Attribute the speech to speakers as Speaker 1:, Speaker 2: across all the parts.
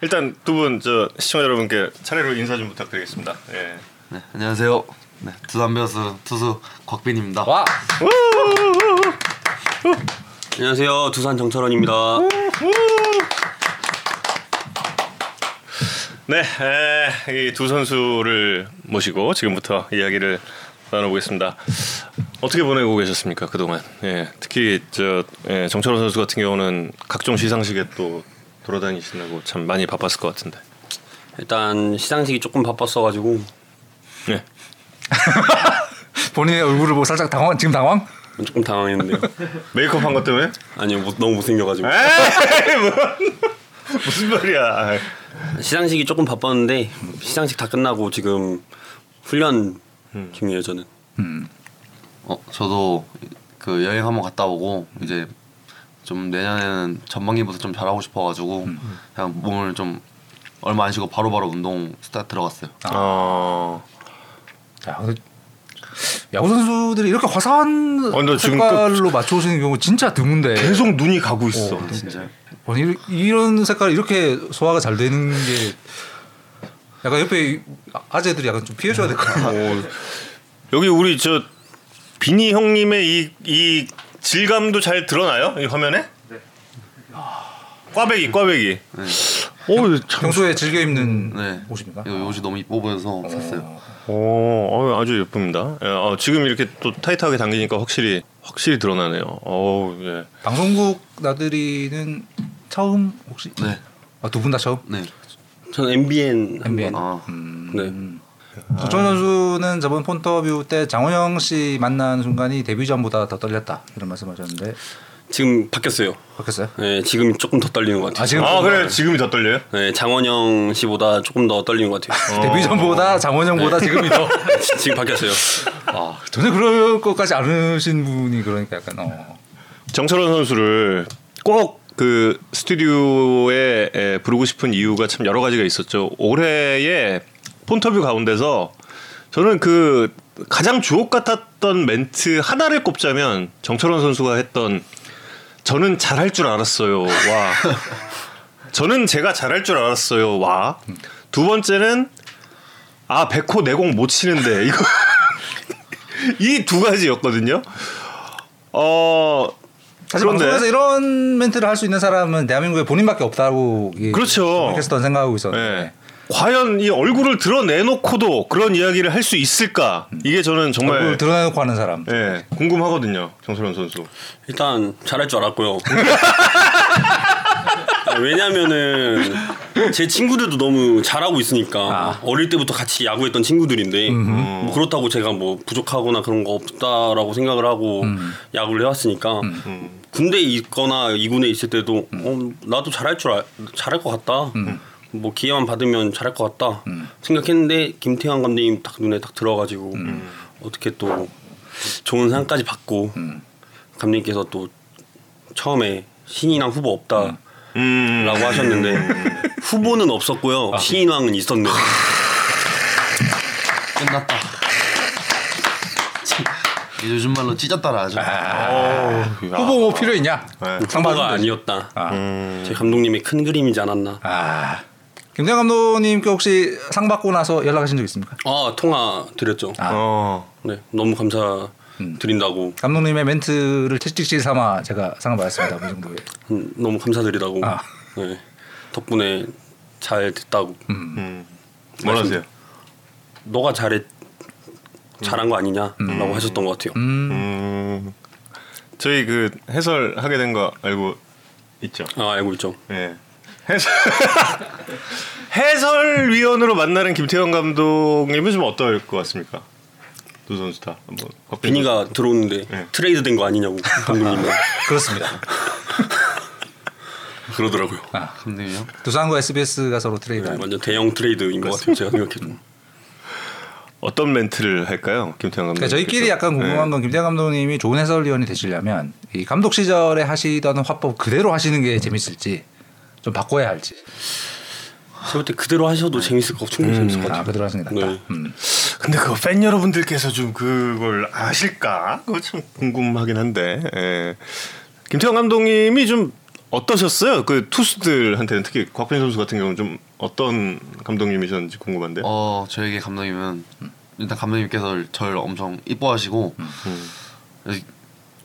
Speaker 1: 일단 두 분 저 시청자 여러분께 차례로 인사 좀 부탁드리겠습니다. 예.
Speaker 2: 네, 안녕하세요. 네, 두산베어스 투수 곽빈입니다.
Speaker 3: 와
Speaker 4: 안녕하세요. 두산 정철원입니다.
Speaker 1: 네, 이 두 선수를 모시고 지금부터 이야기를 나눠보겠습니다. 어떻게 보내고 계셨습니까 그동안? 예, 특히 저 예, 정철호 선수 같은 경우는 각종 시상식에 또 돌아다니시느라고 참 많이 바빴을 것 같은데.
Speaker 4: 일단 시상식이 조금 바빴어가지고
Speaker 1: 예,
Speaker 3: 본인의 얼굴을 보고 살짝 당황 지금 당황?
Speaker 4: 조금 당황했는데요.
Speaker 1: 메이크업 한 것 때문에?
Speaker 4: 아니요, 못- 너무 못생겨가지고
Speaker 1: 에이, 뭐- 무슨 말이야?
Speaker 4: 시상식이 조금 바빴는데 시상식 다 끝나고 지금 훈련 중이에요. 저는
Speaker 2: 어, 저도 그 여행 한번 갔다 오고 이제 좀 내년에는 전반기부터 좀 잘하고 싶어가지고
Speaker 3: 음.
Speaker 2: 그냥 몸을 좀 얼마 안 쉬고 바로바로 운동 스타트 들어갔어요.
Speaker 3: 아,
Speaker 1: 어,
Speaker 3: 야, 근데 야구 선수들이 이렇게 화사한
Speaker 1: 아니, 나 지금
Speaker 3: 색깔로 맞춰오시는 경우 진짜 드문데
Speaker 1: 계속 눈이 가고 있어.
Speaker 2: 진짜.
Speaker 3: 아니, 이런- 이런 색깔 이렇게 소화가 잘 되는 게 약간 옆에 아재들이 약간 좀 피해줘야 될 것 같아.
Speaker 1: 어, 여기 우리 저 비니 형님의 이, 이 질감도 잘 드러나요? 이 화면에? 네. 꽈배기, 꽈배기. 오, 네. 어, 참.
Speaker 3: 평소에 즐겨 입는
Speaker 2: 네.
Speaker 3: 옷입니다.
Speaker 2: 이 옷이 너무 이뻐 보여서 샀어요.
Speaker 1: 오, 아주 예쁩니다. 예, 어, 지금 이렇게 또 타이트하게 당기니까 확실히 확실히 드러나네요. 어우, 예.
Speaker 3: 방송국 나들이는 처음 혹시?
Speaker 2: 네.
Speaker 3: 아, 두 분 다 처음?
Speaker 2: 네.
Speaker 4: 전 MBN
Speaker 3: MBN.
Speaker 2: 아,
Speaker 3: 음.
Speaker 4: 네.
Speaker 3: 정철 선수는 저번 폰터뷰 때 장원영 씨 만난 순간이 데뷔 전보다 더 떨렸다 이런 말씀하셨는데
Speaker 4: 지금 바뀌었어요.
Speaker 3: 바뀌었어요?
Speaker 4: 네, 지금 조금 더 떨리는 것 같아요.
Speaker 3: 아, 지금
Speaker 1: 아, 그래. 지금이 더 떨려요?
Speaker 4: 네, 장원영 씨보다 조금 더 떨리는 것 같아요.
Speaker 3: 어. 데뷔 전보다 장원영보다
Speaker 1: 네.
Speaker 3: 지금이 더
Speaker 4: 지금 바뀌었어요.
Speaker 3: 아, 전혀 그럴 것까지 않으신 분이 그러니까 약간 어.
Speaker 1: 정철원 선수를 꼭 그 스튜디오에 에, 부르고 싶은 이유가 참 여러 가지가 있었죠. 올해의 폰터뷰 가운데서 저는 그 가장 주옥 같았던 멘트 하나를 꼽자면 정철원 선수가 했던 저는 잘할 줄 알았어요. 와. 저는 제가 잘할 줄 알았어요. 와. 두 번째는 아, 백호 내공 못 치는데. 이거 이 두 가지였거든요. 어
Speaker 3: 사실 방송에서 이런 멘트를 할 수 있는 사람은 대한민국에 본인밖에 없다고 이-
Speaker 1: 그렇죠.
Speaker 3: 했었던 생각하고 있었는데
Speaker 1: 예. 과연 이 얼굴을 드러내놓고도 그런 이야기를 할 수 있을까? 이게 저는 정말
Speaker 3: 얼굴 드러내놓고 하는 사람
Speaker 1: 예, 궁금하거든요. 정철현 선수.
Speaker 4: 일단 잘할 줄 알았고요. 아, 왜냐면은 제 친구들도 너무 잘하고 있으니까 어릴 때부터 같이 야구했던 친구들인데 뭐 그렇다고 제가 뭐 부족하거나 그런 거 없다라고 생각을 하고 야구를 해왔으니까 군대 에 있거나 이군에 있을 때도 어, 나도 잘할 줄 알, 잘할 것 같다. 뭐 기회만 받으면 잘할 것 같다 생각했는데 김태환 감독님 딱 눈에 딱 들어가지고 어떻게 또 좋은 상까지 받고 감독님께서 또 처음에 신인왕 후보 없다라고
Speaker 1: 음.
Speaker 4: 하셨는데 후보는 없었고요 신인왕은 있었네요.
Speaker 2: 끝났다. 이 요즘 말로 찢었다라 하죠.
Speaker 3: 아.
Speaker 1: 아.
Speaker 3: 후보 뭐 필요 있냐?
Speaker 1: 네.
Speaker 3: 상
Speaker 4: 후보가
Speaker 3: 받으면 되지.
Speaker 4: 아니었다.
Speaker 3: 아.
Speaker 1: 음.
Speaker 4: 제 감독님의 큰 그림이지 않았나.
Speaker 3: 아. 김대현 감독님께 혹시 상 받고 나서 연락하신 적 있습니까?
Speaker 4: 아 음. 통화 드렸죠.
Speaker 1: 어.
Speaker 4: 네 너무 감사 드린다고
Speaker 3: 감독님의 멘트를 채찍질 삼아 제가 상을 받았습니다. 그 정도의
Speaker 4: 음, 너무 감사드리다고
Speaker 3: 아.
Speaker 4: 네, 덕분에 잘 됐다고
Speaker 1: 음. 뭐라세요?
Speaker 4: 너가 잘했 잘한 거 아니냐라고 하셨던 것 같아요.
Speaker 1: 음. 저희 그 해설하게 된 거 알고 있죠.
Speaker 4: 아 알고 있죠.
Speaker 1: 예. 해설 해설위원으로 만나는 김태형 감독님은 좀 어떨 것 같습니까? 두 선수 다. 뭐 곽빈이
Speaker 4: 비니가 들어오는데
Speaker 1: 네.
Speaker 4: 트레이드 된 거 아니냐고 감독님은
Speaker 3: 그렇습니다.
Speaker 4: 그러더라고요.
Speaker 2: 감독님.
Speaker 3: 두산과 SBS가 서로 트레이드.
Speaker 4: 네, 완전 대형 트레이드인 것 같아요. 제가 생각해도
Speaker 1: 어떤 멘트를 할까요? 김태형 예. 감독님.
Speaker 3: 그러니까 저희끼리 약간 궁금한 건 김대현 감독님이 좋은 해설위원이 되시려면 이 감독 시절에 하시던 화법 그대로 하시는 게 재밌을지 좀 바꿔야 할지.
Speaker 4: 제가 때 그대로 하셔도 재밌을 것 같고 충분히 재밌을 것
Speaker 3: 아
Speaker 4: 같아요.
Speaker 3: 그대로 하시는 게 낫다.
Speaker 4: 네.
Speaker 3: 음.
Speaker 1: 근데 그 팬 여러분들께서 좀 그걸 아실까? 그거 참 궁금하긴 한데. 예. 김태형 감독님이 좀 어떠셨어요? 그 투수들한테는 특히 곽빈 선수 같은 경우는 좀 어떤 감독님이셨는지 궁금한데. 요
Speaker 2: 어 저에게 감독님은 일단 감독님께서 저를 엄청 이뻐하시고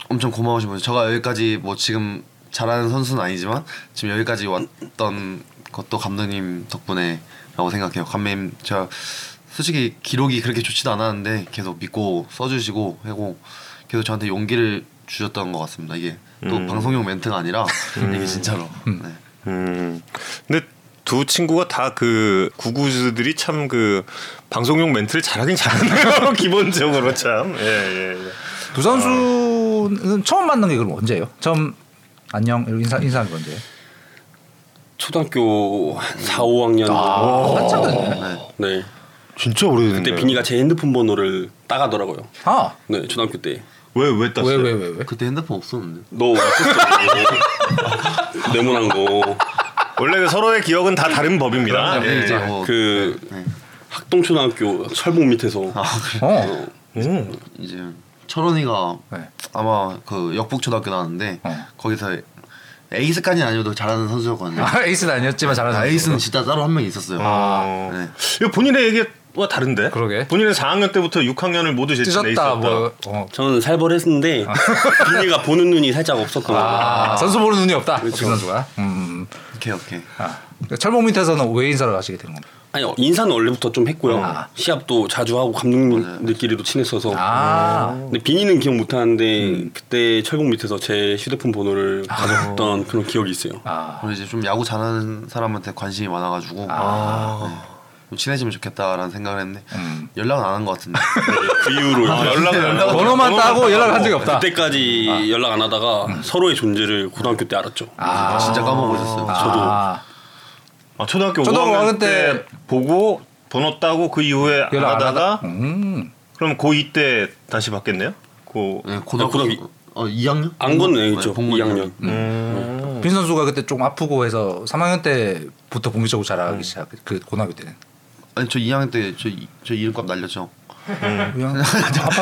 Speaker 2: 엄청 고마우신 분이 제가 여기까지 뭐 지금 잘하는 선수는 아니지만 지금 여기까지 왔던 것도 감독님 덕분에라고 생각해요. 감독님 제가 솔직히 기록이 그렇게 좋지도 않았는데 계속 믿고 써주시고 하고 계속 저한테 용기를 주셨던 것 같습니다. 이게 또 방송용 멘트가 아니라 이게 진짜로 네.
Speaker 1: 음. 근데 두 친구가 다 그 구구즈들이 참 그 방송용 멘트를 잘하긴 잘하네요. 기본적으로 참. 예, 예, 예.
Speaker 3: 두 선수는 처음 만난 게 그럼 언제예요? 처음 안녕 이러고 인사 인사한 게 언제예요?
Speaker 4: 초등학교 한 4, 5학년
Speaker 3: 한참 어. 됐네.
Speaker 2: 네.
Speaker 4: 네
Speaker 1: 진짜 오래됐네.
Speaker 4: 그때 비니가 제 핸드폰 번호를 따가더라고요
Speaker 3: 아,
Speaker 4: 네 초등학교 때
Speaker 1: 왜왜 땄어요?
Speaker 3: 왜 왜 왜 왜?
Speaker 2: 그때 핸드폰 없었는데
Speaker 4: 너 왔었어. 네모난 거.
Speaker 1: 원래 그 서로의 기억은 다 다른 법입니다.
Speaker 2: 근데
Speaker 1: 예.
Speaker 2: 이제
Speaker 3: 어,
Speaker 2: 뭐
Speaker 4: 그
Speaker 3: 네.
Speaker 4: 학동초등학교 철봉 밑에서
Speaker 3: 어,
Speaker 1: 음.
Speaker 2: 이제 철원이가
Speaker 3: 네.
Speaker 2: 아마 그 역북초등학교 나왔는데
Speaker 3: 어.
Speaker 2: 거기서 에이스까지는 아니어도 잘하는 선수였거든요.
Speaker 3: 아, 에이스는 아니었지만 잘하는
Speaker 2: 아,
Speaker 3: 선수.
Speaker 2: 에이스는 진짜 따로 한 명 있었어요.
Speaker 1: 아.
Speaker 2: 네.
Speaker 1: 이거 본인의 얘기와 다른데?
Speaker 3: 그러게.
Speaker 1: 본인은 4학년 때부터 6학년을 모두 제친
Speaker 3: 찢었다
Speaker 1: 에이스였다.
Speaker 3: 뭐 어.
Speaker 4: 저는 살벌했는데 빈이가 보는 눈이 살짝 없었던 거예요.
Speaker 3: 아, 선수 보는 눈이 없다. 그 선수가. 음.
Speaker 2: 오케이 오케이.
Speaker 3: 아. 그러니까 철봉 밑에서는 왜 인사를 하시게 되는 건가요?
Speaker 4: 아니 요 인사는 원래부터 좀 했고요. 시합도 자주 하고 감독님들끼리도 친했어서.
Speaker 3: 아.
Speaker 4: 근데 빈이는 기억 못 하는데 그때 철봉 밑에서 제 휴대폰 번호를 가졌던 그런 기억이 있어요.
Speaker 3: 아.
Speaker 2: 그리고 이제 좀 야구 잘하는 사람한테 관심이 많아가지고 네. 좀 친해지면 좋겠다라는 생각을 했는데
Speaker 3: 음.
Speaker 2: 연락은 안 한 것 같은데
Speaker 4: 그 이후로
Speaker 1: 아,
Speaker 4: 연락을 안 하고
Speaker 3: 아, 번호만 따고 연락을 한 적이 없다.
Speaker 4: 그때까지
Speaker 3: 아.
Speaker 4: 연락 안 하다가
Speaker 3: 음.
Speaker 4: 서로의 존재를 고등학교 때 알았죠.
Speaker 2: 진짜 까먹고 있었어요.
Speaker 4: 저도
Speaker 3: 아.
Speaker 1: 아, 초등학교
Speaker 3: 초등학교
Speaker 1: 5학년 때,
Speaker 3: 때
Speaker 1: 보고 번호 따고 그 이후에 안
Speaker 3: 연락 안
Speaker 1: 하다가
Speaker 3: 하다. 음.
Speaker 1: 그럼 고2 때 다시 받겠네요? 고
Speaker 2: 네, 고등학교
Speaker 4: 고등학교 이-
Speaker 2: 어 2학년?
Speaker 4: 안 건네 있죠. 2학년.
Speaker 1: 음.
Speaker 3: 음. 빈 선수가 그때 좀 아프고 해서 3학년 때부터 공격적으로 잘하기 시작. 그 고등학교 때는.
Speaker 2: 아니 저 2학년 때저저 이름값 날렸죠.
Speaker 3: 그냥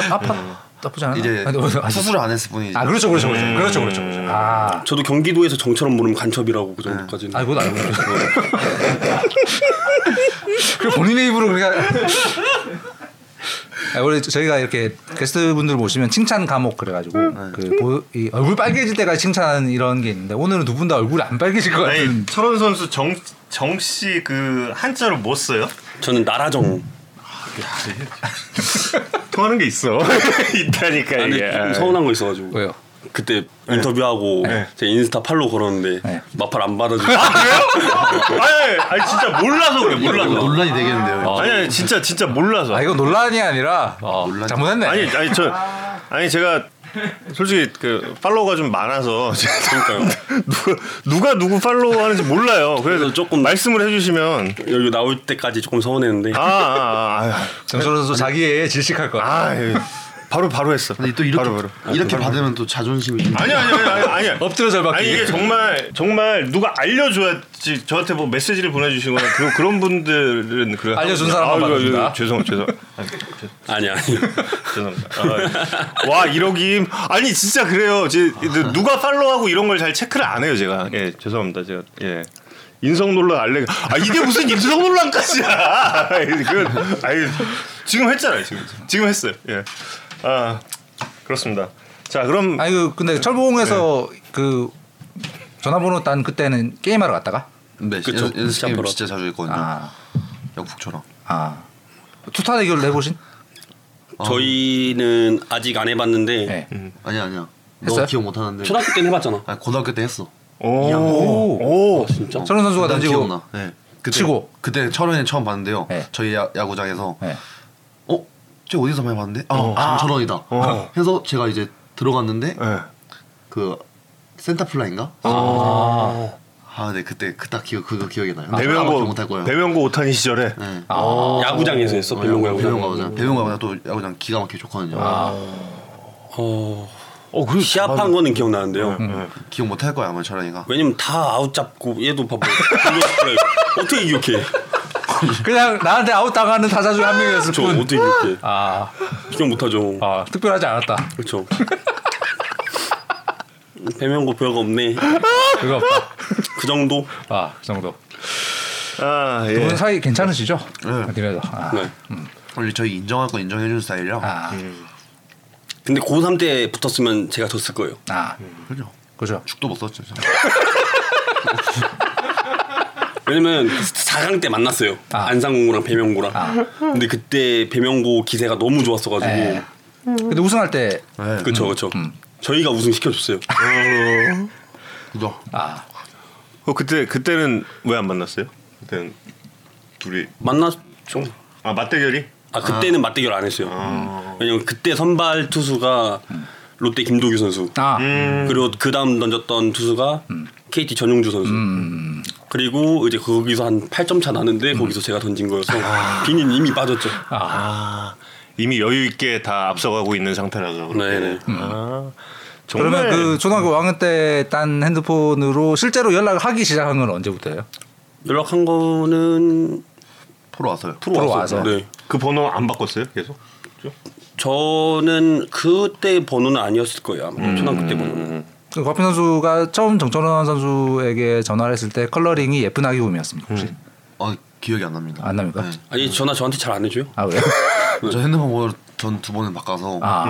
Speaker 3: 아파 아파 나쁘지 않아.
Speaker 2: 이제
Speaker 3: 음. 아니, 어, 아니,
Speaker 2: 수술을 안 했을 뿐이지.
Speaker 3: 아 그렇죠 그렇죠 그렇죠 그렇죠 그렇죠 그렇죠. 아.
Speaker 4: 저도 경기도에서 정처럼 모르면 간첩이라고 그 정도까지는.
Speaker 3: 아 그건 알고 있어요. 그 본인의 입으로 그러니까 아, 원래 저희가 이렇게 게스트 분들 모시면 칭찬 감옥 그래가지고 그 보, 이 얼굴 빨개질 때까지 칭찬하는 이런 게 있는데 오늘은 두 분 다 얼굴이 안 빨개질 것 같은
Speaker 1: 아니, 철원 선수 정, 정씨 그 한자를 못 써요?
Speaker 4: 저는 나라정.
Speaker 3: 음.
Speaker 1: 통하는 게 있어. 있다니까
Speaker 4: 아,
Speaker 1: 이게.
Speaker 4: 근데 좀 서운한 거 있어가지고.
Speaker 3: 예, 왜요?
Speaker 4: 그때 인터뷰하고 제 인스타 팔로 걸었는데
Speaker 3: 네.
Speaker 4: 마팔 안 받아주고
Speaker 1: 아니, 아니 진짜 몰라서 그래. 몰라서.
Speaker 2: 논란이 되겠는데요.
Speaker 1: 아니, 아니 진짜 진짜 몰라서.
Speaker 3: 아 이거 논란이 아니라
Speaker 2: 논란.
Speaker 3: 잘못했네
Speaker 1: 어. 아니 아니 저 아니 제가 솔직히 그 팔로워가 좀 많아서
Speaker 4: 그러니까요.
Speaker 1: 누가 누가 누구 팔로워하는지 몰라요. 그래서
Speaker 4: 그래서
Speaker 1: 조금
Speaker 4: 조금
Speaker 1: 말씀을 해주시면
Speaker 4: 여기 나올 때까지 조금 서운했는데
Speaker 1: 아, 아,
Speaker 3: 정철호 선수 자기애에 질식할
Speaker 1: 아, 아,
Speaker 3: 거야
Speaker 1: 아 예. 바로 바로 했어.
Speaker 2: 근데 또 이렇게
Speaker 1: 바로 바로.
Speaker 2: 이렇게 받으면 또 자존심이 좀
Speaker 1: 아니 아니 아니 아니 아니.
Speaker 3: 엎드려 절박기
Speaker 1: 아니 이게 정말 정말 누가 알려줘야지 저한테 뭐 메시지를 보내주시거나 그, 그런 분들은 그래
Speaker 3: 알려준 사람만 받아준다.
Speaker 1: 죄송 죄송 아니,
Speaker 4: 아니 아니
Speaker 1: 죄송합니다. 아, 와 이러김 아니 진짜 그래요. 제, 누가 팔로우하고 이런 걸 잘 체크를 안 해요 제가. 예 죄송합니다 제가 예. 인성 논란 알레 아 이게 무슨 인성 논란까지야. 그 아니 지금 했잖아요 지금 지금 했어요. 예. 아 그렇습니다. 자 그럼
Speaker 3: 아니 그 근데 철봉에서
Speaker 1: 네.
Speaker 3: 그 전화번호 딴 그때는 게임하러 갔다가
Speaker 2: 네,
Speaker 4: 그쵸.
Speaker 2: 연- 연습 게임
Speaker 4: 시합으로.
Speaker 2: 진짜 자주
Speaker 1: 네.
Speaker 2: 했거든요.
Speaker 3: 아,
Speaker 2: 역북초랑.
Speaker 3: 아. 투타 대결을 해보신?
Speaker 4: 저희는 아직 안 해봤는데
Speaker 3: 어. 네.
Speaker 2: 아니야 아니야.
Speaker 3: 했어요?
Speaker 2: 너 기억 못 하는데.
Speaker 4: 초등학교 때는 해봤잖아
Speaker 2: 아 고등학교 때 했어.
Speaker 1: 오오
Speaker 4: 진짜
Speaker 3: 철원 선수가
Speaker 2: 난
Speaker 3: 던지고
Speaker 2: 기억나. 네.
Speaker 3: 치고.
Speaker 2: 그때 철원이 처음 봤는데요.
Speaker 3: 네.
Speaker 2: 저희 야, 야구장에서
Speaker 3: 네.
Speaker 2: 어? 쟤 어디서 많이 봤는데? 아, 강철원이다.
Speaker 1: 어.
Speaker 2: 해서 제가 이제 들어갔는데
Speaker 3: 네.
Speaker 1: 예.
Speaker 2: 그 센터플라인가?
Speaker 3: 아.
Speaker 2: 아, 네 그때 그딱 기억 그거 기억이 나요. 아무것도
Speaker 1: 대명고
Speaker 2: 못할 거예요.
Speaker 1: 대명고 오타니 시절에
Speaker 2: 네.
Speaker 4: 아, 야구장에서 했어 별명고
Speaker 2: 배운
Speaker 4: 야구장
Speaker 2: 거보다 배운 거보다 또 야구장 기가 막히게 좋거든요.
Speaker 3: 아.
Speaker 4: 어,
Speaker 1: 어 그리고
Speaker 4: 시합한 거는 네. 기억나는데요
Speaker 1: 예.
Speaker 2: 기억 못할 거야 아마 철원이가.
Speaker 4: 왜냐면 다 아웃 잡고 얘도 바보 어떻게 기억해
Speaker 3: 그냥 나한테 아웃 당하는 타자 중에 한 명이었을
Speaker 4: 저
Speaker 3: 뿐.
Speaker 4: 어떻게 기억해
Speaker 3: 아,
Speaker 4: 기억 못하죠
Speaker 3: 아, 특별하지 않았다.
Speaker 4: 그렇죠 배명고 부여가 없네.
Speaker 3: 그거 없다.
Speaker 4: 그 정도.
Speaker 3: 아, 그 정도.
Speaker 1: 아
Speaker 3: 두
Speaker 1: 예.
Speaker 3: 분 사이 괜찮으시죠?
Speaker 2: 네.
Speaker 3: 그래도. 아.
Speaker 4: 네.
Speaker 2: 원래 저희 인정할 건 인정해주는 스타일이라
Speaker 3: 아.
Speaker 4: 근데 고3 때 붙었으면 제가 졌을 거예요.
Speaker 3: 아.
Speaker 2: 그죠
Speaker 3: 그죠.
Speaker 2: 죽도 못 썼죠 저는.
Speaker 4: 왜냐면 4강 때 만났어요.
Speaker 3: 아.
Speaker 4: 안상공구랑 배명고랑.
Speaker 3: 아.
Speaker 4: 근데 그때 배명고 기세가 너무 좋았어가지고.
Speaker 3: 예. 근데 우승할 때
Speaker 2: 네.
Speaker 4: 그쵸 그쵸. 저희가 우승 시켜줬어요.
Speaker 2: 그죠
Speaker 3: 아,
Speaker 1: 어, 그때 그때는 왜 안 만났어요? 그때는 둘이
Speaker 4: 만났죠.
Speaker 1: 아 맞대결이?
Speaker 4: 아 그때는 맞대결 안 했어요. 왜냐면 그때 선발 투수가 롯데 김도규 선수.
Speaker 3: 아.
Speaker 4: 그리고 그 다음 던졌던 투수가 KT 전용주 선수. 그리고 이제 거기서 한 8점 차 나는데 거기서 제가 던진 거여서 빈인 이미 빠졌죠.
Speaker 1: 아 이미 여유 있게 다 앞서가고 있는 상태라서.
Speaker 4: 네네.
Speaker 1: 아 정말
Speaker 3: 그러면 그 초등학교 5학년 때 딴 핸드폰으로 실제로 연락을 하기 시작한 건 언제부터예요?
Speaker 4: 연락한 거는
Speaker 2: 프로 왔어요
Speaker 4: 프로,
Speaker 3: 프로
Speaker 4: 와서.
Speaker 3: 와서.
Speaker 4: 네.
Speaker 1: 그 번호 안 바꿨어요? 계속? 그죠?
Speaker 4: 저는 그때 번호는 아니었을 거예요. 아마 초등학교 때 번호는.
Speaker 3: 그 곽빈 선수가 처음 정철원 선수에게 전화를 했을 때 컬러링이 예쁜 아기 곰이었습니까? 혹시?
Speaker 2: 아 기억이 안 납니다
Speaker 3: 안 납니까?
Speaker 2: 네.
Speaker 4: 아니 전화 저한테 잘 안 해줘요.
Speaker 3: 아 왜요?
Speaker 1: 그
Speaker 2: 저 핸드폰 번호 전두 번을 바꿔서
Speaker 3: 아,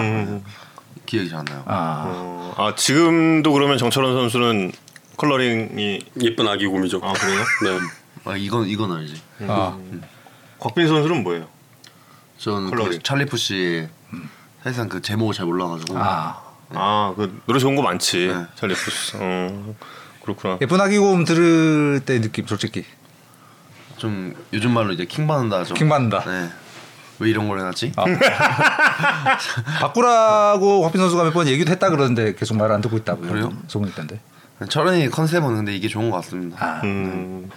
Speaker 2: 기억이 잘 안 나요
Speaker 3: 아,
Speaker 1: 어, 음. 아 지금도 그러면 정철원 선수는 컬러링이
Speaker 4: 예쁜 아기 곰이죠.
Speaker 1: 아 그래요?
Speaker 4: 네.
Speaker 2: 아 이건 이건 알지
Speaker 3: 아,
Speaker 1: 곽빈 선수는 뭐예요?
Speaker 2: 저는
Speaker 1: 컬러링.
Speaker 2: 그 찰리 푸시 사실상 그 제목을 잘 몰라가지고
Speaker 3: 음. 아.
Speaker 1: 아그 네. 노래 좋은 거 많지.
Speaker 2: 네.
Speaker 1: 잘 예뻤어. 어, 그렇구나.
Speaker 3: 예쁜 아기 곰 들을 때 느낌 솔직히
Speaker 2: 좀 요즘 말로 이제 킹 받는다 좀.
Speaker 3: 킹 받는다. 아.
Speaker 2: 네. 왜 이런 걸 해놨지?
Speaker 3: 바꾸라고 곽빈 선수가 몇 번 얘기도 했다 그러는데 계속 말을 안 듣고 있다고요.
Speaker 2: 그래요?
Speaker 3: 소문이 있던데.
Speaker 2: 철현이 컨셉은 근데 이게 좋은 것 같습니다.
Speaker 3: 아.
Speaker 1: 음,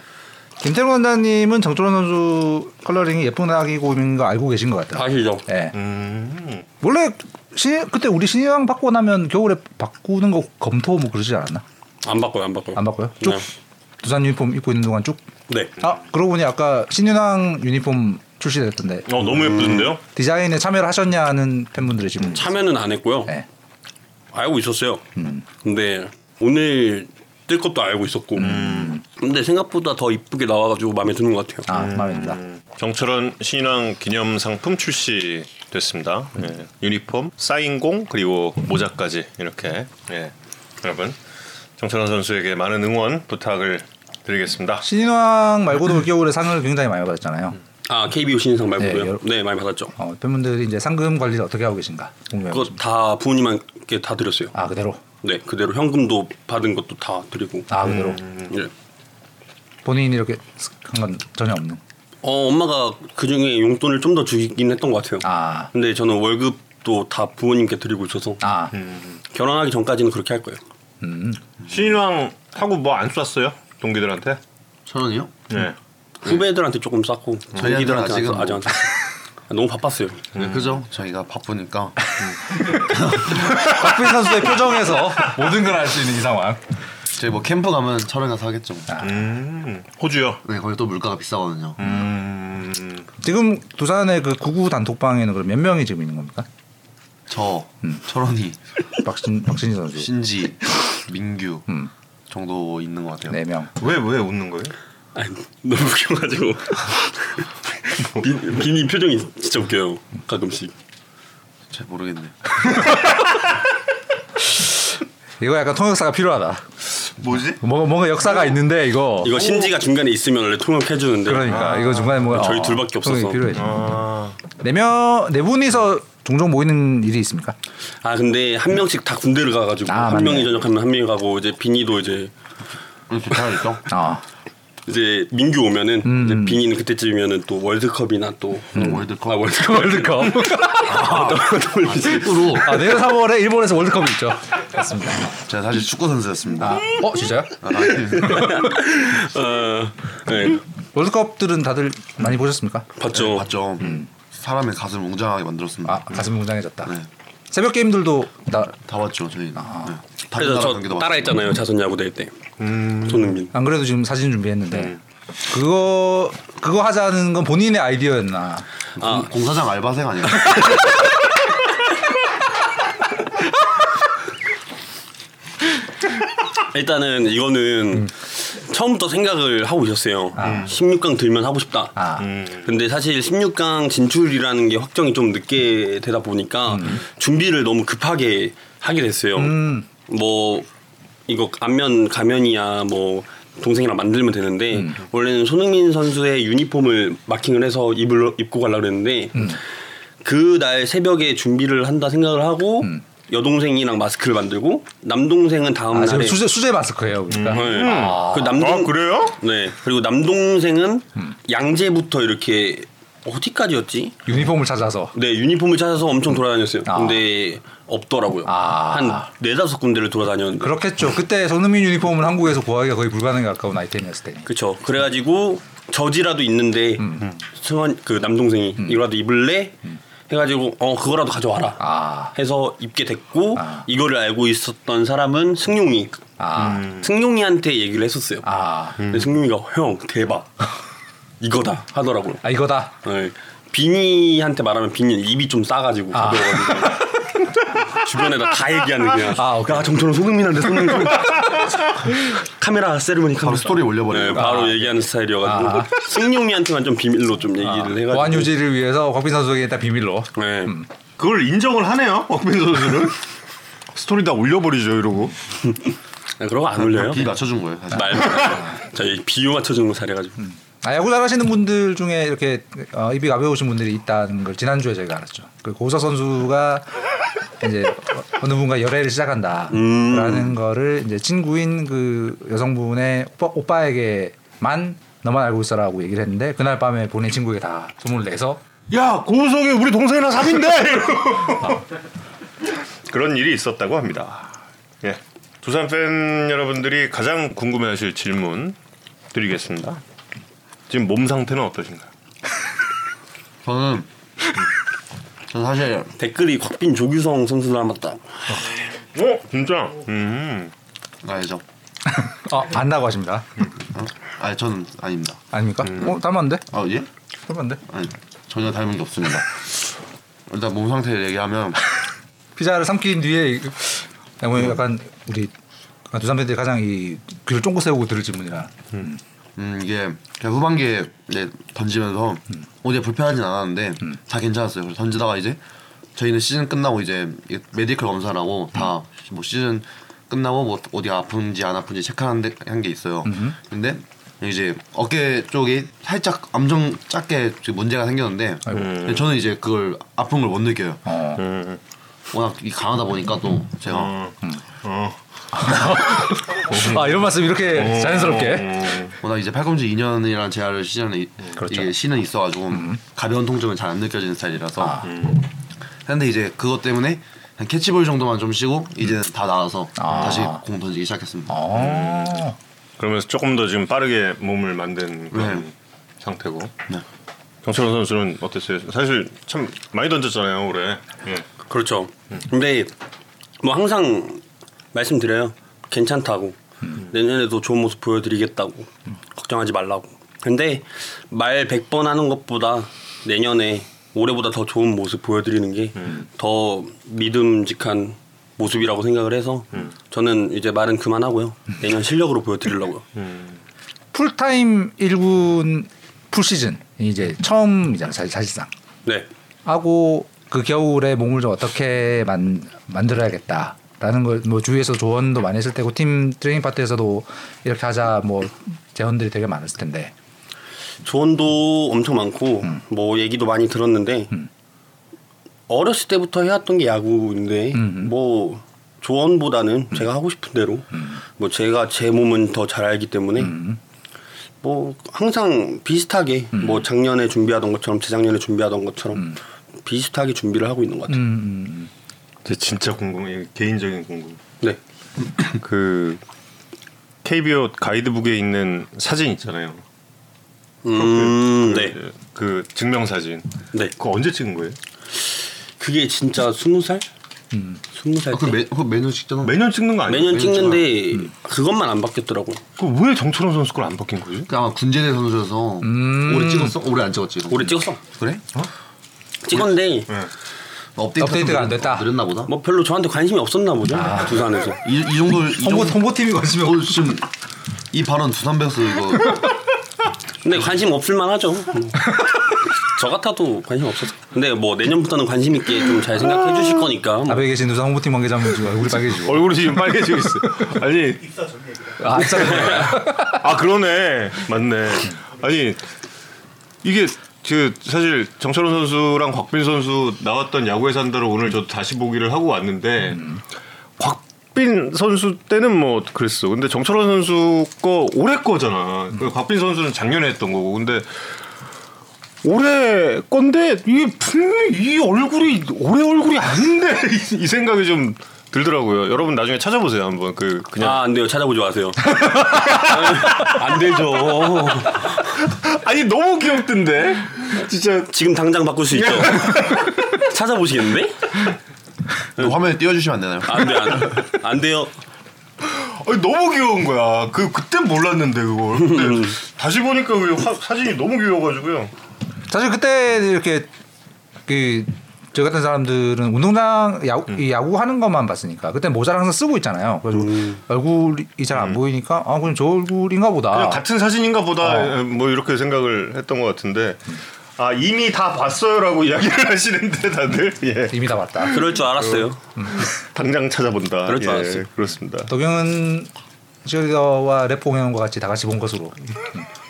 Speaker 3: 김태훈 원장님은 정철원 선수 컬러링이 예쁜 아기 곰인 거 알고 계신 것 같아요.
Speaker 4: 아시죠?
Speaker 3: 예.
Speaker 1: 음.
Speaker 3: 원래 신, 그때 우리 신인왕 받고 나면 겨울에 바꾸는 거 검토 뭐 그러지 않았나?
Speaker 4: 안 바꿔요, 안 바꿔요.
Speaker 3: 안 바꿔요? 쭉
Speaker 4: 네.
Speaker 3: 두산 유니폼 입고 있는 동안 쭉.
Speaker 4: 네.
Speaker 3: 아 그러고 보니 아까 신인왕 유니폼 출시됐던데
Speaker 1: 어 너무 예쁘던데요?
Speaker 3: 디자인에 참여를 하셨냐는 팬분들의 질문.
Speaker 4: 참여는 안 했고요.
Speaker 3: 네. 음.
Speaker 4: 알고 있었어요. 근데 오늘 뜰 것도 알고 있었고. 근데 생각보다 더 이쁘게 나와가지고 마음에 드는 것 같아요.
Speaker 3: 음. 아 마음에 든다.
Speaker 1: 정철원 신인왕 기념 상품 출시 됐습니다. 예. 유니폼, 사인공 그리고 모자까지 이렇게 예. 여러분 정철원 선수에게 많은 응원 부탁을 드리겠습니다.
Speaker 3: 신인왕 말고도 올 겨울에 상을 굉장히 많이 받았잖아요.
Speaker 4: 아 KBO 신인상
Speaker 3: 네,
Speaker 4: 말고요.
Speaker 3: 여러-
Speaker 4: 네, 많이 받았죠.
Speaker 3: 어, 팬분들이 이제 상금 관리를 어떻게 하고 계신가 궁금해요.
Speaker 4: 그거 다 부모님한테 다 드렸어요.
Speaker 3: 아 그대로.
Speaker 4: 네, 그대로 현금도 받은 것도 다 드리고.
Speaker 3: 아 그대로.
Speaker 4: 예.
Speaker 3: 본인이 이렇게 한 건 전혀 없는.
Speaker 4: 어 엄마가 그 중에 용돈을 좀 더 주긴 했던 것 같아요.
Speaker 3: 아.
Speaker 4: 근데 저는 월급도 다 부모님께 드리고 있어서
Speaker 3: 아.
Speaker 4: 결혼하기 전까지는 그렇게 할 거예요.
Speaker 1: 신인왕 하고 뭐 안 쐈어요? 동기들한테?
Speaker 2: 철현이요?
Speaker 1: 네.
Speaker 4: 후배들한테 조금 쌓고 동기들한테
Speaker 2: 아직은
Speaker 4: 아직 아직 안 쌓고 너무 바빴어요.
Speaker 2: 네,
Speaker 3: 음.
Speaker 2: 그죠? 저희가 바쁘니까
Speaker 3: 박빈 선수의 표정에서 모든 걸 알 수 있는 이 상황.
Speaker 2: 저희 뭐 캠프 가면 철현 가서 하겠죠.
Speaker 3: 아.
Speaker 1: 음, 호주요.
Speaker 2: 네, 거기 또 물가가 비싸거든요.
Speaker 1: 음,
Speaker 3: 지금 두산의 그 구구 단톡방에는 그럼 몇 명이 지금 있는 겁니까?
Speaker 2: 저,
Speaker 3: 음.
Speaker 2: 철현이,
Speaker 3: 박신 박신희 선수
Speaker 2: 신지, 민규
Speaker 3: 음.
Speaker 2: 정도 있는 것 같아요.
Speaker 3: 네 명.
Speaker 1: 왜 왜 웃는 거예요?
Speaker 4: 아니, 너무 웃겨가지고 빈- 빈이 표정이 진짜 웃겨요 가끔씩.
Speaker 2: 잘 모르겠네.
Speaker 3: 이거 약간 통역사가 필요하다.
Speaker 2: 뭐지?
Speaker 3: 뭔가 뭔가 역사가 있는데 이거.
Speaker 4: 이거 신지가 중간에 있으면 원래 통역해 주는데
Speaker 3: 그러니까 이거 중간에 뭔가
Speaker 4: 저희 둘밖에 없어서.
Speaker 3: 통역이 필요해.
Speaker 1: 아,
Speaker 3: 네명네 분이서 종종 모이는 일이 있습니까?
Speaker 4: 아 근데 한 명씩 다 군대를 가가지고
Speaker 3: 아,
Speaker 4: 한
Speaker 3: 맞네.
Speaker 4: 명이 전역하면 한 명이 가고 이제 빈이도 이제
Speaker 2: 괜찮아졌죠?
Speaker 3: 아
Speaker 4: 이제 민규 오면은 이제 빈이는 그때쯤이면은 또 월드컵이나 또
Speaker 2: 월드컵.
Speaker 4: 아, 월드컵 아,
Speaker 3: 월드컵.
Speaker 2: 축구로
Speaker 3: 아 내일 3월에 일본에서 월드컵이 있죠. 맞습니다.
Speaker 2: 제가 사실 축구 선수였습니다.
Speaker 3: 어 진짜요?
Speaker 2: 아, 네.
Speaker 4: 어, 네,
Speaker 3: 월드컵들은 다들 많이 보셨습니까?
Speaker 4: 봤죠.
Speaker 2: 뭐 네, 봤죠. 사람의 가슴을 웅장하게 만들었습니다.
Speaker 3: 아 가슴 웅장해졌다.
Speaker 2: 네.
Speaker 3: 새벽 게임들도 다 안
Speaker 2: 다 봤죠, 저희는. 네. 다른
Speaker 4: 그래서
Speaker 2: 나라
Speaker 4: 저
Speaker 2: 경기도
Speaker 4: 따라했잖아요 자선 야구 대회 때 손흥민.
Speaker 3: 그래도 지금 사진 준비했는데
Speaker 4: 네.
Speaker 3: 그거 그거 하자는 건 본인의 아이디어였나?
Speaker 4: 아
Speaker 2: 공사장 알바생 아니에요?
Speaker 4: 일단은
Speaker 3: 음.
Speaker 4: 이거는 처음부터 생각을 하고 있었어요. 16강 들면 하고 싶다. 음.
Speaker 3: 아.
Speaker 4: 근데 사실 16강 진출이라는 게 확정이 좀 늦게 되다 보니까
Speaker 3: 음.
Speaker 4: 준비를 너무 급하게 하게 됐어요. 뭐 이거 안면 가면이야 뭐 동생이랑 만들면 되는데
Speaker 3: 음.
Speaker 4: 원래는 손흥민 선수의 유니폼을 마킹을 해서 입을 입고 가려고 했는데
Speaker 3: 음.
Speaker 4: 그 날 새벽에 준비를 한다 생각을 하고
Speaker 3: 음.
Speaker 4: 여동생이랑 마스크를 만들고 남동생은 다음
Speaker 3: 아, 지금
Speaker 4: 날에
Speaker 3: 수제 수제 마스크예요. 그러니까.
Speaker 4: 네. 그 남동
Speaker 1: 아 그래요?
Speaker 4: 네 그리고 남동생은 양재부터 이렇게 어디까지였지?
Speaker 3: 유니폼을 찾아서.
Speaker 4: 네 유니폼을 찾아서 엄청 돌아다녔어요.
Speaker 3: 아.
Speaker 4: 근데 없더라고요.
Speaker 3: 아.
Speaker 4: 한 네다섯 군데를 돌아다녔는데
Speaker 3: 그렇겠죠. 그때 손흥민 유니폼은 한국에서 구하기가 거의 불가능에 가까운 아이템이었을 테니.
Speaker 4: 그쵸. 그래가지고 저지라도 있는데
Speaker 3: 음.
Speaker 4: 승원 그 남동생이 이거라도 입을래 해가지고 어 그거라도 가져와라
Speaker 3: 아.
Speaker 4: 해서 입게 됐고
Speaker 3: 아.
Speaker 4: 이거를 알고 있었던 사람은 승용이 음.
Speaker 3: 아.
Speaker 4: 승용이한테 얘기를 했었어요.
Speaker 3: 아.
Speaker 4: 근데 승용이가 형 대박 이거다 하더라고요.
Speaker 3: 아 이거다.
Speaker 4: 네. 빈이한테 말하면 빈이 입이 좀 싸가지고 가벼워가지고 주변에다 다 얘기하는 그냥
Speaker 3: 아, 오케이.
Speaker 4: 야 정철은 손흥민한테 손흥민 카메라 세르머니 카메라 아.
Speaker 2: 스토리 올려버려요.
Speaker 4: 네, 바로 얘기하는 스타일이어가지고 승용이한테만 좀 비밀로 좀 얘기를 해가지고
Speaker 3: 보안 유지를 위해서 곽빈 선수에게 일단 비밀로.
Speaker 4: 네.
Speaker 1: 그걸 인정을 하네요. 박민 선수는 스토리 다 올려버리죠 이러고.
Speaker 4: 네, 그런 거 안 올려요?
Speaker 2: 비 맞춰준 거예요. 사실.
Speaker 4: 말 저희 비유 맞춰주는 거 잘해가지고
Speaker 3: 아, 야구 잘하시는 분들 중에 이렇게 어, 입이 가벼우신 분들이 있다는 걸 지난주에 저희가 알았죠. 그 고서 선수가 이제 어- 어느 분과 열애를 시작한다라는 거를 이제 친구인 그 여성분의 오빠, 오빠에게만 너만 알고 있어라고 얘기를 했는데 그날 밤에 본인 친구에게 다 소문을 내서
Speaker 1: 야 고우석이 우리 동생이랑 사귄대. 이러고. 그런 일이 있었다고 합니다. 예, 두산 팬 여러분들이 가장 궁금해하실 질문 드리겠습니다. 지금 몸 상태는 어떠신가요?
Speaker 2: 저는 저는 사실
Speaker 4: 댓글이 곽빈 조규성 선수 닮았다
Speaker 1: 어 진짜. 음.
Speaker 2: 아니죠.
Speaker 3: 어, 안다고 하십니다.
Speaker 2: 어? 아니 저는 아닙니다.
Speaker 3: 아닙니까? 어, 닮았는데?
Speaker 2: 아 예?
Speaker 3: 닮았는데?
Speaker 2: 아니 전혀 닮은 게 없습니다. 일단 몸 상태를 얘기하면
Speaker 3: 피자를 삼킨 뒤에 이- 야, 뭐 약간 우리 그 두산 팬들이 가장 이 귀를 쫑긋 세우고 들을 질문이라
Speaker 2: 음 이게 그냥 후반기에 이제 던지면서 어디에 불편하진 않았는데 다 괜찮았어요. 그래서 던지다가 이제 저희는 시즌 끝나고 이제 이 메디컬 검사라고 다 뭐 시즌 끝나고 뭐 어디가 아픈지 안 아픈지 체크하는 한 게 있어요. 근데 이제 어깨 쪽이 살짝 엄청 작게 지금 문제가 생겼는데 근데 저는 이제 그걸 아픈 걸 못 느껴요.
Speaker 3: 어.
Speaker 2: 워낙 이 강하다 보니까 또 제가
Speaker 3: 아 이런 말씀 이렇게 자연스럽게
Speaker 1: 어,
Speaker 2: 워낙 이제 팔꿈치 2년이라는 제아를 시전에
Speaker 3: 그렇죠. 음.
Speaker 2: 이게 신은 있어가지고 가벼운 통증은 잘 안 느껴지는 스타일이라서
Speaker 3: 아.
Speaker 2: 근데 이제 그것 때문에 한 캐치볼 정도만 좀 쉬고 이제는 다 나와서
Speaker 3: 음. 아.
Speaker 2: 다시 공 던지기 시작했습니다.
Speaker 3: 어.
Speaker 1: 그러면서 조금 더 지금 빠르게 몸을 만든 그런
Speaker 2: 네.
Speaker 1: 상태고.
Speaker 2: 네.
Speaker 1: 정철원 선수는 어땠어요? 사실 참 많이 던졌잖아요 올해. 예.
Speaker 4: 그렇죠 근데 뭐 항상 말씀드려요 괜찮다고 내년에도 좋은 모습 보여드리겠다고 걱정하지 말라고 근데 말 100번 하는 것보다 내년에 올해보다 더 좋은 모습 보여드리는 게 더 믿음직한 모습이라고 생각을 해서 저는 이제 말은 그만하고요 내년 실력으로 보여드리려고요
Speaker 3: 풀타임 1군 풀시즌 이제 처음이잖아 사실 사실상
Speaker 4: 네
Speaker 3: 하고 그 겨울에 몸을 좀 어떻게 만 만들어야겠다. 라는 걸 뭐 주위에서 조언도 많이 했을 테고 팀 트레이닝 파트에서도 이렇게 하자 뭐 제언들이 되게 많았을 텐데
Speaker 4: 조언도 엄청 많고
Speaker 3: 음.
Speaker 4: 뭐 얘기도 많이 들었는데 어렸을 때부터 해왔던 게 야구인데
Speaker 3: 음.
Speaker 4: 뭐 조언보다는 제가 하고 싶은 대로
Speaker 3: 음.
Speaker 4: 뭐 제가 제 몸은 더 잘 알기 때문에 뭐 항상 비슷하게
Speaker 3: 음.
Speaker 4: 뭐 작년에 준비하던 것처럼 재작년에 준비하던 것처럼 비슷하게 준비를 하고 있는 것 같아요.
Speaker 3: 음,
Speaker 1: 제 진짜 궁금해 개인적인 궁금.
Speaker 4: 네.
Speaker 1: 그 KBO 가이드북에 있는 사진 있잖아요.
Speaker 4: 음, 네.
Speaker 1: 그, 그 증명 사진.
Speaker 4: 네.
Speaker 1: 그거 언제 찍은 거예요?
Speaker 4: 그게 진짜 스무 살?
Speaker 3: 음.
Speaker 4: 스무 살
Speaker 2: 그
Speaker 4: 때?
Speaker 2: 매, 그 매년 찍잖아.
Speaker 1: 매년 찍는 거 아니에요?
Speaker 4: 아, 매년 음. 찍는데 그것만 안 바뀌었더라고요.
Speaker 1: 그왜 정철원 선수 걸 안 바뀐 거지?
Speaker 2: 그 아마 군제대 선수여서
Speaker 3: 음.
Speaker 2: 올해 찍었어? 올해 안 찍었지?
Speaker 4: 올해 찍었어.
Speaker 2: 그래?
Speaker 4: 찍었는데
Speaker 1: 네.
Speaker 2: 업데이트가,
Speaker 3: 업데이트가
Speaker 2: 좀
Speaker 3: 안 됐다.
Speaker 2: 느렸나 보다.
Speaker 4: 뭐 별로 저한테 관심이 없었나 보죠. 두산에서.
Speaker 2: 이, 이 정도 이
Speaker 3: 홍보
Speaker 2: 정도-
Speaker 3: 홍보팀이 거시면
Speaker 2: 어, 지금 이 발언 두산 베어스 이거
Speaker 4: 근데 관심 없을 만하죠. 음. 저 같아도 관심 없었어. 근데 뭐 내년부터는 관심 있게 좀 잘 생각해 주실 거니까. 뭐.
Speaker 3: 앞에 계신 두산 홍보팀 관계자분 지금 얼굴이 빨개지고
Speaker 1: 얼굴이 지금 빨개지고 있어. 아니
Speaker 3: 아, 앞서
Speaker 1: 아 그러네 맞네 아니 이게 그 사실 정철원 선수랑 곽빈 선수 나왔던 야구의 산다로 오늘 저도 다시 보기를 하고 왔는데 곽빈 선수 때는 뭐 그랬어 근데 정철원 선수 거 올해 거잖아 그 곽빈 선수는 작년에 했던 거고 근데 올해 건데 이게 분명히 이 얼굴이 올해 얼굴이 아닌데 이 생각이 좀 들더라고요 여러분 나중에 찾아보세요 한번 그 그냥
Speaker 4: 아, 안 돼요. 찾아보지 마세요. 안 되죠.
Speaker 1: 아니 너무 귀엽던데 진짜
Speaker 4: 지금 당장 바꿀 수 있죠. 찾아보시겠는데?
Speaker 2: 화면에 띄워주시면 안 되나요?
Speaker 4: 안 돼, 안, 돼. 안 돼요.
Speaker 1: 아니 너무 귀여운 거야 그 그때 몰랐는데 그걸
Speaker 4: 음.
Speaker 1: 근데 다시 보니까 그 화- 사진이 너무 귀여워가지고요
Speaker 3: 사실 그때 이렇게 그저 같은 사람들은 운동장 야구,
Speaker 1: 음.
Speaker 3: 이 야구 하는 것만 봤으니까 그때 모자를 항상 쓰고 있잖아요. 그래서 얼굴이 잘 안 보이니까 아 그냥 저 얼굴인가 보다.
Speaker 1: 음. 그냥
Speaker 4: 아.
Speaker 1: 같은 사진인가
Speaker 4: 어.
Speaker 1: 보다 뭐 이렇게 생각을 했던 것 같은데 아 이미 다 봤어요라고 이야기를 하시는데 다들 예
Speaker 3: 이미 다 봤다.
Speaker 4: 그럴 줄 알았어요.
Speaker 1: 당장 찾아본다
Speaker 4: 그럴 줄
Speaker 1: 예,
Speaker 4: 알았어요.
Speaker 1: 그렇습니다
Speaker 3: 도경은 시어리더와 래퐁형과 같이 다 같이 본 것으로.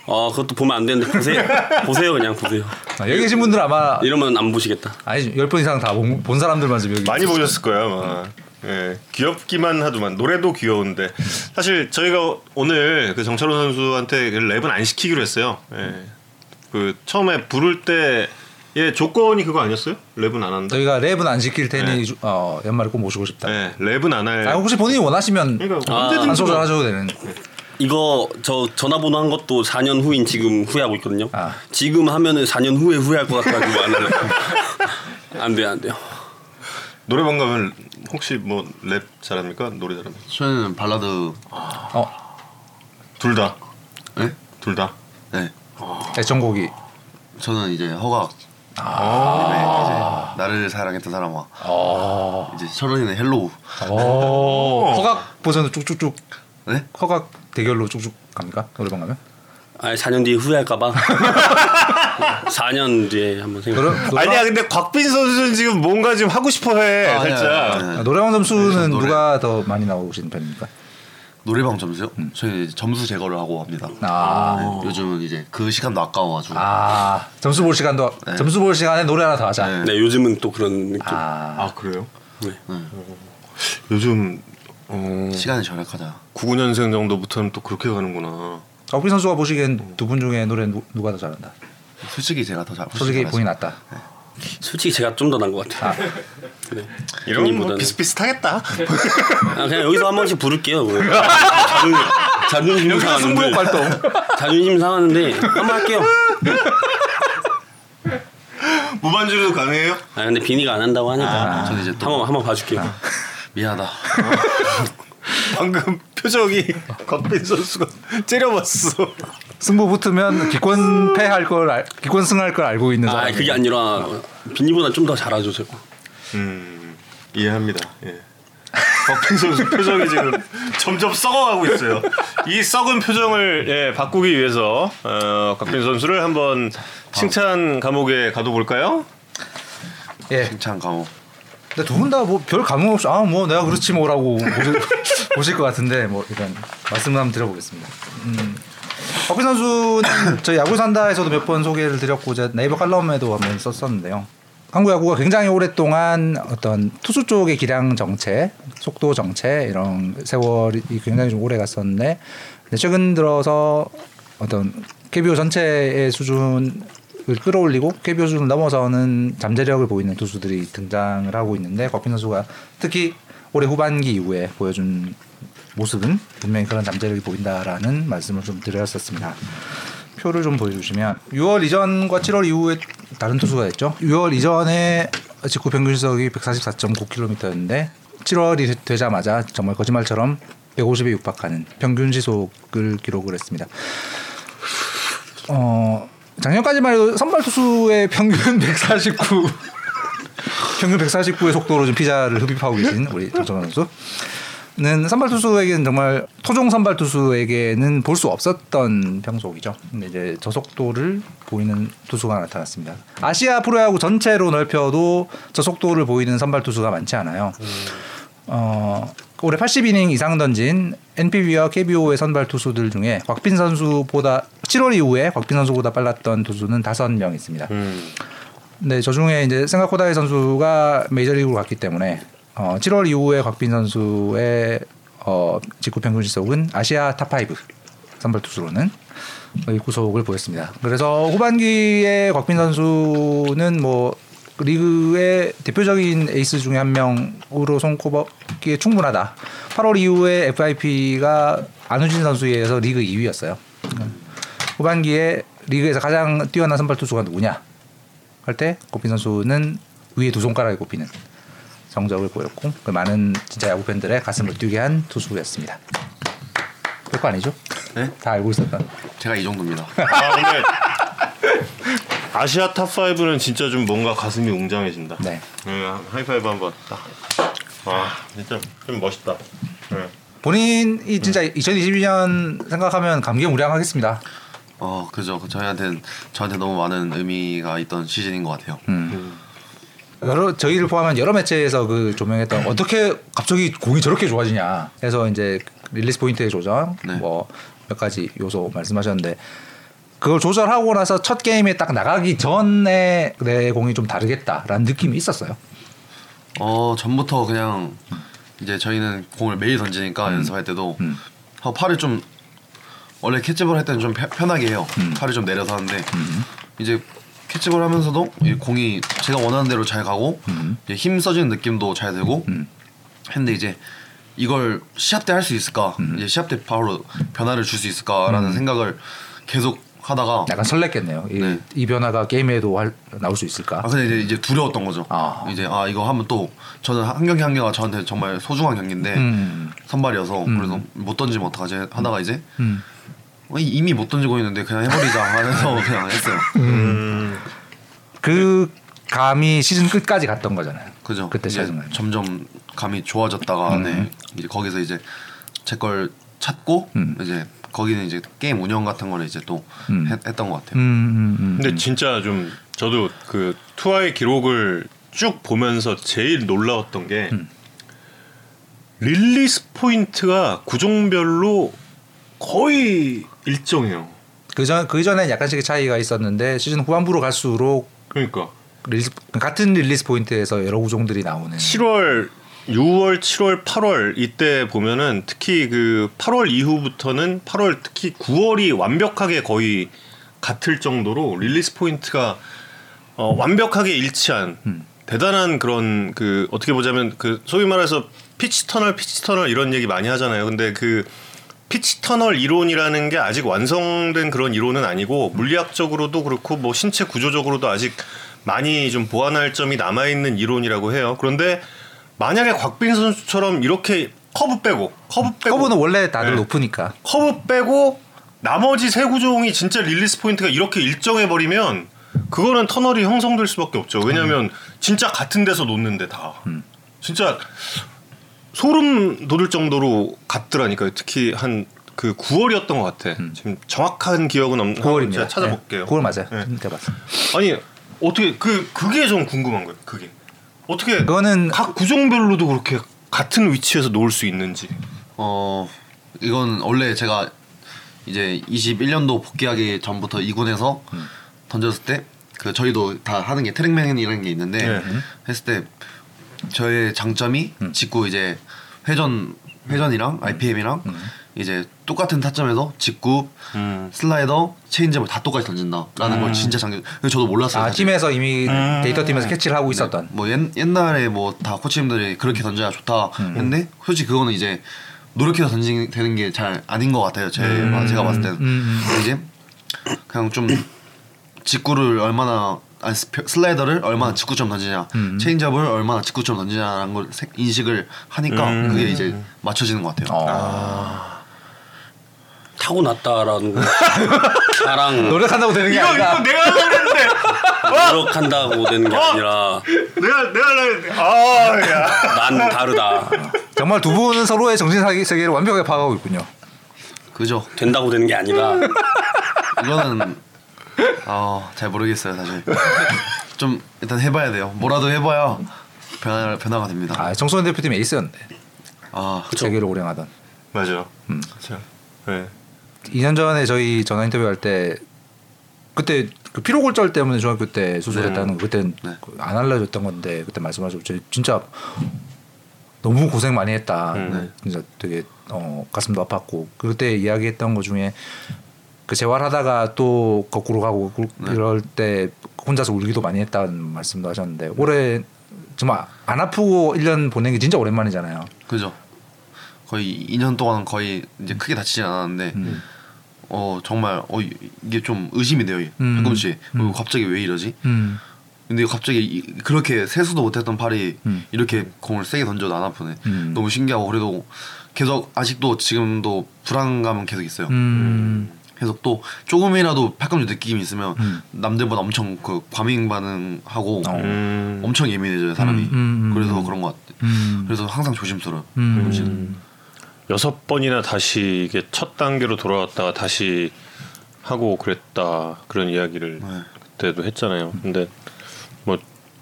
Speaker 4: 어, 그것도 보면 안 되는데 보세요. 보세요, 그냥 보세요.
Speaker 3: 아, 여기 계신 분들 아마
Speaker 4: 이러면 안 보시겠다.
Speaker 3: 아니 열분 이상 다 본 사람들만 지금 여기
Speaker 1: 많이 보셨을 거야 아마 예 귀엽기만 하더만 노래도 귀여운데 사실 저희가 오늘 그 정철호 선수한테 그 랩은 안 시키기로 했어요 예. 예그 처음에 부를 때의 조건이 그거 아니었어요 랩은 안 한다
Speaker 3: 저희가 랩은 안 시킬 테니
Speaker 1: 네.
Speaker 3: 주- 어, 연말에 꼭 모시고 싶다.
Speaker 1: 예, 랩은 안 할.
Speaker 3: 아, 혹시 본인이 원하시면
Speaker 1: 그러니까
Speaker 4: 아,
Speaker 1: 언제든
Speaker 3: 한 소절 하셔도 되는.
Speaker 4: 이거 저 전화번호 한 것도 4년 후인 지금 후회하고 있거든요.
Speaker 3: 아.
Speaker 4: 지금 하면은 4년 후에 후회할 것 같아가지고 안 하려고. 안 돼요, 안 돼요.
Speaker 1: 노래방 가면 혹시 뭐 랩 잘합니까? 노래 잘합니까?
Speaker 2: 저는 발라드
Speaker 3: 어,
Speaker 1: 둘 다.
Speaker 2: 네?
Speaker 1: 둘 다.
Speaker 2: 네.
Speaker 3: 애청곡이.
Speaker 2: 저는 이제 허각 아~ 이제 나를 사랑했던 사람과
Speaker 3: 아.
Speaker 2: 이제 철원이는 헬로우
Speaker 3: 오. 어. 허각 버전으로 쭉쭉쭉
Speaker 2: 네?
Speaker 3: 허각 대결로 쭉쭉 갑니까 노래방 가면?
Speaker 4: 아, 4년 뒤에 후회할까봐. 4년 뒤에 한번 생각.
Speaker 3: 노래, 노래방,
Speaker 1: 아니야 근데 곽빈 선수는 지금 뭔가 지금 하고 싶어해
Speaker 2: 아, 아니야,
Speaker 1: 살짝.
Speaker 2: 아니야, 아니야.
Speaker 3: 아, 노래방 점수는
Speaker 2: 노래.
Speaker 3: 누가 더 많이 나오신 편입니까?
Speaker 2: 노래방 점수요? 저희 이제 점수 제거를 하고 합니다
Speaker 3: 음. 아,
Speaker 2: 네, 요즘은 이제 그 시간도 아까워가지고
Speaker 3: 아 점수 볼 시간도 점수 볼 시간에 노래 하나 더 하자.
Speaker 2: 네.
Speaker 4: 네, 요즘은 또 그런 느낌.
Speaker 3: 아,
Speaker 1: 아 그래요?
Speaker 4: 네.
Speaker 1: 요즘 어,
Speaker 2: 시간이 절약하자
Speaker 1: 99년생 정도부터는 또 그렇게 가는구나.
Speaker 3: 박빈 아, 선수가 보시기엔 두 분 중에 노래 누, 누가 더 잘한다?
Speaker 2: 솔직히 제가 더 잘,
Speaker 3: 솔직히
Speaker 2: 잘하죠.
Speaker 3: 본인 낫다.
Speaker 4: 솔직히 제가 좀 더 나은 것 같아요. 네.
Speaker 1: 이런 건
Speaker 4: 본인보다는.
Speaker 1: 뭐 비슷비슷하겠다.
Speaker 4: 아, 그냥 여기서 한 번씩 부를게요. 그거. 자존심, 자존심 상하는데. 자존심 상하는데 한번 할게요.
Speaker 1: 무반주도 가능해요?
Speaker 4: 아 근데 비니가 안 한다고
Speaker 1: 아.
Speaker 4: 하니까
Speaker 2: 저는 이제 또
Speaker 4: 한번 한번 봐줄게요.
Speaker 2: 미안하다
Speaker 1: 방금 표정이 곽빈 선수가 째려봤어.
Speaker 3: 승부 붙으면 기권 패할 걸 알, 기권 승할 걸 알고 있는 사람.
Speaker 4: 아 그게 아니라 비니보다 좀 더 잘하죠 제가.
Speaker 1: 음 이해합니다. 예. 박빈 선수 표정이 지금 점점 썩어가고 있어요. 이 썩은 표정을 예, 바꾸기 위해서 어, 박빈 선수를 한번 칭찬 감옥에 가둬볼까요?
Speaker 3: 예.
Speaker 2: 칭찬 감옥
Speaker 3: 근데 두 분 다 뭐 별 감흥 없이 아 뭐 내가 그렇지 뭐라고 보실, 보실 것 같은데 뭐 일단 말씀 한번 드려보겠습니다. 음. 박빈 선수는 저희 야구 산다에서도 몇 번 소개를 드렸고 제 네이버 칼럼에도 한번 썼었는데요. 한국 야구가 굉장히 오랫동안 어떤 투수 쪽의 기량 정체, 속도 정체 이런 세월이 굉장히 좀 오래 갔었는데 근데 최근 들어서 어떤 KBO 전체의 수준을 끌어올리고 KBO 수준을 넘어서는 잠재력을 보이는 투수들이 등장을 하고 있는데 곽빈 선수가 특히 올해 후반기 이후에 보여준 모습은 분명히 그런 잠재력이 보인다라는 말씀을 좀 드렸었습니다. 표를 좀 보여주시면 6월 이전과 7월 이후에 다른 투수가 됐죠. 6월 이전에 직구 평균 시속이 144.9km였는데 7월이 되자마자 정말 거짓말처럼 150에 육박하는 평균 시속을 기록을 했습니다. 어 작년까지만 해도 선발 투수의 평균 149 평균 149의 속도로 좀 피자를 흡입하고 계신 우리 정정환 선수는 선발 투수에게는 정말 토종 선발 투수에게는 볼 수 없었던 평속이죠. 근데 이제 저 속도를 보이는 투수가 나타났습니다. 아시아 프로야구 전체로 넓혀도 저 속도를 보이는 선발 투수가 많지 않아요. 어, 올해 80이닝 이상 던진 NPB와 KBO의 선발 투수들 중에 곽빈 선수보다 7월 이후에 곽빈 선수보다 빨랐던 투수는 5명 있습니다. 네, 저 중에 이제 생각코다이 선수가 메이저리그로 갔기 때문에 어, 7월 이후에 곽빈 선수의 어, 직구 평균 시속은 아시아 탑5 선발 투수로는 거의 구속을 보였습니다. 그래서 후반기에 곽빈 선수는 뭐 리그의 대표적인 에이스 중에 한 명으로 손꼽기에 충분하다. 8월 이후에 FIP가 안우진 선수에 의해서 리그 2위였어요. 음. 후반기에 리그에서 가장 뛰어난 선발 투수가 누구냐? 할 때 고빈 선수는 위에 두 손가락에 꼽히는 성적을 보였고 그 많은 진짜 야구 팬들의 가슴을 뛰게 한 투수였습니다. 별거 아니죠?
Speaker 2: 네?
Speaker 3: 다 알고 있었던.
Speaker 2: 제가 이 정도입니다.
Speaker 1: 아 근데 아시아 탑 5는 진짜 좀 뭔가 가슴이 웅장해진다.
Speaker 3: 네.
Speaker 1: 네, 하이파이브 한번 딱. 아 진짜 좀 멋있다. 네.
Speaker 3: 본인이 진짜 2022년 생각하면 감개무량하겠습니다.
Speaker 2: 어 그죠. 저희한테 저한테 너무 많은 의미가 있던 시즌인 것 같아요.
Speaker 3: 음. 여러 저희를 포함한 여러 매체에서 그 조명했던 어떻게 갑자기 공이 저렇게 좋아지냐 해서 이제 릴리스 포인트의 조정
Speaker 2: 네.
Speaker 3: 뭐 몇 가지 요소 말씀하셨는데 그걸 조절하고 나서 첫 게임에 딱 나가기 전에 내 공이 좀 다르겠다라는 느낌이 있었어요.
Speaker 2: 어 전부터 그냥 이제 저희는 공을 매일 던지니까 연습할 때도
Speaker 3: 음.
Speaker 2: 어, 팔을 좀 원래 캐치볼 할 때는 좀 펴- 편하게 해요.
Speaker 3: 음.
Speaker 2: 팔을 좀 내려서 하는데 이제 캐치볼 하면서도
Speaker 3: 음.
Speaker 2: 이 공이 제가 원하는 대로 잘 가고 이제 힘 써지는 느낌도 잘 되고
Speaker 3: 음.
Speaker 2: 했는데 이제 이걸 시합 때 할 수 있을까?
Speaker 3: 음.
Speaker 2: 이제 시합 때 바로 변화를 줄 수 있을까라는 생각을 계속 하다가
Speaker 3: 약간 설렜겠네요. 이,
Speaker 2: 네.
Speaker 3: 이 변화가 게임에도 할- 나올 수 있을까?
Speaker 2: 아 근데 이제, 이제 두려웠던 거죠.
Speaker 3: 아.
Speaker 2: 이제 아 이거 하면 또 저는 한 경기 한 경기가 저한테 정말 소중한 경기인데
Speaker 3: 음.
Speaker 2: 선발이어서 그래서 못 던지면 어떡하지 하다가 이제
Speaker 3: 음. 네.
Speaker 2: 어, 이- 이미 못 던지고 있는데 그냥 해버리자 하면서 그냥 했어요.
Speaker 3: 그 감이 시즌 끝까지 갔던 거잖아요.
Speaker 2: 네. 그죠. 네.
Speaker 3: 그때
Speaker 2: 이제
Speaker 3: 찾은 거예요. 음.
Speaker 2: 점점 감이 좋아졌다가 네. 이제 거기서 이제 제 걸 찾고 이제 거기는 이제 게임 운영 같은 거를 이제 또 했, 했던 것 같아요.
Speaker 3: 음. 음, 음, 음.
Speaker 1: 근데 진짜 좀 저도 그 투아의 기록을 쭉 보면서 제일 놀라웠던 게 릴리스 포인트가 구종별로 거의 일정해요.
Speaker 3: 그전 그 전엔 약간씩의 차이가 있었는데 시즌 후반부로 갈수록
Speaker 1: 그러니까
Speaker 3: 릴리스, 같은 릴리스 포인트에서 여러 구종들이 나오는
Speaker 1: 7월, 6월, 7월, 8월 이때 보면은 특히 그 8월 이후부터는 8월 특히 9월이 완벽하게 거의 같을 정도로 릴리스 포인트가 어, 완벽하게 일치한
Speaker 3: 음.
Speaker 1: 대단한 그런 그 어떻게 보자면 그 소위 말해서 피치 터널 피치 터널 이런 얘기 많이 하잖아요. 근데 그 피치 터널 이론이라는 게 아직 완성된 그런 이론은 아니고
Speaker 3: 음.
Speaker 1: 물리학적으로도 그렇고 뭐 신체 구조적으로도 아직 많이 좀 보완할 점이 남아 있는 이론이라고 해요. 그런데 만약에 곽빈 선수처럼 이렇게 커브 빼고 커브 빼고
Speaker 3: 커브는 원래 다들
Speaker 1: 네.
Speaker 3: 높으니까
Speaker 1: 커브 빼고 나머지 세 구종이 진짜 릴리스 포인트가 이렇게 일정해 버리면 그거는 터널이 형성될 수밖에 없죠. 왜냐하면 진짜 같은 데서 놓는데 다
Speaker 3: 음.
Speaker 1: 진짜 소름 돋을 정도로 같더라니까요. 특히 한 그 9월이었던 것 같아.
Speaker 3: 음.
Speaker 1: 지금 정확한 기억은 없는데
Speaker 3: 9월입니다.
Speaker 1: 제가 찾아볼게요.
Speaker 3: 9월 맞아요.
Speaker 1: 네.
Speaker 3: 그때 봤어요.
Speaker 1: 아니 어떻게 그 그게 좀 궁금한 거예요. 그게 어떻게
Speaker 3: 그거는-
Speaker 1: 각 구종별로도 그렇게 같은 위치에서 놓을 수 있는지.
Speaker 2: 어 이건 원래 제가 이제 21년도 복귀하기 전부터 2군에서 던졌을 때 그 저희도 다 하는 게 트랙맨이라는 게 있는데
Speaker 1: 네.
Speaker 2: 했을 때 저의 장점이 직구 이제 회전 회전이랑 RPM이랑 이제 똑같은 타점에서 직구 슬라이더 체인지업을 다 똑같이 던진다라는 걸 진짜 장점. 근데 저도
Speaker 1: 네.
Speaker 2: 몰랐어요.
Speaker 3: 아
Speaker 2: 사실.
Speaker 3: 팀에서 이미
Speaker 1: 음.
Speaker 3: 데이터 팀에서 캐치를 하고 있었던
Speaker 2: 뭐 옛, 옛날에 뭐 다 코치님들이 그렇게 던져야 좋다 했는데 솔직히 그거는 이제 노력해서 던지는 게 잘 아닌 것 같아요. 제 제가 봤을 때는 이제 그냥 좀 직구를 얼마나 아니 스페- 슬라이더를 얼마나 직구처럼 던지냐 체인지업을 얼마나 직구처럼 던지냐라는 걸 세- 인식을 하니까 그게 이제 맞춰지는 것 같아요.
Speaker 3: 어.
Speaker 4: 타고 났다라는 거. 자랑
Speaker 3: 노력한다고 되는 게
Speaker 1: 이거 이거
Speaker 3: 아니라
Speaker 1: 내가 하려고 했는데
Speaker 4: 노력한다고 되는 게 아니라
Speaker 1: 내가 내가 하려고 했는데 아야
Speaker 4: 난 다르다.
Speaker 3: 정말 두 분은 서로의 정신 사기- 세계를 완벽하게 파악하고 있군요.
Speaker 2: 그죠?
Speaker 4: 된다고 되는 게 아니라
Speaker 2: 이거는 아잘 모르겠어요 사실. 좀 일단 해봐야 돼요. 뭐라도 해봐야 변화 변화가 됩니다.
Speaker 3: 아 정소연 대표팀 에이스였는데
Speaker 2: 아
Speaker 3: 세계를 오랭하던.
Speaker 1: 맞아 자, 네.
Speaker 3: 2년 전에 저희 전화 인터뷰 할 때 그때 그 피로골절 때문에 중학교 때 수술했다는 거 그때
Speaker 2: 네.
Speaker 3: 안 알려줬던 건데 그때 말씀하시고 저희 진짜 너무 고생 많이 했다. 네.
Speaker 1: 음.
Speaker 3: 진짜 되게 어, 가슴도 아팠고 그때 이야기했던 것 중에 그 재활하다가 또 거꾸로 가고 그- 이럴 때 혼자서 울기도 많이 했다는 말씀도 하셨는데 올해 정말 안 아프고 1년 보낸 게 진짜 오랜만이잖아요.
Speaker 2: 그죠? 거의 2년 동안 거의 이제 크게 다치진 않았는데
Speaker 3: 음.
Speaker 2: 어 정말 어 이- 이게 좀 의심이 돼요
Speaker 3: 음.
Speaker 2: 가끔씩 어, 갑자기 왜 이러지?
Speaker 3: 음.
Speaker 2: 근데 갑자기 이- 그렇게 세수도 못했던 팔이
Speaker 3: 음.
Speaker 2: 이렇게 공을 세게 던져도 안 아프네.
Speaker 3: 음.
Speaker 2: 너무 신기하고 그래도 계속 아직도 지금도 불안감은 계속 있어요.
Speaker 3: 음.
Speaker 2: 계속 또 조금이라도 팔꿈치 느낌이 있으면
Speaker 3: 음.
Speaker 2: 남들보다 엄청 그 과민 반응하고
Speaker 3: 어.
Speaker 1: 음.
Speaker 2: 엄청 예민해져요 사람이.
Speaker 3: 음, 음, 음,
Speaker 2: 그래서
Speaker 3: 음.
Speaker 2: 그런 것 같아.
Speaker 3: 음.
Speaker 2: 그래서 항상 조심스러워. 요
Speaker 3: 음.
Speaker 1: 여섯 번이나 다시 이게 첫 단계로 돌아왔다가 다시 하고 그랬다 그런 이야기를
Speaker 2: 네.
Speaker 1: 그때도 했잖아요. 근데 뭐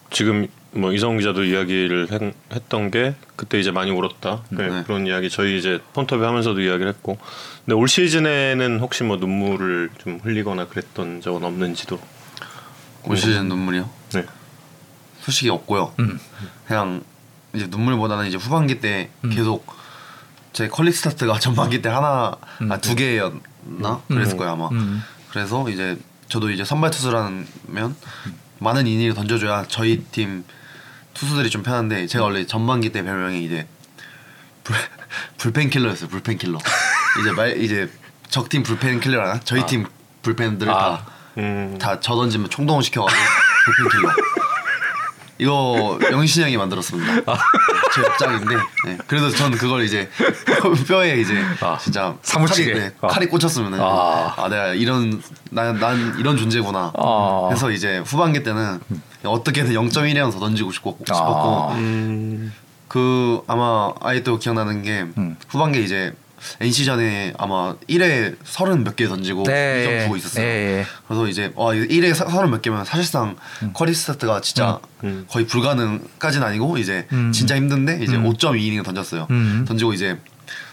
Speaker 1: 지금 뭐 이성 기자도 이야기를 했- 했던 게 그때 이제 많이 울었다 네,
Speaker 2: 네.
Speaker 1: 그런 이야기 저희 이제 폰터뷰 하면서도 이야기를 했고 근데 올 시즌에는 혹시 뭐 눈물을 좀 흘리거나 그랬던 적은 없는지도
Speaker 3: 음.
Speaker 2: 올 시즌 눈물이요.
Speaker 1: 네.
Speaker 2: 솔직히 없고요.
Speaker 3: 음.
Speaker 2: 그냥 이제 눈물보다는 이제 후반기 때
Speaker 3: 음.
Speaker 2: 계속 제 컬리 스타트가 전반기 때 하나 아 두 개였나 그랬을 거예요 아마.
Speaker 3: 음.
Speaker 2: 그래서 이제 저도 이제 선발 투수라면 많은 이닝을 던져줘야 저희 팀 투수들이 좀 편한데 제가 원래 전반기 때 별명이 이제 불, 불펜 킬러였어요. 불펜 킬러. 이제 말 이제 적팀 불펜 킬러라
Speaker 3: 아.
Speaker 2: 저희 팀 불펜들을 다
Speaker 1: 음.
Speaker 2: 다 저던지면 총동원 시켜가지고 불펜킬러 이거 영신 형이
Speaker 3: 아.
Speaker 2: 만들었습니다 제 옆장인데 네. 그래서 전 그걸 이제 뼈에 이제 진짜
Speaker 3: 아. 사무치게.
Speaker 2: 칼이, 네,
Speaker 3: 아.
Speaker 2: 칼이 꽂혔으면 아. 아 내가 이런 난, 난 이런 존재구나
Speaker 3: 아.
Speaker 2: 그래서 이제 후반기 때는 어떻게든 0.1에 더 던지고 싶고 싶었고 음,
Speaker 3: 아.
Speaker 1: 음.
Speaker 2: 그 아마 아예 또 기억나는 게
Speaker 3: 음.
Speaker 2: 후반기 이제 NC전에 아마 1회 서른 몇 개 던지고
Speaker 3: 네,
Speaker 2: 뭐 이점
Speaker 3: 예.
Speaker 2: 부고 있었어요.
Speaker 3: 예, 예.
Speaker 2: 그래서 이제 와 이거 1회 서- 서른 몇 개면 사실상
Speaker 3: 음.
Speaker 2: 커리 스타트가 진짜 거의 불가능까지는 아니고 이제
Speaker 3: 음.
Speaker 2: 진짜 힘든데 이제 5.2이닝을 던졌어요.
Speaker 3: 음.
Speaker 2: 던지고 이제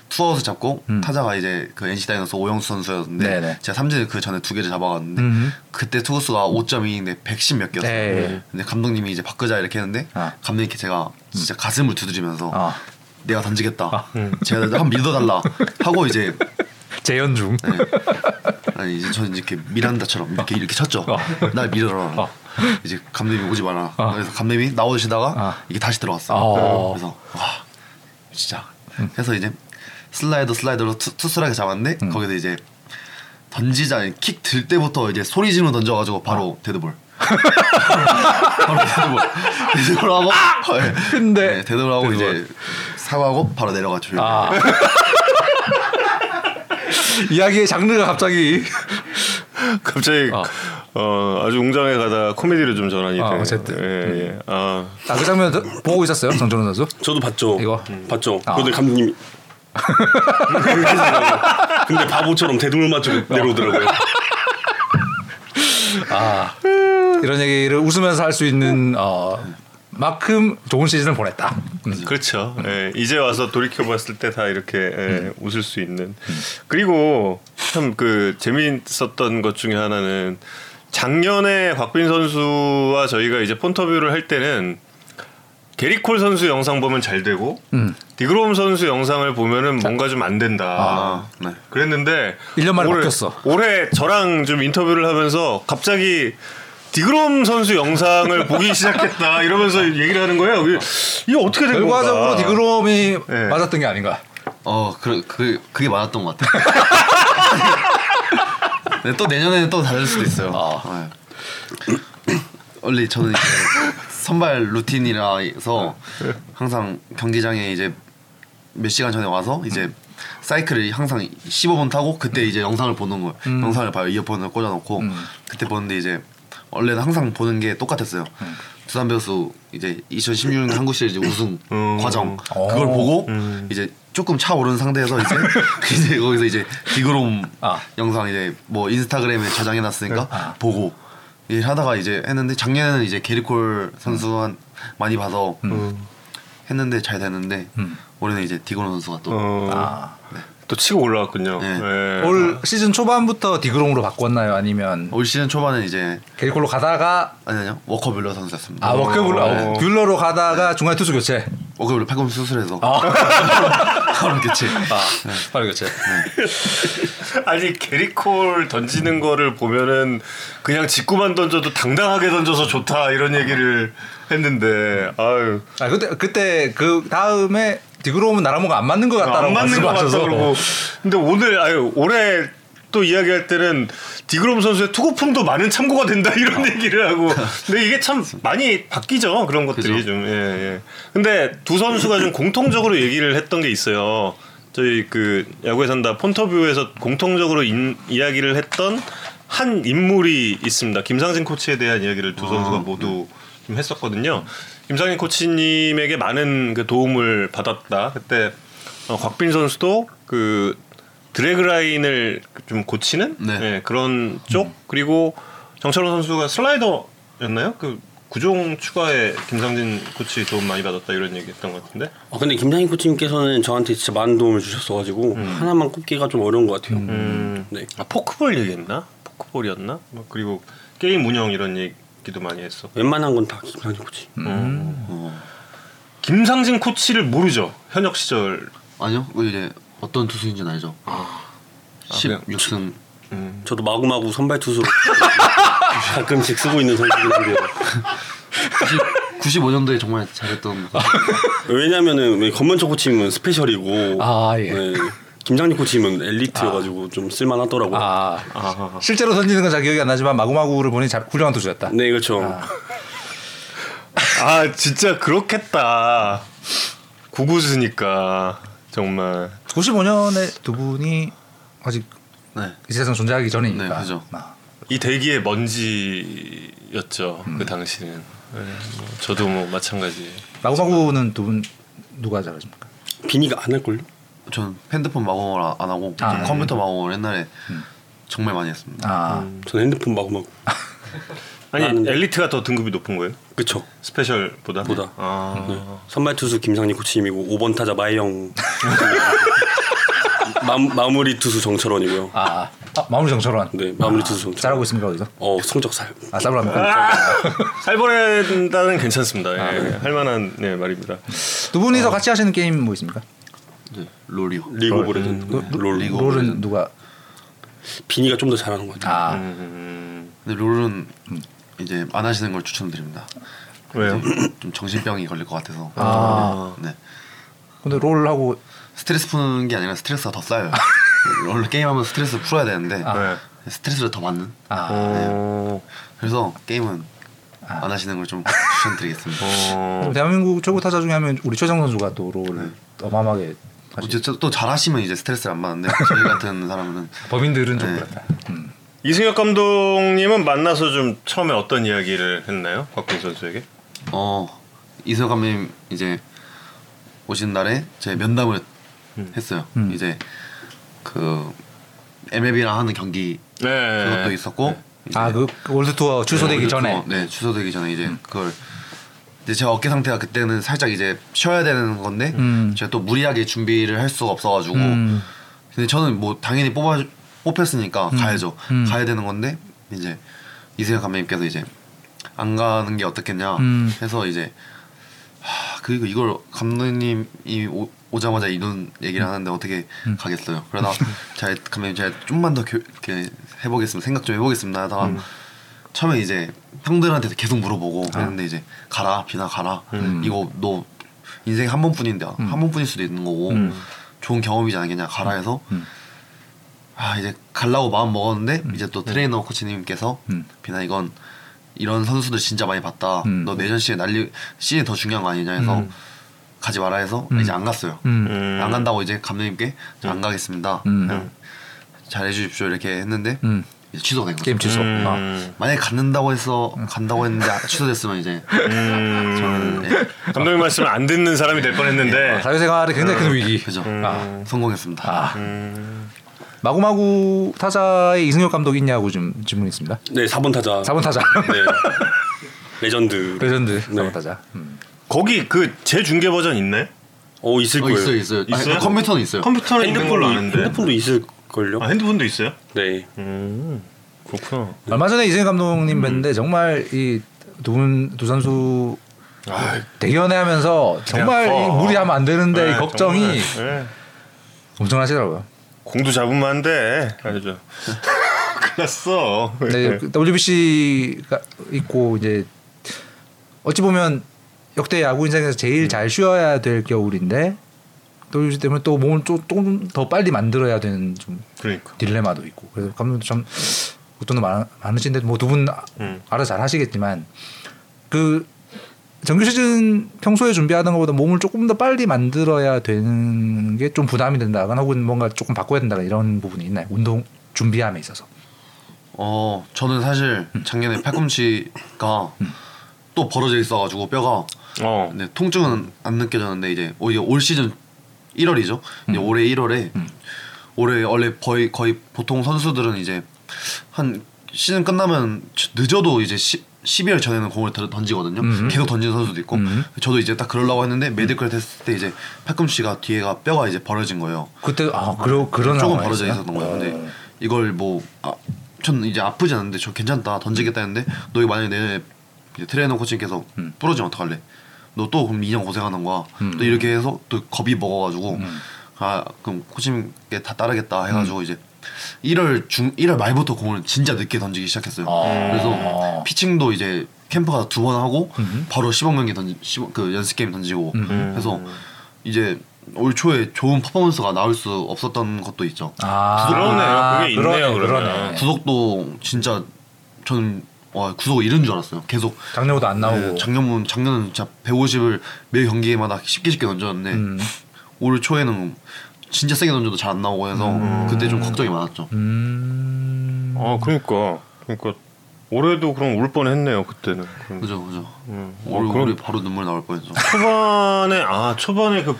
Speaker 2: 투아웃을 잡고 타자가 이제 그 NC 다이너스 오영수 선수였는데
Speaker 3: 네, 네.
Speaker 2: 제가 삼진을 그 전에 두 개를 잡아갔는데
Speaker 3: 음.
Speaker 2: 그때 투구수가 5.2인데 110 몇 개였어요. 음.
Speaker 3: 네, 네.
Speaker 2: 근데 감독님이 이제 바꾸자 이렇게 했는데
Speaker 3: 아. 음.
Speaker 2: 감독님께 제가 진짜 가슴을 두드리면서
Speaker 3: 아.
Speaker 2: 내가 던지겠다. 제가 한번 믿어달라 하고 이제
Speaker 3: 재현 중.
Speaker 2: 네. 아니 이제 저는 이렇게 미란다처럼 이렇게 이렇게 쳤죠. 날 밀어라. 이제 감독님이 오지 마라. 그래서 감독님이 나오시다가
Speaker 3: 아.
Speaker 2: 이게 다시 들어갔어.
Speaker 3: 어.
Speaker 2: 그래서 와 진짜. 그래서 이제 슬라이더 슬라이더로 투, 투스하게 잡았는데 거기서 이제 던지자 킥 들 때부터 이제 소리 지르 던져가지고 바로 데드볼. 바로 데드볼. 데드볼 하고. 네.
Speaker 3: 근데
Speaker 2: 네, 데드볼 하고
Speaker 3: 데드볼.
Speaker 2: 이제 사과하고 바로 내려가죠.
Speaker 3: 아. 이야기의 장르가 갑자기
Speaker 1: 갑자기
Speaker 3: 아.
Speaker 1: 어, 아주 웅장해 가다 코미디로 좀 전환이
Speaker 3: 아,
Speaker 1: 돼요.
Speaker 3: 어쨌든.
Speaker 1: 예, 예. 아,
Speaker 3: 아, 그 장면 보고 있었어요 정준호 선수?
Speaker 4: 저도 봤죠.
Speaker 3: 이거?
Speaker 4: 봤죠.
Speaker 3: 아.
Speaker 4: 그런데 감독님이 근데 바보처럼 대등을 맞추고
Speaker 3: 어.
Speaker 4: 내려오더라고요.
Speaker 3: 이런 얘기를 웃으면서 할 수 있는 어, 만큼 좋은 시즌을 보냈다.
Speaker 2: 네,
Speaker 3: 음. 음.
Speaker 1: 그렇죠. 예, 이제 와서 돌이켜 봤을 때 다 이렇게 예, 웃을 수 있는. 그리고 참 그 재미있었던 것 중에 하나는 작년에 곽빈 선수와 저희가 이제 폰터뷰를 할 때는 게리콜 선수 영상 보면 잘 되고
Speaker 3: 음.
Speaker 1: 디그롬 선수 영상을 보면은 뭔가 좀 안 된다.
Speaker 2: 아, 네.
Speaker 1: 그랬는데
Speaker 3: 일년 만에
Speaker 1: 올해-
Speaker 3: 바뀌었어.
Speaker 1: 올해 저랑 좀 인터뷰를 하면서 갑자기 디그롬 선수 영상을 보기 시작했다 이러면서 얘기를 하는 거예요. 이게, 이게 어떻게 된
Speaker 5: 네.
Speaker 3: 결과적으로
Speaker 1: 건가?
Speaker 3: 디그롬이
Speaker 1: 네.
Speaker 3: 맞았던 게 아닌가.
Speaker 2: 어, 그, 그, 그게 많았던 것 같아요. 근데 또 내년에는 또 다를 수도 있어요. 네. 원래 저는 이제 선발 루틴이라서 항상 경기장에 이제 몇 시간 전에 와서 이제 사이클을 항상 15번 타고 그때 이제 영상을 보는 거예요. 영상을 봐요. 이어폰을 꽂아놓고 그때 보는데 이제 원래는 항상 보는 게 똑같았어요. 두산 배수 이제 2016년 한국 시리즈 우승 과정 그걸 보고
Speaker 3: 음.
Speaker 2: 이제 조금 차 오른 상태에서 이제 그 이제 거기서 이제 기그롬
Speaker 3: 아. 네.
Speaker 2: 영상 이제 뭐 인스타그램에 저장해놨으니까 보고 일 하다가 이제 했는데 작년에는 이제 게리콜
Speaker 3: 음.
Speaker 2: 선수한 많이 봐서 했는데 잘 됐는데
Speaker 3: 음.
Speaker 2: 올해는 이제 디그롬 선수가 또
Speaker 5: 어,
Speaker 3: 아.
Speaker 5: 또 치고 올라왔군요.
Speaker 2: 네. 어.
Speaker 5: 예.
Speaker 3: 올 시즌 초반부터 디그롱으로 바꿨나요? 아니면
Speaker 2: 올 시즌 초반에 이제
Speaker 3: 게리콜로 가다가
Speaker 2: 아니 아니요 워커 뮬러 선수였습니다.
Speaker 3: 아 워크블러
Speaker 5: 어.
Speaker 3: 뷰러로 가다가 중간에 투수 교체.
Speaker 2: 워커 뮬러 팔꿈치 수술해서
Speaker 3: 아,
Speaker 2: 바로 교체. 네.
Speaker 3: 바로 교체.
Speaker 5: 아니 게리콜 던지는 거를 보면은 그냥 직구만 던져도 당당하게 던져서 좋다 이런 얘기를 했는데 아유
Speaker 3: 아 그때 그때 그 다음에 디그롬은 나라모가 안 맞는 것 같다라고
Speaker 5: 아, 안 맞는 것 같다
Speaker 3: 말씀하셔서.
Speaker 5: 그러고 근데 오늘 아유 올해 또 이야기할 때는 디그롬 선수의 투구폼도 많은 참고가 된다 이런
Speaker 3: 아.
Speaker 5: 얘기를 하고 근데 이게 참 많이 바뀌죠 그런 것들이
Speaker 2: 그죠.
Speaker 5: 좀 예, 예. 근데 두 선수가 좀 공통적으로 얘기를 했던 게 있어요 저희 그 야구에 산다 폰터뷰에서 공통적으로 인- 이야기를 했던 한 인물이 있습니다 김상진 코치에 대한 이야기를
Speaker 3: 아,
Speaker 5: 두
Speaker 3: 네.
Speaker 5: 선수가 모두 좀 했었거든요 김상진 코치님에게 많은 그 도움을 받았다 그때 어, 곽빈 선수도 그 드래그 라인을 좀 고치는
Speaker 2: 네.
Speaker 5: 예, 그런 쪽 그리고 정철호 선수가 슬라이더였나요? 그 구종 추가에 김상진 코치 도움 많이 받았다 이런 얘기했던 것 같은데
Speaker 4: 아, 근데 김상희 코치님께서는 저한테 진짜 많은 도움을 주셨어가지고
Speaker 3: 음.
Speaker 4: 하나만 꼽기가 좀 어려운 것 같아요. 네.
Speaker 5: 아, 포크볼 얘기했나? 포크볼이었나? 뭐 그리고 게임 운영 이런 얘기도 많이 했어.
Speaker 4: 웬만한 건 다 김상희 코치.
Speaker 3: 음.
Speaker 2: 음. 어.
Speaker 5: 김상진 코치를 모르죠 현역 시절.
Speaker 2: 아니요 그 이제 어떤 투수인지는 알죠.
Speaker 3: 아.
Speaker 2: 16승
Speaker 4: 저도 마구마구 선발 투수로 가끔씩 쓰고 있는 선수긴 한데요.
Speaker 2: 95년도에 정말 잘했던
Speaker 3: 아.
Speaker 4: 왜냐면은 왜 검은초 코치님은 스페셜이고
Speaker 3: 아, 예.
Speaker 4: 네. 김장님 코치님은 엘리트여가지고 좀 쓸만하더라고요.
Speaker 3: 아, 실제로 던지는 건 잘 기억이 안 나지만 마구마구를 보니 잘 훌륭한 투수였다.
Speaker 4: 네 그렇죠.
Speaker 5: 아 진짜 그렇겠다. 구구수니까 정말.
Speaker 3: 95년에 두 분이 아직
Speaker 2: 네.
Speaker 3: 이 세상 존재하기 전이니까.
Speaker 2: 네, 그죠.
Speaker 3: 아,
Speaker 5: 이 대기의 먼지였죠
Speaker 3: 음.
Speaker 5: 그 당시는 예, 뭐 저도 뭐 마찬가지
Speaker 3: 마구마구는 두 분 누가 잘하십니까?
Speaker 4: 비니가 안 할걸요?
Speaker 2: 전 핸드폰 마공을 아- 안 하고
Speaker 3: 아, 네.
Speaker 2: 컴퓨터 마공을 옛날에 정말 많이 했습니다.
Speaker 3: 아,
Speaker 4: 저는 핸드폰 마구마구.
Speaker 5: 아니
Speaker 4: 나는-
Speaker 5: 엘리트가 더 등급이 높은 거예요
Speaker 4: 그쵸.
Speaker 5: 스페셜보다
Speaker 4: 보다.
Speaker 5: 아,
Speaker 4: 네. 선발 투수 김상리 코치님이고 5번 타자 마이영. 마, 마무리 투수 정철원이고요.
Speaker 3: 아, 아. 아, 마무리 정철원. 아,
Speaker 4: 네 마무리 투수 정철원.
Speaker 3: 잘하고 있습니까 거기서?
Speaker 4: 어 성적살.
Speaker 3: 아, 싸우랍니까?
Speaker 5: 살벌한다는 괜찮습니다 예, 할만한 네, 말입니다
Speaker 3: 두 분이서 같이 하시는 게임 뭐 있습니까?
Speaker 2: 네. 롤이요.
Speaker 4: 리그 오브 레전드.
Speaker 3: 음,
Speaker 4: 롤.
Speaker 2: 리그. 이거
Speaker 3: 롤은
Speaker 2: 그래도-
Speaker 3: 누가?
Speaker 4: 비니가 좀 더 잘하는 것 같아요.
Speaker 3: 아,
Speaker 2: 근데 롤은 이제 안 하시는 걸 추천드립니다.
Speaker 5: 왜요?
Speaker 2: 이제 좀 정신병이 걸릴 것 같아서.
Speaker 3: 아.
Speaker 2: 네.
Speaker 3: 근데 롤하고
Speaker 2: 스트레스 푸는 게 아니라 스트레스가 더 쌓여요. 원래 게임하면 스트레스 풀어야 되는데
Speaker 5: 네.
Speaker 2: 스트레스를 더 받는.
Speaker 3: 아,
Speaker 5: 어,
Speaker 2: 그래서 게임은 안 하시는 걸 좀 추천드리겠습니다.
Speaker 5: 어,
Speaker 3: 대한민국 최고 타자 중에 하면 우리 최정 선수가 또
Speaker 2: 네.
Speaker 3: 롤 어마어마하게 하시.
Speaker 2: 어쨌든 또 잘하시면 이제 스트레스를 안 받는데 저희 같은 사람은
Speaker 3: 법인들은 좀
Speaker 2: 네.
Speaker 3: 그렇다. 음.
Speaker 5: 이승엽 감독님은 만나서 좀 처음에 어떤 이야기를 했나요 곽빈 선수에게
Speaker 2: 어 이승엽 감독님 이제 오신 날에 제 면담을 했어요.
Speaker 3: 음.
Speaker 2: 이제 그 MLB랑 하는 경기
Speaker 5: 네
Speaker 2: 그것도 있었고 이제
Speaker 3: 아, 그 월드 투어
Speaker 2: 네,
Speaker 3: 취소되기
Speaker 2: 월드
Speaker 3: 전에. 음.
Speaker 2: 투어, 네 취소되기 전에 이제 그걸 이제 제 어깨 상태가 그때는 살짝 이제 쉬어야 되는 건데
Speaker 3: 음.
Speaker 2: 제가 또 무리하게 준비를 할 수가 없어가지고
Speaker 3: 음.
Speaker 2: 근데 저는 뭐 당연히 뽑아 뽑혔으니까 가야죠
Speaker 3: 음.
Speaker 2: 가야 되는 건데 이제 이승엽 감독님께서 이제 안 가는 게 어떻겠냐
Speaker 3: 음.
Speaker 2: 해서 이제 하, 그리고 이걸 감독님이 오, 오자마자 이런 얘기를 하는데 어떻게 가겠어요 그러다 제가 감독님 제가 좀만 더 교, 이렇게 해보겠습니다 생각 좀 해보겠습니다 하다가 처음에 이제 형들한테도 계속 물어보고 그랬는데 이제 가라 비나 가라 이거 너 인생 한 번뿐인데 한 번뿐일 수도 있는 거고 좋은 경험이지 않겠냐 가라 해서 아 이제 갈라고 마음 먹었는데 이제 또 트레이너 코치님께서
Speaker 3: 네. 음.
Speaker 2: 비나 이건 이런 선수들 진짜 많이 봤다
Speaker 3: 음.
Speaker 2: 너 내전 시에 날리 시에 더 중요한 거 아니냐 해서 가지 마라 해서
Speaker 3: 음.
Speaker 2: 이제 안 갔어요. 안 간다고 이제 감독님께 저안 가겠습니다.
Speaker 3: 음.
Speaker 2: 그냥 잘해 주십시오 이렇게 했는데 이제 취소가 된 거죠.
Speaker 3: 게임 음. 취소.
Speaker 2: 아,
Speaker 3: 아.
Speaker 2: 만약에 갔는다고 해서 간다고 했는데 아, 취소됐으면 이제 저는 예,
Speaker 3: 네,
Speaker 1: 감독님 말씀을 안 듣는 사람이 될
Speaker 2: 네.
Speaker 1: 뻔했는데
Speaker 3: 사회생활에 굉장히 큰 위기. 아.
Speaker 2: 그죠 아, 성공했습니다.
Speaker 3: 마구마구 타자의 이승엽 감독 있냐고 좀 질문이 있습니다.
Speaker 4: 네, 4번 타자.
Speaker 3: 4번 타자.
Speaker 4: 네. 레전드.
Speaker 3: 레전드
Speaker 4: 네.
Speaker 3: 4번 타자. 음.
Speaker 1: 거기 그 재중계 버전 있네?
Speaker 4: 어 있을
Speaker 2: 어,
Speaker 4: 거예요.
Speaker 2: 있어요, 있어요. 아니,
Speaker 1: 있어요?
Speaker 2: 컴퓨터는 있어요.
Speaker 1: 컴퓨터는 있는 걸로
Speaker 4: 핸드폰도
Speaker 1: 아는데.
Speaker 4: 핸드폰도 있을 걸요.
Speaker 1: 아, 핸드폰도 있어요?
Speaker 4: 네.
Speaker 1: 음 그렇구나.
Speaker 3: 얼마 전에
Speaker 2: 음.
Speaker 3: 이승엽 감독님 뵀는데 정말 이두분두 선수
Speaker 2: 아,
Speaker 3: 대견해 하면서 정말
Speaker 1: 커.
Speaker 3: 이 무리하면 안 되는데 이
Speaker 1: 네,
Speaker 3: 걱정이
Speaker 1: 정말, 네.
Speaker 3: 엄청나시더라고요.
Speaker 1: 공도 잡으면 안 돼. 알죠. 네. 큰일 났어.
Speaker 3: 근데 WBC가 있고 이제 어찌 보면 역대 야구 인생에서
Speaker 1: 음.
Speaker 3: 제일 잘 쉬어야 될 겨울인데 WBC 때문에 또 몸을 좀더 빨리 만들어야 되는 좀
Speaker 1: 그러니까.
Speaker 3: 딜레마도 있고 그래서 감독도 참 걱정도 많, 많으신데 뭐 두 분
Speaker 1: 음.
Speaker 3: 알아서 잘 하시겠지만 그 정규 시즌 평소에 준비하던 것보다 몸을 조금 더 빨리 만들어야 되는 게 좀 부담이 된다거나 혹은 뭔가 조금 바꿔야 된다거나 이런 부분이 있나요? 운동 준비함에 있어서
Speaker 2: 어 저는 사실
Speaker 3: 음.
Speaker 2: 작년에 팔꿈치가 또 벌어져 있어가지고 뼈가
Speaker 1: 어.
Speaker 3: 음.
Speaker 2: 근데 통증은 안 느껴졌는데 이제 오- 이게 올 시즌 1월이죠.
Speaker 3: 음.
Speaker 2: 이제 올해 1월에 올해 원래 거의 거의 보통 선수들은 이제 한 시즌 끝나면 치- 늦어도 이제 시, 12월 전에는 공을 던- 던지거든요.
Speaker 3: 음.
Speaker 2: 계속 던지는 선수도 있고
Speaker 3: 음.
Speaker 2: 저도 이제 딱 그러려고 했는데 메디컬 테스트 때 이제 팔꿈치가 뒤에가 뼈가 이제 벌어진 거예요.
Speaker 3: 그때 아 그러 그런
Speaker 2: 조금
Speaker 3: 상황이었어요?
Speaker 2: 벌어져 있었던 거예요. 근데 이걸 뭐 아, 전 이제 아프지 않은데 저 괜찮다 던지겠다 했는데 너 이거 만약에 내년에 이제 트레이너 코치님께서
Speaker 3: 음.
Speaker 2: 부러지면 어떡할래? 너 또 그럼 2년 고생하는 거야. 또 이렇게 해서 또 겁이 먹어가지고
Speaker 3: 음.
Speaker 2: 아 그럼 코치님께 다 따르겠다 해가지고 이제 1월 중 1월 말부터 공을 진짜 늦게 던지기 시작했어요.
Speaker 3: 아.
Speaker 2: 그래서 피칭도 이제 캠프 가서 두 번 하고 바로 시범 경기 던지 시범 그 연습 게임 던지고
Speaker 1: 음.
Speaker 2: 그래서 이제 올 초에 좋은 퍼포먼스가 나올 수 없었던 것도 있죠.
Speaker 3: 아
Speaker 1: 그러네요. 그게 있네요,
Speaker 3: 그러네, 음.
Speaker 1: 그러면.
Speaker 3: 그러네.
Speaker 2: 구속도 진짜 저는 와 구속 잃은 줄 알았어요. 계속
Speaker 3: 작년보다 안 나오고
Speaker 2: 네, 작년은 작년은 진짜 150을 매 경기마다 쉽게 쉽게 던졌는데 올 초에는 진짜 세게 던져도 잘 안 나오고 해서 그때 좀 걱정이 많았죠.
Speaker 3: 음...
Speaker 5: 어,
Speaker 1: 아 그러니까 그러니까 올해도 그럼 울 뻔했네요 그때는. 그럼
Speaker 2: 그죠 그죠.
Speaker 1: 음. 어,
Speaker 2: 올
Speaker 1: 그럼-
Speaker 2: 우리 바로 눈물 나올 뻔했죠.
Speaker 1: 초반에 아 초반에 그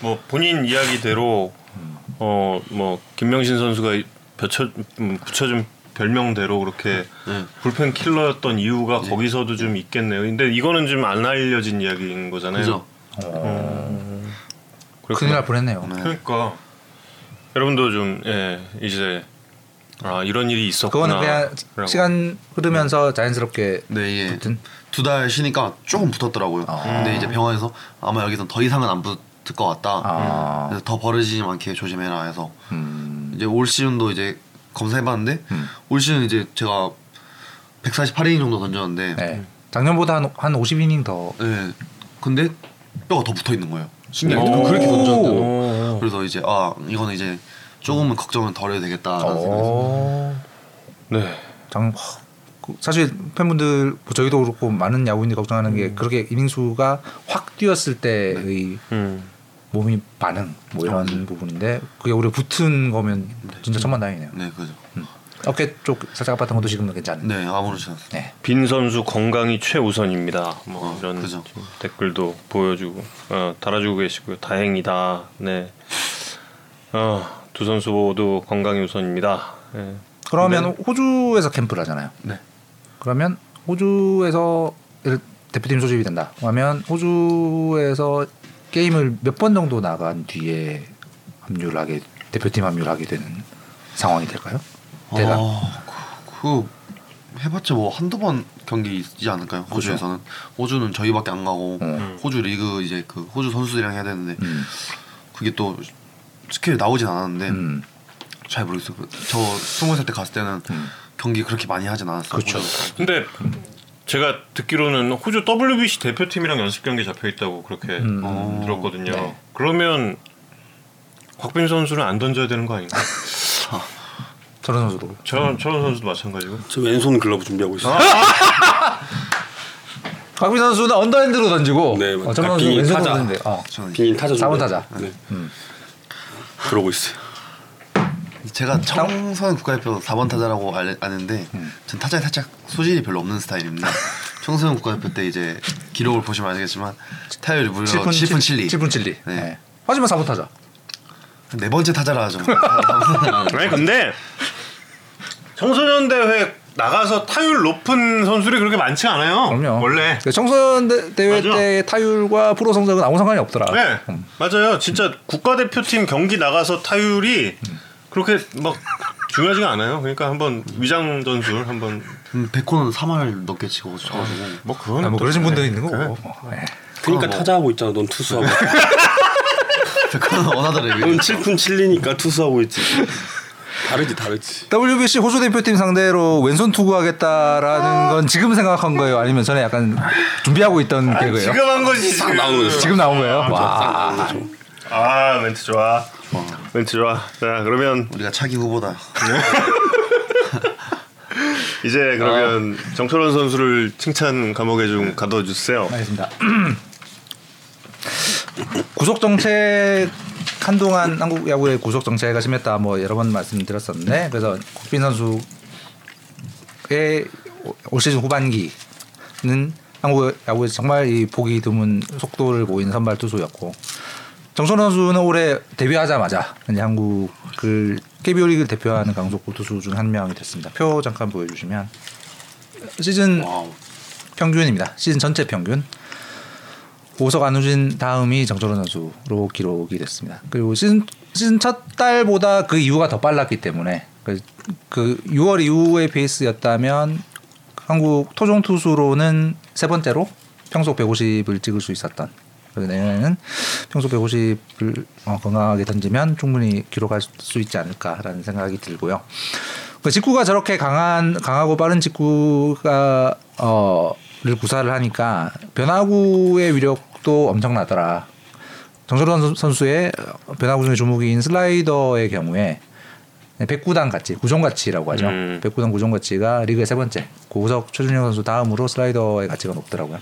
Speaker 1: 뭐 본인 이야기대로 어 뭐 김명신 선수가 붙여 음, 붙여준 별명대로 그렇게
Speaker 2: 네.
Speaker 1: 불펜 킬러였던 이유가 거기서도 좀 있겠네요. 근데 이거는 좀 안 알려진 이야기인 거잖아요.
Speaker 2: 그죠.
Speaker 1: 그렇구나.
Speaker 3: 큰일 날 뻔했네요.
Speaker 1: 그러니까 여러분도 좀 예, 이제 아 이런 일이 있었구나.
Speaker 3: 그거는 그냥
Speaker 1: 라고.
Speaker 3: 시간 흐르면서 자연스럽게
Speaker 2: 네 이게
Speaker 3: 붙은?
Speaker 2: 두 달 쉬니까 조금 붙었더라고요.
Speaker 3: 아.
Speaker 2: 근데 이제 병원에서 아마 여기선 더 이상은 안 붙을 것 같다.
Speaker 3: 아.
Speaker 2: 그래서 더 버려지지 않게 조심해라 해서
Speaker 3: 음.
Speaker 2: 이제 올 시즌도 이제 검사해봤는데 올 시즌 이제 제가 148이닝 정도 던졌는데 네.
Speaker 3: 네. 작년보다 한, 한 50이닝 더.
Speaker 2: 근데 뼈가 더 붙어 있는 거예요. 신기하게
Speaker 1: 오.
Speaker 2: 그렇게
Speaker 1: 오.
Speaker 3: 어,
Speaker 2: 던졌는데 그래서 이제 아 이거는 이제 조금은 걱정은 덜해도
Speaker 3: 어.
Speaker 2: 되겠다라는 생각이
Speaker 3: 오.
Speaker 1: 네.
Speaker 3: 장, 허, 그 사실 팬분들 뭐 저희도 그렇고 많은 야구인들이 걱정하는 게
Speaker 2: 음.
Speaker 3: 그렇게 이닝 수가 확 뛰었을 때의
Speaker 1: 음.
Speaker 3: 몸이 반응 뭐 이런 부분인데 그게 오히려 붙은 거면 진짜 천만다행이네요.
Speaker 2: 음. 네 그죠.
Speaker 3: 음. 어깨 쪽 살짝 아팠던 것도 지금은 괜찮은.
Speaker 2: 네 아무렇지 않습니다.
Speaker 3: 네.
Speaker 1: 빈 선수 건강이 최우선입니다. 뭐
Speaker 2: 어,
Speaker 1: 이런
Speaker 2: 그죠.
Speaker 1: 좀 댓글도 보여주고 어, 달아주고 계시고요. 다행이다. 네. 어, 두 선수 모두 건강이 우선입니다. 예.
Speaker 3: 그러면 호주에서 캠프를 하잖아요.
Speaker 2: 네.
Speaker 3: 그러면 호주에서 예를- 대표팀 소집이 된다. 그러면 호주에서 게임을 몇 번 정도 나간 뒤에 합류를 하게 대표팀 합류를 하게 되는 상황이 될까요? 대략
Speaker 2: 아, 그, 그 해봤자 뭐 한두 번 경기 있지 않을까요?
Speaker 3: 그렇죠.
Speaker 2: 호주에서는 호주는 저희밖에 안 가고 호주 리그 이제 그 호주 선수들이랑 해야 되는데
Speaker 3: 음.
Speaker 2: 그게 또 스케일 나오진 않았는데
Speaker 3: 음.
Speaker 2: 잘 모르겠어요. 그 저 스무 살 때 갔을 때는 경기 그렇게 많이 하진 않았어요.
Speaker 3: 음. 그쵸.
Speaker 2: 호주에서.
Speaker 1: 근데 제가 듣기로는 호주 WBC 대표팀이랑 연습 경기 잡혀 있다고 그렇게
Speaker 3: 음.
Speaker 1: 들었거든요.
Speaker 3: 네.
Speaker 1: 그러면 곽빈 선수는 안 던져야 되는 거 아닌가?
Speaker 3: 저런 선수로.
Speaker 1: 저런 저런 선수도 마찬가지고.
Speaker 3: 아.
Speaker 4: 저 왼손 글러브 준비하고 있어요.
Speaker 3: 박빈 선수는 언더핸드로 던지고
Speaker 4: 네,
Speaker 3: 어, 정현
Speaker 4: 아,
Speaker 3: 선수
Speaker 4: 빈
Speaker 3: 왼손으로
Speaker 4: 타자.
Speaker 3: 던지는데 어.
Speaker 2: 그렇죠.
Speaker 4: 빈 타자
Speaker 3: 사번
Speaker 4: 좀
Speaker 3: 타자. 음.
Speaker 4: 네. 그러고 있어요.
Speaker 2: 제가 청소년 국가대표 4번 타자라고 알- 아는데
Speaker 3: 음.
Speaker 2: 전 타자에 살짝 소질이 별로 없는 스타일입니다. 청소년 국가대표 때 이제 기록을 보시면 알겠지만 타율이 무려 7분, 7리
Speaker 3: 7분 7리.
Speaker 2: 네.
Speaker 3: 네. 하지만 4분 타자.
Speaker 2: 네 번째 타자라 좀.
Speaker 1: 아니 근데 청소년 대회 나가서 타율 높은 선수들이 그렇게 많지 않아요.
Speaker 3: 그럼요.
Speaker 1: 원래.
Speaker 3: 그 청소년 대- 대회
Speaker 1: 맞아.
Speaker 3: 때 타율과 프로 성적은 아무 상관이 없더라.
Speaker 1: 네.
Speaker 3: 음.
Speaker 1: 맞아요. 진짜 국가대표팀 경기 나가서 타율이 그렇게 막 중요하지가 않아요. 그러니까 한번 위장 전술 한번
Speaker 2: 음, 백호는 3할 넘게 치고 쳐가지고
Speaker 1: 뭐 그건
Speaker 3: 아, 뭐 그러신 분들 있는 거고.
Speaker 1: 그래.
Speaker 3: 뭐, 예.
Speaker 4: 그러니까
Speaker 2: 어, 뭐.
Speaker 4: 타자하고 있잖아. 넌 투수하고.
Speaker 3: 네.
Speaker 2: 백호는
Speaker 4: 넌
Speaker 2: 원하더래요.
Speaker 4: 7푼 7리니까 투수하고 있지. 다르지 다르지.
Speaker 3: WBC 호주 대표팀 상대로 왼손
Speaker 1: 아.
Speaker 3: 투구하겠다라는 건 지금 생각한 거예요? 아니면 전에 약간 준비하고 있던 개그예요?
Speaker 1: 아, 지금 한 거지 지금.
Speaker 4: 나오는 거죠.
Speaker 3: 지금 나온 거예요? 와.
Speaker 4: 네,
Speaker 1: 아 멘트 좋아. 멘트 좋아. 자 그러면
Speaker 2: 우리가 차기 후보다.
Speaker 1: 이제 그러면
Speaker 3: 아.
Speaker 1: 정철원 선수를 칭찬 감옥에 좀 가둬주세요.
Speaker 3: 알겠습니다. 구속 정책 한동안 한국 야구의 구속 정체가 심했다 뭐 여러 번 말씀드렸었는데 그래서 국빈 선수의 올 시즌 후반기는 한국 야구에서 정말 이 보기 드문 속도를 보인 선발 투수였고 정선호 선수는 올해 데뷔하자마자 이제 한국을 KBO 리그를 대표하는 강속구 투수 중 한 명이 됐습니다. 표 잠깐 보여주시면 시즌 평균입니다. 시즌 전체 평균. 오석 안우진 다음이 정철호 선수로 기록이 됐습니다. 그리고 시즌 시즌 첫 달보다 그 이후가 더 빨랐기 때문에 그, 그 6월 이후의 페이스였다면 한국 토종 투수로는 세 번째로 평소 150을 찍을 수 있었던 그리고 내년에는 평소 150을 어, 건강하게 던지면 충분히 기록할 수 있지 않을까라는 생각이 들고요. 그 직구가 저렇게 강한 강하고 빠른 직구가 어를 구사를 하니까 변화구의 위력도 엄청나더라. 정철원 선- 선수의 변화구 중에 주목인 슬라이더의 경우에 백구단 가치, 구종 가치라고 하죠.
Speaker 1: 음.
Speaker 3: 백구단 구종 가치가 리그의 세 번째. 고우석 최준영 선수 다음으로 슬라이더의 가치가 높더라고요.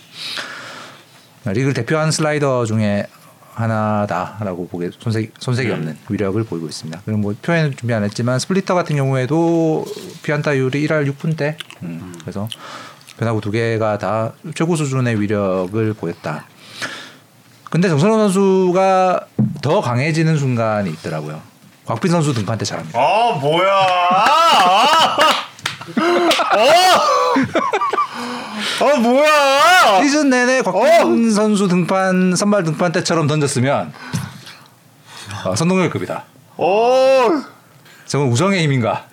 Speaker 3: 리그를 대표한 슬라이더 중에 하나다라고 보기에 손색, 손색이 없는 위력을 보이고 있습니다. 그리고 뭐 표현 준비 안 했지만 스플리터 같은 경우에도 피안타율이 1할 6푼대. 음, 그래서 변화구 두 개가 다 최고 수준의 위력을 보였다. 근데 정선호 선수가 더 강해지는 순간이 있더라고요. 곽빈 선수 등판 때 잘합니다.
Speaker 1: 아 뭐야? 아, 어? 아! 아 뭐야?
Speaker 3: 시즌 내내 곽빈 선수 등판 선발 등판 때처럼 던졌으면 어, 선동열급이다.
Speaker 1: 어
Speaker 3: 저건 우정의 힘인가?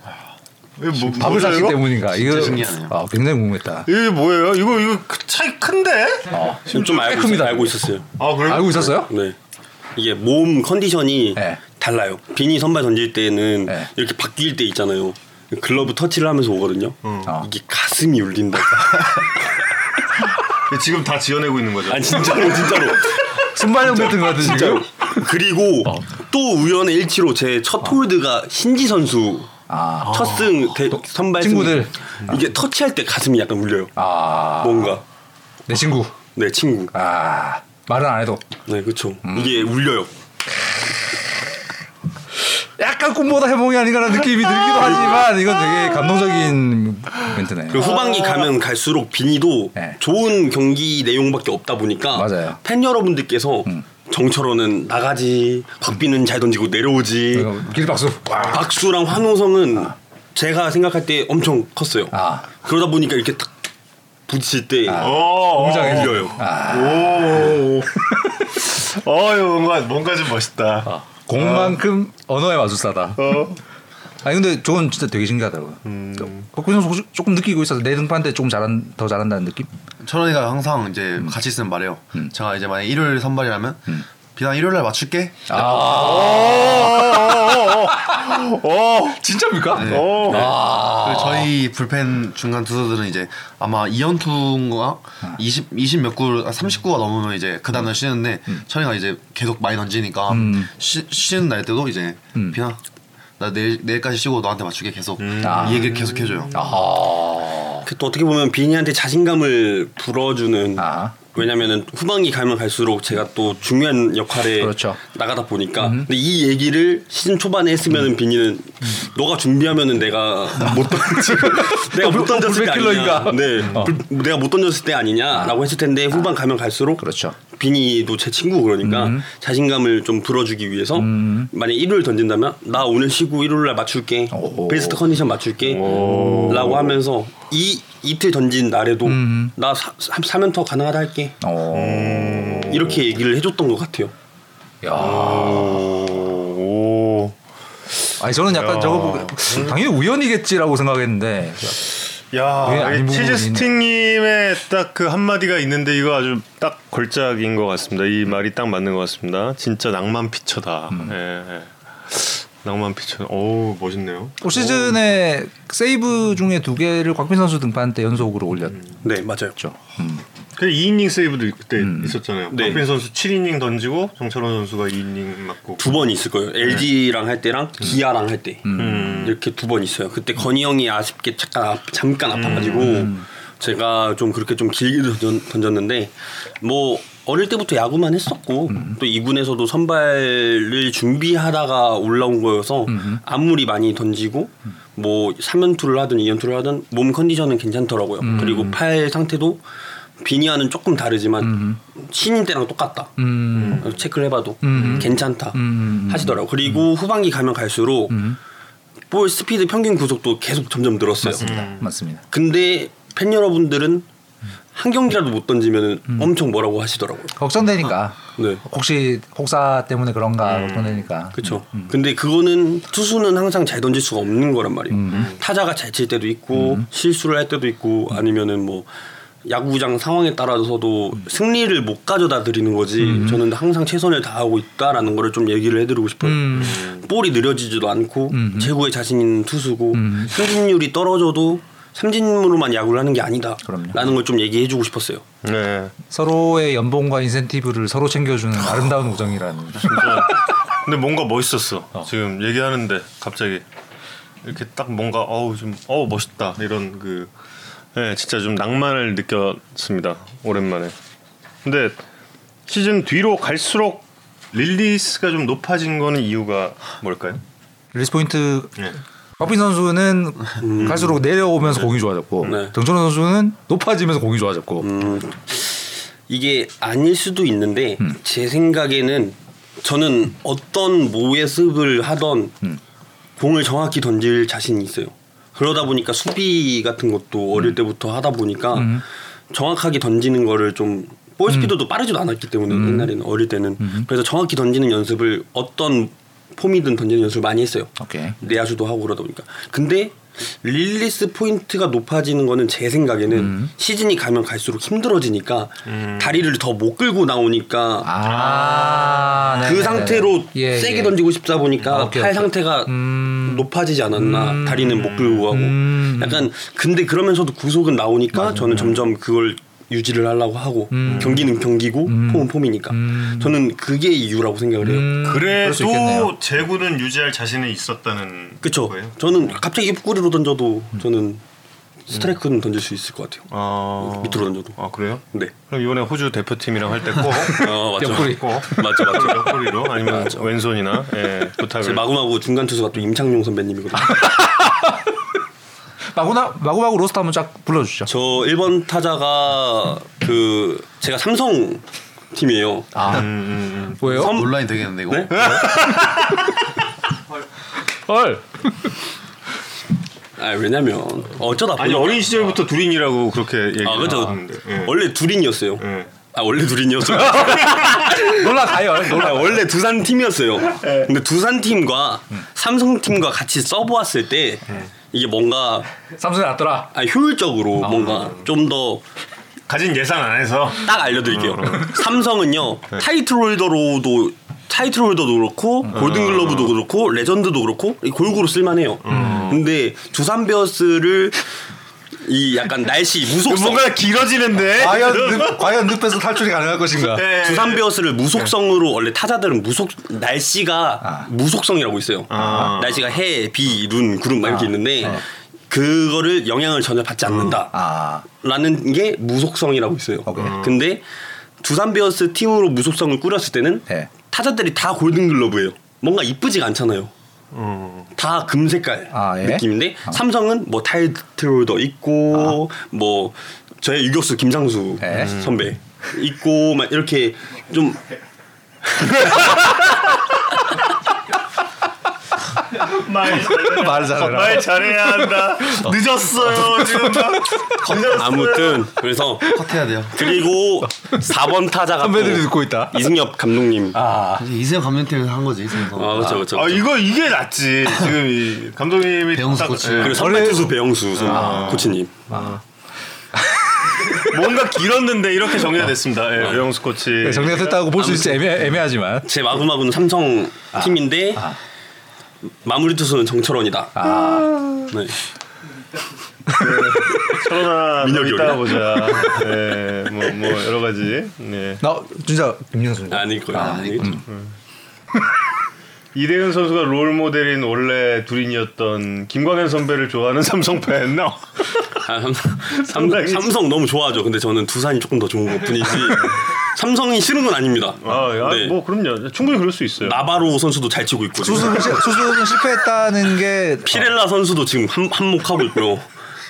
Speaker 1: 이게 뭐,
Speaker 3: 밥을
Speaker 1: 뭐죠,
Speaker 3: 샀기
Speaker 1: 이거?
Speaker 3: 때문이가 이거
Speaker 2: 신기하네요.
Speaker 3: 아, 굉장히 궁금했다.
Speaker 1: 이게 뭐예요? 이거 이거 그 차이 큰데?
Speaker 4: 지금 좀 알고, 있,
Speaker 3: 큽니다.
Speaker 4: 알고 있었어요.
Speaker 1: 아 그래요?
Speaker 3: 알고 있었어요?
Speaker 4: 네. 이게 몸 컨디션이
Speaker 3: 네.
Speaker 4: 달라요. 빈이 선발 던질 때는
Speaker 3: 네.
Speaker 4: 이렇게 바뀔 때 있잖아요. 글러브 터치를 하면서 오거든요.
Speaker 3: 어.
Speaker 4: 이게 가슴이 울린다.
Speaker 1: 지금 다 지어내고 있는 거죠.
Speaker 4: 아 진짜로 진짜로
Speaker 3: 순발력 같은 거 같은
Speaker 4: 진짜요. 그리고
Speaker 3: 어.
Speaker 4: 또 우연의 일치로 제 첫 홀드가 신지 선수
Speaker 3: 아.
Speaker 4: 첫승 대- 선발 승.
Speaker 3: 친구들.
Speaker 4: 이게 터치할 때 가슴이 약간 울려요.
Speaker 3: 아,
Speaker 4: 뭔가
Speaker 3: 내 친구.
Speaker 4: 내 친구.
Speaker 3: 아, 말은 안 해도
Speaker 4: 네 그렇죠.
Speaker 3: 음.
Speaker 4: 이게 울려요.
Speaker 3: 약간 꿈보다 해몽이 아닌가라는 느낌이 들기도 하지만 이건 되게 감동적인 멘트네.
Speaker 4: 그리고 후반기 가면 갈수록 비니도
Speaker 3: 아. 네.
Speaker 4: 좋은 경기 내용밖에 없다 보니까
Speaker 3: 맞아요. 음.
Speaker 4: 팬 여러분들께서 정철호는 나가지, 박비는 잘 던지고 내려오지,
Speaker 3: 이거 길박수. 와.
Speaker 4: 박수랑 환호성은 제가 생각할 때 엄청 컸어요.
Speaker 3: 아.
Speaker 4: 그러다 보니까 이렇게 탁 부딪힐 때
Speaker 1: 어, 어.
Speaker 3: 굉장히
Speaker 4: 울려요.
Speaker 1: 오. 어, 이거 뭔가 뭔가 좀 멋있다.
Speaker 3: 아. 공만큼 언어의 마술사다.
Speaker 1: 어.
Speaker 3: 아니 근데 저건 진짜 되게 신기하더라고요. 곽빈 선수 혹시 조금 느끼고 있어서 내 등판 때 조금 잘한 더 잘한다는 느낌?
Speaker 2: 철원이가 항상 이제 같이 있으면 말해요. 제가 이제 만약 일요일 선발이라면 비단 일요일 날 맞출게.
Speaker 3: 진짜입니까?
Speaker 1: 어.
Speaker 2: 그리고 저희 불펜 중간 투수들은 이제 아마 2연투인가 20, 20 몇 구, 39가 넘으면 이제 그 음. 다음날 음. 쉬는데 천이가 이제 계속 많이 던지니까 쉬, 쉬는 날 때도 이제 비나 음. 아. 나 내일, 내일까지 쉬고 너한테 맞추게 계속 이 얘기를 계속 해줘요.
Speaker 4: 그또 어떻게 보면 비니한테 자신감을 불어주는
Speaker 3: 아.
Speaker 4: 왜냐면은 후반기 가면 갈수록 제가 또 중요한 역할에
Speaker 3: 그렇죠.
Speaker 4: 나가다 보니까 근데 이 얘기를 시즌 초반에
Speaker 3: 음.
Speaker 4: 했으면은 비니는 너가 준비하면은 내가 못 던지 내가
Speaker 3: 어,
Speaker 4: 못 던졌을 때
Speaker 3: 블랙킬러인가?
Speaker 4: 아니냐 네
Speaker 3: 어.
Speaker 4: 불- 내가 못 던졌을 때 아니냐라고 했을 텐데 후반 가면 갈수록
Speaker 3: 그렇죠. 음.
Speaker 4: 비니도 제 친구 그러니까 자신감을 좀 불어주기 위해서 만약 1월 던진다면 나 오늘 쉬고 1월 날 맞출게
Speaker 3: 오.
Speaker 4: 베스트 컨디션 맞출게 라고 하면서 이 이틀 던진 날에도
Speaker 3: 음.
Speaker 4: 나 사, 3연타 가능하다 할게
Speaker 3: 어.
Speaker 4: 이렇게 얘기를 해줬던 것 같아요
Speaker 3: 야.
Speaker 1: 오.
Speaker 3: 아니 저는 약간
Speaker 1: 야.
Speaker 3: 저거 보고 당연히 우연이겠지라고 생각했는데 왜
Speaker 1: 야,
Speaker 3: 아닌
Speaker 1: 이
Speaker 3: 부분이 있네.
Speaker 1: 치즈스틱님의 딱 그 한마디가 있는데 이거 아주 딱 걸작인 것 같습니다. 이 말이 딱 맞는 것 같습니다. 진짜 낭만 피처다. 예, 예. 낭만 피처. 오, 멋있네요.
Speaker 3: 올 시즌에 세이브 중에 두 개를 곽빈 선수 등판 때 연속으로 올렸죠.
Speaker 4: 네 맞아요
Speaker 3: 음.
Speaker 1: 그 2이닝 세이브도 그때 있었잖아요.
Speaker 4: 네.
Speaker 1: 박빈 선수 7이닝 던지고 정철원 선수가 2이닝 맞고.
Speaker 4: 두 번 있을 거예요 LG랑 할 때랑 기아랑 할 때 이렇게 두 번 있어요 그때 건희 형이 아쉽게 잠깐, 아- 잠깐 아파가지고 제가 좀 그렇게 좀 길게 던전- 던졌는데 뭐 어릴 때부터 야구만 했었고 또 2군에서도 선발을 준비하다가 올라온 거여서 아무리 많이 던지고 뭐 3연투를 하든 2연투를 하든 몸 컨디션은 괜찮더라고요. 그리고 팔 상태도 비니아는 조금 다르지만 신인 때랑 똑같다. 음, 체크를 해봐도 괜찮다 하시더라고. 요 그리고 후반기 가면 갈수록 볼 스피드 평균 구속도 계속 점점 늘었어요.
Speaker 3: 맞습니다.
Speaker 4: 근데 팬 여러분들은 한 경기라도 못 던지면 엄청 뭐라고 하시더라고요.
Speaker 3: 걱정되니까
Speaker 4: 네.
Speaker 3: 혹시 혹사 때문에 그런가 걱정되니까
Speaker 4: 음. 그렇죠. 근데 그거는 투수는 항상 잘 던질 수가 없는 거란 말이에요.
Speaker 3: 음.
Speaker 4: 타자가 잘 칠 때도 있고 실수를 할 때도 있고
Speaker 3: 음.
Speaker 4: 아니면은 뭐 야구장 상황에 따라서도
Speaker 3: 음.
Speaker 4: 승리를 못 가져다 드리는 거지. 저는 항상 최선을 다하고 있다라는 거를 좀 얘기를 해드리고 싶어요.
Speaker 3: 음.
Speaker 4: 볼이 느려지지도 않고 제구에 자신 있는 투수고
Speaker 3: 음.
Speaker 4: 승진율이 떨어져도 삼진으로만 야구를 하는 게
Speaker 3: 그럼요.
Speaker 4: 아니다라는 걸 좀 얘기해주고 싶었어요.
Speaker 1: 네.
Speaker 3: 서로의 연봉과 인센티브를 서로 챙겨주는 아름다운 우정이라는
Speaker 1: 근데 뭔가 멋있었어. 지금 얘기하는데 갑자기 이렇게 딱 뭔가 어우 좀 어우 멋있다 이런 그 예, 진짜 좀 낭만을 느꼈습니다. 오랜만에. 근데 시즌 뒤로 갈수록 릴리스가 좀 높아진 거는 이유가 뭘까요?
Speaker 3: 리스 포인트
Speaker 1: 예.
Speaker 3: 박빈 선수는 갈수록 내려오면서 공이 좋아졌고
Speaker 4: 네. 음. 네. 음.
Speaker 3: 정철원 선수는 높아지면서 공이 좋아졌고
Speaker 4: 이게 아닐 수도 있는데
Speaker 3: 음.
Speaker 4: 제 생각에는 저는 어떤 모의습을 하던
Speaker 3: 음.
Speaker 4: 공을 정확히 던질 자신이 있어요. 그러다 보니까 수비 같은 것도
Speaker 3: 음.
Speaker 4: 어릴 때부터 하다 보니까 정확하게 던지는 거를 좀
Speaker 3: 음.
Speaker 4: 볼스피드도 빠르지도 않았기 때문에 옛날에는 어릴 때는 그래서 정확히 던지는 연습을 어떤 폼이든 던지는 연습을 많이 했어요.
Speaker 3: 오케이
Speaker 4: 내야수도 하고 그러다 보니까 근데 릴리스 포인트가 높아지는 거는 제 생각에는
Speaker 3: 음.
Speaker 4: 시즌이 가면 갈수록 힘들어지니까 다리를 더 못 끌고 나오니까
Speaker 3: 아, 네,
Speaker 4: 그
Speaker 3: 네, 네,
Speaker 4: 상태로
Speaker 3: 네. 예,
Speaker 4: 세게
Speaker 3: 예.
Speaker 4: 던지고 싶다 보니까
Speaker 3: 오케이,
Speaker 4: 팔
Speaker 3: 오케이. 음.
Speaker 4: 상태가 높아지지 않았나 다리는 못 끌고 가고 약간 근데 그러면서도 구속은 나오니까
Speaker 3: 음.
Speaker 4: 저는 점점 그걸 유지를 하려고 하고 경기는 경기고
Speaker 3: 음.
Speaker 4: 폼은 폼이니까 저는 그게 이유라고 생각을 해요.
Speaker 3: 그럴 수 있겠네요.
Speaker 1: 그래도 재구는 유지할 자신이 있었다는
Speaker 4: 그쵸.
Speaker 1: 거예요?
Speaker 4: 저는 갑자기 뿌리로 던져도
Speaker 3: 음.
Speaker 4: 저는 스트라이크는 던질 수 있을 것 같아요.
Speaker 3: 어.
Speaker 1: 아
Speaker 4: 밑으로 던져도.
Speaker 1: 아 그래요?
Speaker 4: 네.
Speaker 1: 그럼 이번에 호주 대표팀이랑 할 때 꼭.
Speaker 4: 어, 맞죠.
Speaker 3: 옆구리.
Speaker 1: 꼭
Speaker 4: 맞죠, 맞죠.
Speaker 1: 옆구리로 아니면 왼손이나 예,
Speaker 4: 제
Speaker 1: 부탁을
Speaker 4: 마구마구 중간 투수가 또 임창용
Speaker 3: 아.
Speaker 4: 선배님이거든요.
Speaker 3: 마구나 마구마구 로스터 한번 쫙 불러주시죠.
Speaker 4: 저 1번 타자가 그 제가 삼성 팀이에요.
Speaker 3: 아 왜요?
Speaker 4: 섬-
Speaker 2: 논란이 되겠는데 이거.
Speaker 4: 네?
Speaker 3: 헐
Speaker 4: 아, 왜냐면 어쩌다 보니
Speaker 1: 아니 어린 시절부터 두린이라고 그렇게 얘기를
Speaker 4: 아, 그죠.
Speaker 1: 하는데 예.
Speaker 4: 원래 둘인이었어요.
Speaker 1: 예.
Speaker 4: 아, 원래 둘인이었어요.
Speaker 3: 놀라가요.
Speaker 4: 아, 원래 두산 팀이었어요.
Speaker 1: 예.
Speaker 4: 근데 두산 팀과
Speaker 3: 음.
Speaker 4: 삼성 팀과 같이 써보았을 때
Speaker 1: 예.
Speaker 4: 이게 뭔가
Speaker 3: 삼성이 났더라.
Speaker 4: 아니, 효율적으로 뭔가 좀 더 딱
Speaker 1: 가진 예산 안에서
Speaker 4: 알려드릴게요. 삼성은요 타이틀 홀더로도 타이틀 홀더도 그렇고 골든 글러브도 그렇고 레전드도 그렇고 이 골고루 쓸만해요. 근데 두산 베어스를 이 약간 날씨 무속성
Speaker 1: 길어지는데
Speaker 3: 과연 늪, 과연 늪에서 탈출이 가능할 것인가?
Speaker 1: 예.
Speaker 4: 네, 두산 베어스를 무속성으로 원래 타자들은 무속 날씨가 무속성이라고 있어요. 날씨가 해, 비, 눈, 구름 막 이렇게 있는데 그거를 영향을 전혀 받지 않는다.
Speaker 3: 아
Speaker 4: 라는 게 무속성이라고 있어요.
Speaker 3: 오케이.
Speaker 4: 근데 두산 베어스 팀으로 무속성을 꾸렸을 때는
Speaker 3: 네.
Speaker 4: 타자들이 다 골든글러브예요. 뭔가 이쁘지가 않잖아요.
Speaker 3: 음.
Speaker 4: 다 금색깔
Speaker 3: 아, 아. 예.
Speaker 4: 느낌인데 삼성은 뭐 타이틀홀더 있고 뭐 저의 유격수 김상수
Speaker 3: 예.
Speaker 4: 선배 있고 막 이렇게 좀
Speaker 5: 말 잘해.
Speaker 3: 말 잘해라.
Speaker 5: 말 잘해야 한다. 늦었어요 지금.
Speaker 4: 어. 아무튼 그래서
Speaker 2: 컷해야 돼요.
Speaker 4: 그리고 4번 타자가
Speaker 3: 선배들이
Speaker 4: 또
Speaker 3: 듣고 있다.
Speaker 4: 이승엽 감독님 아,
Speaker 2: 이제 이승엽 감독님에서 한 거지 이승엽.
Speaker 4: 그렇죠 그렇죠
Speaker 5: 아 이거 이게 낫지. 지금 이 감독님이
Speaker 2: 배영수
Speaker 5: 딱-
Speaker 2: 코치.
Speaker 5: 예.
Speaker 4: 그리고 선발 투수 배영수 선-
Speaker 3: 아.
Speaker 4: 코치님
Speaker 5: 뭔가 길었는데 이렇게 정리가 됐습니다.
Speaker 4: 어.
Speaker 5: 예, 배영수 코치.
Speaker 3: 네, 정리가 됐다고 볼 수 있지 애매, 애매하지만
Speaker 4: 제 마구마구는 삼성
Speaker 3: 아.
Speaker 4: 팀인데 마무리 투수는 정철원이다
Speaker 3: 아.
Speaker 4: 네.
Speaker 5: 코로나
Speaker 4: 민혁이
Speaker 5: 있다
Speaker 4: 올려?
Speaker 5: 보자. 예, 뭐, 뭐 여러 가지. 예.
Speaker 3: 나 진짜 김민수
Speaker 4: 아닐 거예요 아닐 거예요.
Speaker 3: 음.
Speaker 5: 이대은 선수가 롤 모델인 원래 둘인이었던 김광현 선배를 좋아하는 삼성 팬. 어. 나
Speaker 4: 아, 삼, 삼, 삼성 너무 좋아하죠 근데 저는 두산이 조금 더 좋은 것 뿐이지 삼성이 싫은 건 아닙니다
Speaker 5: 아, 야,
Speaker 4: 네.
Speaker 5: 뭐 그럼요. 충분히 그럴 수
Speaker 3: 네.
Speaker 5: 있어요.
Speaker 4: 나바로 선수도 잘 치고 있고 지금.
Speaker 3: 수습은, 실- 수습은 실패했다는 게
Speaker 4: 피렐라 선수도 지금 한, 한몫하고 있고요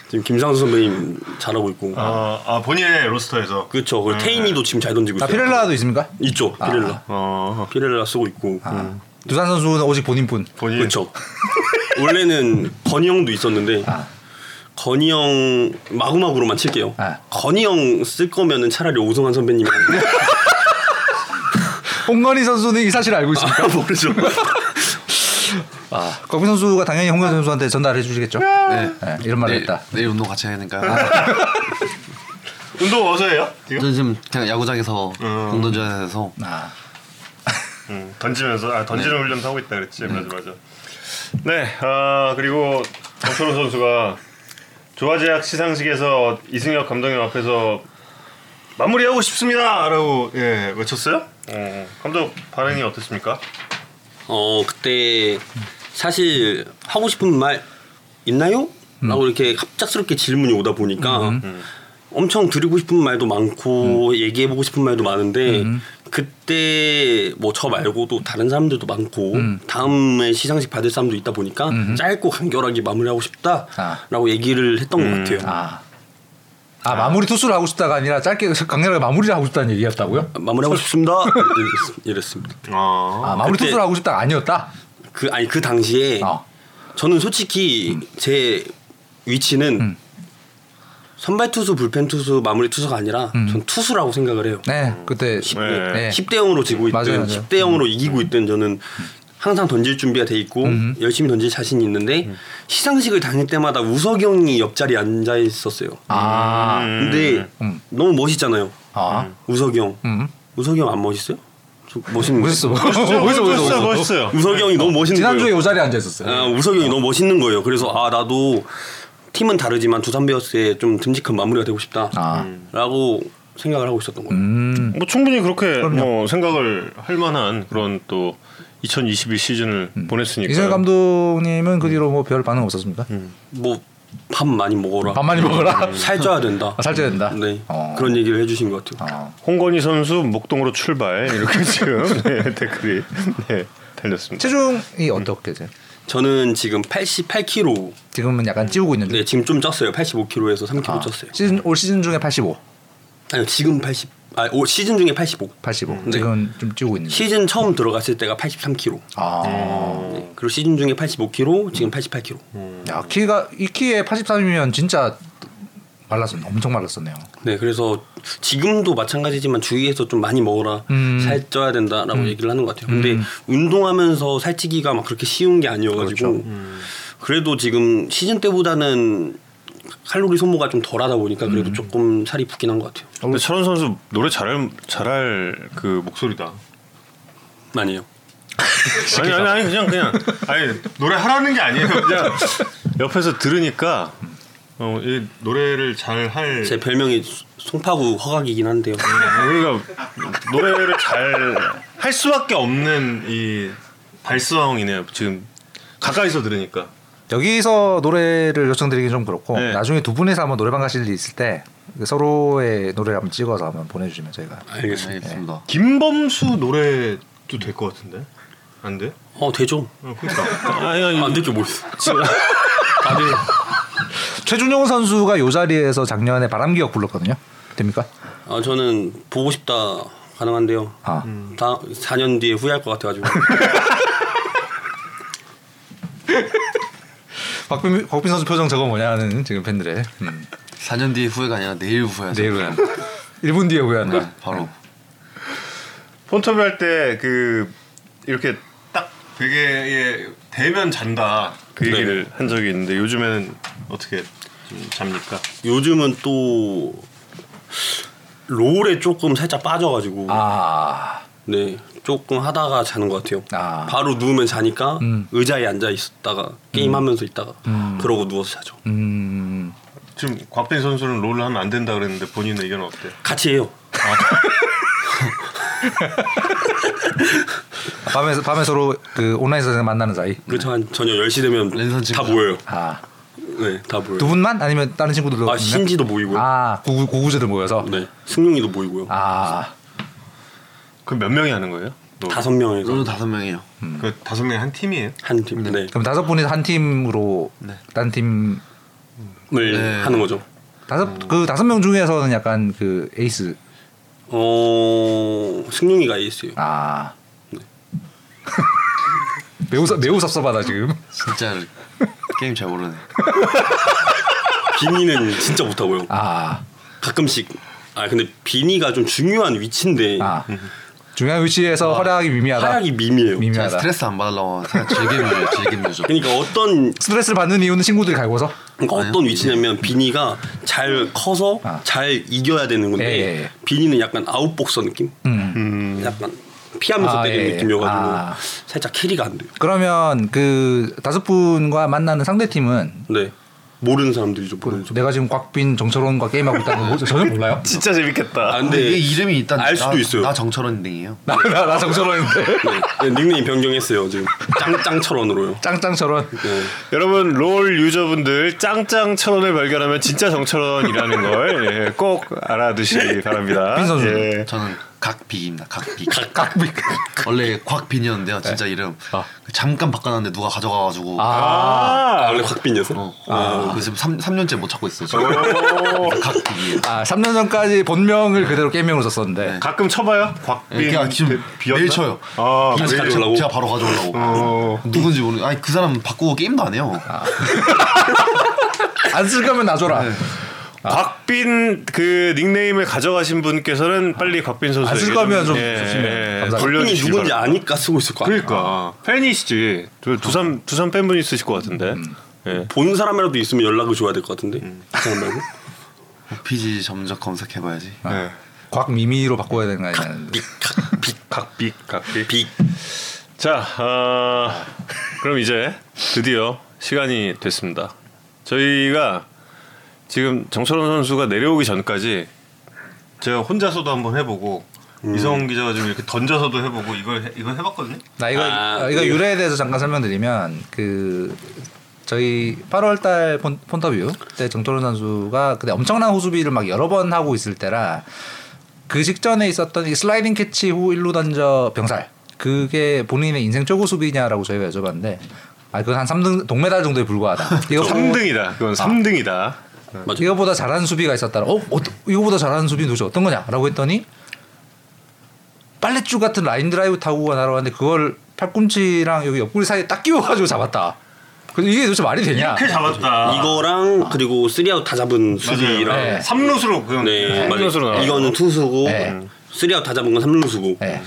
Speaker 4: 지금 김상수 선배님 잘하고 있고
Speaker 5: 아, 아 본인의 로스터에서.
Speaker 4: 그렇죠. 그리고 테인이도 지금 잘 던지고
Speaker 3: 아,
Speaker 4: 있어요.
Speaker 3: 피렐라도 아. 있습니까?
Speaker 4: 있죠. 피렐라.
Speaker 5: 어,
Speaker 4: 피렐라 쓰고 있고.
Speaker 3: 아.
Speaker 4: 음.
Speaker 3: 두산 선수는 오직 본인뿐.
Speaker 5: 본인.
Speaker 4: 그렇죠. 원래는 건이 형도 있었는데 건이 형 마구마구로만 칠게요.
Speaker 3: 아.
Speaker 4: 건이 형 쓸 거면은 차라리 오승환 선배님.
Speaker 3: 홍건희 선수는 이 사실을 알고 있습니까?
Speaker 4: 모르죠.
Speaker 3: 아, 곽빈 선수가 당연히 홍건희 선수한테 전달해 주시겠죠.
Speaker 2: 네.
Speaker 3: 네, 이런 말을
Speaker 2: 내일,
Speaker 3: 했다.
Speaker 2: 내일 운동 같이 해야 되니까.
Speaker 5: 운동 어서 해요? 지금?
Speaker 2: 저는 지금 그냥 야구장에서 공동전에서
Speaker 3: 아,
Speaker 5: 음, 던지면서 아 던지는 훈련 하고 있다 그랬지 맞아 맞아. 네, 아 그리고 정철호 선수가 조화제약 시상식에서 이승엽 감독님 앞에서 마무리하고 싶습니다라고 예 외쳤어요. 어, 감독 반응이 어땠습니까?
Speaker 4: 어 그때 사실 하고 싶은 말 있나요? 라고 이렇게 갑작스럽게 질문이 오다 보니까 엄청 드리고 싶은 말도 많고 얘기해보고 싶은 말도 많은데 그때 뭐 저 말고도 다른 사람들도 많고 다음에 시상식 받을 사람도 있다 보니까 짧고 간결하게 마무리하고
Speaker 3: 아.
Speaker 4: 싶다라고 얘기를 했던 것 같아요.
Speaker 3: 아. 아, 마무리 투수를 하고 싶다가 아니라 짧게 강렬하게 마무리를 하고 싶다는 얘기였다고요?
Speaker 4: 마무리하고 싶습니다. 이랬- 이랬습니다.
Speaker 5: 아,
Speaker 3: 아, 마무리
Speaker 4: 그때-
Speaker 3: 투수를 하고 싶다가 아니었다.
Speaker 4: 그 아니 그 당시에
Speaker 3: 어.
Speaker 4: 저는 솔직히 제 위치는
Speaker 3: 음.
Speaker 4: 선발 투수, 불펜 투수, 마무리 투수가 아니라 전 투수라고 생각을 해요.
Speaker 3: 음. 네, 그때
Speaker 5: 네.
Speaker 3: 네.
Speaker 4: 10대 0으로 지고 있든
Speaker 3: 맞아요, 음. 맞아요.
Speaker 4: 10대 0으로 이기고 있든 저는 항상 던질 준비가 돼 있고
Speaker 3: 음.
Speaker 4: 열심히 던질 자신이 있는데 시상식을 당일 때마다 우석이 형이 옆자리에 앉아 있었어요.
Speaker 3: 아,
Speaker 4: 근데
Speaker 3: 음.
Speaker 4: 너무 멋있잖아요.
Speaker 3: 아,
Speaker 4: 우석이 형.
Speaker 3: 음.
Speaker 4: 우석이 형 안 멋있어요? 저 멋있는
Speaker 3: 멋있어, 멋있어,
Speaker 5: 아,
Speaker 3: 멋있어,
Speaker 5: 멋있어요,
Speaker 3: 멋있어.
Speaker 5: 멋있어요.
Speaker 4: 우석이 형이 너무 멋있는 거예요.
Speaker 3: 지난주에 요 자리에 앉아 있었어요.
Speaker 4: 아, 우석이 형이 너무 멋있는 거예요. 그래서 아 나도 팀은 다르지만 두산 베어스에 좀 듬직한 마무리가 되고
Speaker 3: 아.
Speaker 4: 싶다라고 생각을 하고 있었던 거예요.
Speaker 3: 음,
Speaker 5: 뭐 충분히 그렇게 뭐 생각을 할 만한 그런 또 2021 시즌을 보냈으니까.
Speaker 3: 음. 이승엽 감독님은 그 뒤로 뭐 별 반응 없었습니까?
Speaker 4: 뭐 밥 많이 먹어라.
Speaker 3: 밥 많이 먹어라.
Speaker 4: 살쪄야 된다.
Speaker 3: 아, 살쪄야 된다.
Speaker 4: 음. 네.
Speaker 3: 어.
Speaker 4: 그런 얘기를 해주신 것 같아요.
Speaker 5: 홍건희 선수 목동으로 출발 이렇게 지금 네, 댓글이 네, 달렸습니다.
Speaker 3: 체중이 어떻게 돼요?
Speaker 4: 저는 지금 88kg.
Speaker 3: 지금은 약간 찌우고 있는
Speaker 4: 네, 지금 좀 쪘어요. 85kg에서 3kg
Speaker 3: 아,
Speaker 4: 쪘어요.
Speaker 3: 시즌 올 시즌 중에 85,
Speaker 4: 아니 지금 80. 아, 올 시즌 중에 85.
Speaker 3: 85.
Speaker 4: 네.
Speaker 3: 지금 좀 찌우고 있는.
Speaker 4: 시즌 처음 들어갔을 때가 83kg.
Speaker 3: 아,
Speaker 4: 네. 그리고 시즌 중에 85kg, 지금 88kg.
Speaker 3: 야 키가 이 키에 83이면 진짜 말랐었네. 엄청 말랐었네요.
Speaker 4: 네, 그래서 지금도 마찬가지지만 주위에서 좀 많이 먹어라,
Speaker 3: 음.
Speaker 4: 살쪄야 된다라고 얘기를 하는 것 같아요. 근데 운동하면서 살찌기가 막 그렇게 쉬운 게
Speaker 3: 그렇죠.
Speaker 4: 아니어가지고 그래도 지금 시즌 때보다는 칼로리 소모가 좀 덜하다 보니까
Speaker 3: 음.
Speaker 4: 그래도 조금 살이 붙긴 한 것 같아요.
Speaker 5: 근데 철원 선수 노래 잘할 잘할 그 목소리다.
Speaker 4: 아니에요.
Speaker 5: 아니 아니 아니 그냥 그냥 아니 노래 하라는 게 아니에요. 그냥 옆에서 들으니까 어, 이 노래를 잘할
Speaker 4: 제 별명이 송파구 허각이긴 한데요.
Speaker 5: 우리가 노래를 잘 할 수밖에 없는 이 발성이네요. 지금 가까이서 들으니까
Speaker 3: 여기서 노래를 요청드리긴 좀 그렇고
Speaker 1: 네.
Speaker 3: 나중에 두 분에서 한번 노래방 가실 일 있을 때그 서로의 노래 한번 찍어서 한번 보내주시면 저희가
Speaker 4: 알겠습니다.
Speaker 2: 알겠습니다.
Speaker 1: 김범수 노래도 될 것 같은데 안 돼?
Speaker 4: 어 되죠.
Speaker 1: 어, 그러니까
Speaker 4: 아니 아니 안 될게 뭐 있어.
Speaker 1: 다들
Speaker 3: 최준용 선수가 요 자리에서 작년에 바람기억 불렀거든요. 됩니까?
Speaker 4: 아 저는 보고 싶다 가능한데요.
Speaker 3: 아
Speaker 4: 다 4년 뒤에 후회할 것 같아가지고
Speaker 3: 박빈, 박빈 선수 표정 저거 뭐냐는 지금 팬들의 음,
Speaker 2: 4년 뒤에 후회가 아니라 내일 후회하죠.
Speaker 3: 내일을 한다. 1분 뒤에 후회한다.
Speaker 2: 네, 바로
Speaker 1: 폰터뷰 할 때 그 이렇게 딱 되게 예, 대면 잔다 그 얘기를 한 적이 있는데 요즘에는 어떻게 좀 잡니까?
Speaker 4: 요즘은 또 롤에 조금 살짝 빠져가지고
Speaker 3: 아
Speaker 4: 네 조금 하다가 자는 것 같아요.
Speaker 3: 아.
Speaker 4: 바로 누우면 자니까
Speaker 3: 음.
Speaker 4: 의자에 앉아 있었다가 게임하면서 있다가 그러고 누워서 자죠.
Speaker 3: 음.
Speaker 1: 지금 곽빈 선수는 롤을 하면 안 된다 그랬는데 본인 의견은 어때요?
Speaker 4: 같이 해요.
Speaker 3: 밤에 밤에 서로 그 온라인에서 만나는 사이.
Speaker 4: 그렇죠 한 저녁 10시 되면
Speaker 2: 랜선
Speaker 4: 다
Speaker 2: 친구들.
Speaker 4: 모여요.
Speaker 3: 아두
Speaker 4: 네 다 모여요.
Speaker 3: 분만 아니면 다른 친구들도
Speaker 4: 아
Speaker 3: 있나요?
Speaker 4: 신지도 모이고요.
Speaker 3: 아 고구 고구제들 모여서.
Speaker 4: 네 승용이도 모이고요.
Speaker 3: 아
Speaker 1: 그럼 몇 명이 하는 거예요? 롤?
Speaker 4: 다섯 명에서
Speaker 2: 오늘 다섯 명이에요.
Speaker 1: 그 다섯 명이 한 팀이에요?
Speaker 4: 한 팀. 네.
Speaker 3: 그럼 다섯 분이 한 팀으로
Speaker 2: 네.
Speaker 3: 다른 팀
Speaker 4: 을
Speaker 2: 네.
Speaker 4: 하는 거죠.
Speaker 3: 다섯 그 다섯 명 중에서는 약간 그 에이스
Speaker 4: 어 승용이가 에이스예요.
Speaker 3: 아 매우 섭- 매우 섭섭하다 지금
Speaker 2: 진짜 게임 잘 모르네.
Speaker 4: 비니는 진짜 못하고요.
Speaker 3: 아,
Speaker 4: 가끔씩 아 근데 비니가 좀 중요한 위치인데
Speaker 3: 아. 중요한 위치에서 허락이 미미하다
Speaker 4: 하락이 미미해요.
Speaker 2: 제가
Speaker 3: 미미하다
Speaker 2: 스트레스 안 받으려고 그냥 즐기면 즐기면 죠
Speaker 4: 그러니까 어떤
Speaker 3: 스트레스를 받는 이유는 친구들이 갈고서
Speaker 4: 그러니까 어떤 위치냐면 비니가 잘 커서
Speaker 3: 아.
Speaker 4: 잘 이겨야 되는 건데
Speaker 3: 예, 예, 예.
Speaker 4: 비니는 약간 아웃복서 느낌,
Speaker 3: 음.
Speaker 4: 약간 피하면서
Speaker 3: 아,
Speaker 4: 때리는
Speaker 3: 예, 예.
Speaker 4: 느낌이어가지고
Speaker 3: 아.
Speaker 4: 살짝 캐리가 안 돼요.
Speaker 3: 그러면 그 다섯 분과 만나는 상대 팀은
Speaker 4: 네 모르는 사람들이죠 모르는 사람.
Speaker 3: 내가 지금 곽빈 정철원과 게임하고 있다는 거 뭐- 전혀 몰라요
Speaker 1: 진짜 재밌겠다.
Speaker 4: 아
Speaker 2: 근데
Speaker 4: 근데
Speaker 2: 이게 이름이 일단
Speaker 4: 알 수도
Speaker 2: 나,
Speaker 4: 있어요.
Speaker 2: 나 정철원 등이에요.
Speaker 3: 나 나 정철원인데
Speaker 4: 네, 닉네임 변경했어요 지금 짱짱철원으로요.
Speaker 3: 짱짱철원
Speaker 4: 네.
Speaker 1: 여러분 롤 유저분들 짱짱 철원을 발견하면 진짜 정철원이라는 걸 예, 꼭 알아두시기 바랍니다.
Speaker 3: 빈 선수.
Speaker 5: 네.
Speaker 1: 예.
Speaker 2: 저는 각비입니다. 각비.
Speaker 3: 곽빈
Speaker 2: 원래 곽빈이었는데요. 진짜 이름 잠깐 바꿔놨는데 누가 가져가가지고
Speaker 1: 아,
Speaker 4: 아 원래 곽빈이었어.
Speaker 2: 어, 어, 그 지금 3, 삼 년째 못 찾고 있어요. 지금. 각비예요.
Speaker 3: 아, 3년 전까지 본명을 그대로 게임명으로
Speaker 5: 네.
Speaker 3: 썼었는데.
Speaker 1: 가끔 쳐봐요.
Speaker 3: 예,
Speaker 1: 곽빈
Speaker 2: 네,
Speaker 3: 아,
Speaker 2: 그냥 지금
Speaker 1: 비었나?
Speaker 2: 매일 쳐요.
Speaker 1: 아, 매일
Speaker 4: 다시
Speaker 2: 제가,
Speaker 4: 가져오려고?
Speaker 2: 제가 바로 가져오려고.
Speaker 1: 어. 아.
Speaker 2: 누군지 모르. 아니 그 사람 바꾸고 게임도 안 해요.
Speaker 3: 안 쓸 거면 놔줘라.
Speaker 1: 아.
Speaker 5: 음,
Speaker 1: 곽빈 그 닉네임을 가져가신 분께서는 빨리 곽빈 선수
Speaker 3: 쓸 거면 아, 좀
Speaker 5: 네,
Speaker 3: 조심해. 감사합니다.
Speaker 4: 곽빈이 누군지 아니까 쓰고 있을 거야.
Speaker 1: 그러니까 팬이시지. 저 두산 두산 팬분 있으실 것 같은데.
Speaker 3: 음.
Speaker 5: 네.
Speaker 1: 예.
Speaker 4: 본 사람이라도 있으면 연락을 줘야 될 것 같은데. 그 사람 말고.
Speaker 2: PG 점적 검색해봐야지.
Speaker 1: 예.
Speaker 3: 곽미미로 바꿔야 되는 거 아니냐는데.
Speaker 1: 각빅 각빅 자 아, 그럼 이제 드디어 시간이 됐습니다 저희가 지금 정철원 선수가 내려오기 전까지 제가 혼자서도 한번 해보고 이성훈 기자가 좀 이렇게 던져서도 해보고 이걸 해, 이걸 해봤거든요
Speaker 3: 나 이거
Speaker 4: 아,
Speaker 3: 아, 이거
Speaker 4: 네.
Speaker 3: 유래에 대해서 잠깐 설명드리면 그 저희 8월 달 폰, 폰터뷰 때 정토론 선수가 그때 엄청난 호수비를 막 여러 번 하고 있을 때라 그 직전에 있었던 이 슬라이딩 캐치 후 일루 던져 병살 그게 본인의 인생 최고 수비냐라고 저희가 여쭤봤는데 아 그건 한 3등 동메달 정도에 불과하다. 이거
Speaker 1: 3등이다 그건 3등이다
Speaker 4: 맞아.
Speaker 3: 이거보다 잘하는 수비가 있었다. 어, 어 이거보다 잘하는 수비 도대체 어떤 거냐라고 했더니 빨랫줄 같은 라인 드라이브 타고 날아왔는데 그걸 팔꿈치랑 여기 옆구리 사이에 딱 끼워가지고 잡았다. 근데 이게 도대체 말이 되냐?
Speaker 5: 이렇게 잡았다.
Speaker 4: 이거랑 그리고 쓰리아웃 다 잡은 수비랑
Speaker 3: 아, 네.
Speaker 5: 삼루수로 그냥
Speaker 4: 네, 맞아요.
Speaker 1: 삼루수로 나와요.
Speaker 4: 이거는 투수고
Speaker 3: 네.
Speaker 4: 쓰리아웃 다 잡은 건 삼루수고
Speaker 3: 네.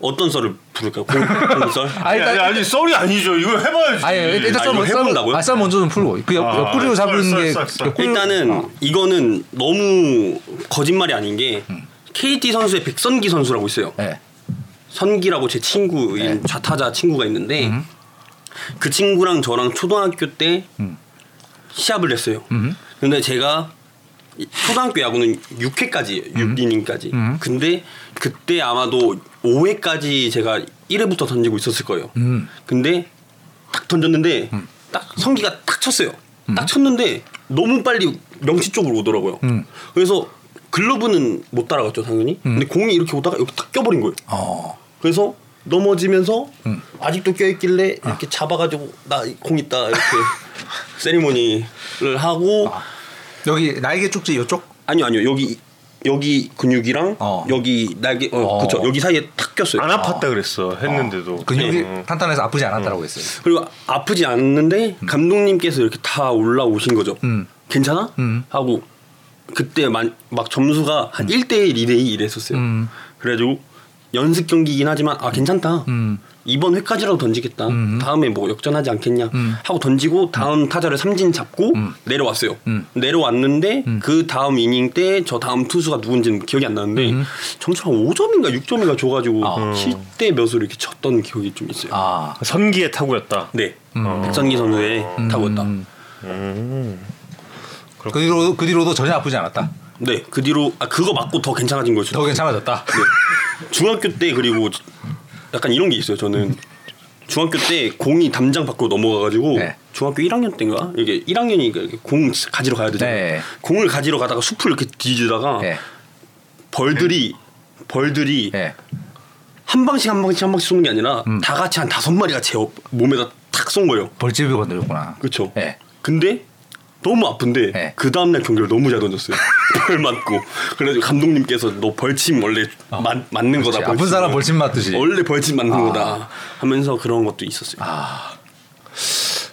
Speaker 4: 어떤 썰을 부를까요? 공, 공썰?
Speaker 3: 아
Speaker 1: 아니, 아니
Speaker 3: 일단
Speaker 1: 아니 썰이 아니죠 이걸 해봐야지
Speaker 3: 아니
Speaker 5: 음,
Speaker 3: 일단
Speaker 4: 아,
Speaker 3: 썰
Speaker 4: 이거
Speaker 3: 먼저 썰
Speaker 4: 해본다고요?
Speaker 3: 아, 썰 먼저 좀 풀고 그 옆,
Speaker 1: 아,
Speaker 3: 옆구리로
Speaker 1: 썰,
Speaker 3: 잡은
Speaker 1: 썰,
Speaker 3: 게
Speaker 1: 썰, 썰.
Speaker 3: 옆구리-
Speaker 4: 일단은
Speaker 1: 어.
Speaker 4: 이거는 너무 거짓말이 아닌 게
Speaker 1: 음.
Speaker 4: KT 선수의 백선기 선수라고 있어요.
Speaker 3: 네.
Speaker 4: 선기라고 제 친구인 좌타자 친구가 있는데 그 친구랑 저랑 초등학교 때 시합을 했어요. 근데 제가 이- 초등학교 야구는 6회까지예요. 6이닝까지. 근데 그때 아마도 5회까지 제가 1회부터 던지고 있었을 거예요. 근데 딱 던졌는데 딱 성기가 딱 쳤어요. 딱 쳤는데 너무 빨리 명치 쪽으로 오더라고요. 그래서 글러브는 못 따라갔죠 당연히. 근데 공이 이렇게 오다가 여기 탁 껴버린 거예요.
Speaker 3: 어.
Speaker 4: 그래서 넘어지면서 음. 아직도 껴있길래 이렇게 잡아가지고 나 공 있다 이렇게 세리머니를 하고
Speaker 3: 여기 날개 쪽지 이쪽?
Speaker 4: 아니요 아니요 여기 여기 근육이랑
Speaker 3: 어.
Speaker 4: 여기 날개 어,
Speaker 3: 어.
Speaker 4: 그쵸 여기 사이에 탁 꼈어요.
Speaker 5: 안 아팠다 그랬어 했는데도
Speaker 3: 근육이
Speaker 1: 네.
Speaker 5: 어.
Speaker 3: 탄탄해서 아프지 않았다라고 했어요.
Speaker 4: 그리고 아프지 않는데 감독님께서 이렇게 다 올라오신 거죠.
Speaker 3: 음.
Speaker 4: 괜찮아?
Speaker 3: 음.
Speaker 4: 하고 그때 만- 막 점수가 한 1대1, 2대2 이랬었어요.
Speaker 3: 음.
Speaker 4: 그래가지고 연습 경기이긴 하지만 아 괜찮다.
Speaker 3: 음.
Speaker 4: 이번 회까지라도 던지겠다. 다음에 뭐 역전하지 않겠냐
Speaker 3: 음.
Speaker 4: 하고 던지고 다음 타자를 삼진 잡고 내려왔어요.
Speaker 3: 음.
Speaker 4: 내려왔는데 그 다음 이닝 때 저 다음 투수가 누군지는 기억이 안 나는데 점수가 5점인가 6점인가 줘가지고
Speaker 3: 음. 아.
Speaker 4: 7대 몇으로 이렇게 쳤던 기억이 좀 있어요.
Speaker 3: 아.
Speaker 5: 선기의 타구였다.
Speaker 4: 네.
Speaker 3: 음.
Speaker 4: 백선기 선수의 타구였다.
Speaker 5: 음.
Speaker 3: 그 뒤로 그 뒤로도 전혀 아프지 않았다.
Speaker 4: 네. 그 뒤로 아 그거 맞고 더 괜찮아진 거죠.
Speaker 3: 더 괜찮아졌다.
Speaker 4: 네. 중학교 때 그리고 약간 이런 게 있어요. 저는 중학교 때 공이 담장 밖으로 넘어가가지고
Speaker 3: 네.
Speaker 4: 중학교 1학년 때인가 이게 1학년이니까 이렇게 공 가지러 가야 되잖아요.
Speaker 3: 네.
Speaker 4: 공을 가지러 가다가 숲을 이렇게 뒤지다가
Speaker 3: 예.
Speaker 4: 벌들이 벌들이
Speaker 3: 예.
Speaker 4: 한 방씩 한 방씩 한 방씩 쏘는 게 아니라
Speaker 3: 음.
Speaker 4: 다 같이 한 다섯 마리가 제 옆- 몸에다 탁 쏜 거예요.
Speaker 3: 벌집이 건드렸구나.
Speaker 4: 그렇죠.
Speaker 3: 예.
Speaker 4: 근데 너무 아픈데
Speaker 3: 네.
Speaker 4: 그 다음날 경기를 너무 잘 던졌어요. 벌 맞고 그래서 감독님께서 너 벌침 원래 맞, 맞는 거다.
Speaker 3: 아. 아픈
Speaker 4: 벌침은.
Speaker 3: 사람 벌침 맞듯이.
Speaker 4: 원래 벌침 맞는
Speaker 3: 아.
Speaker 4: 거다 하면서 그런 것도 있었어요.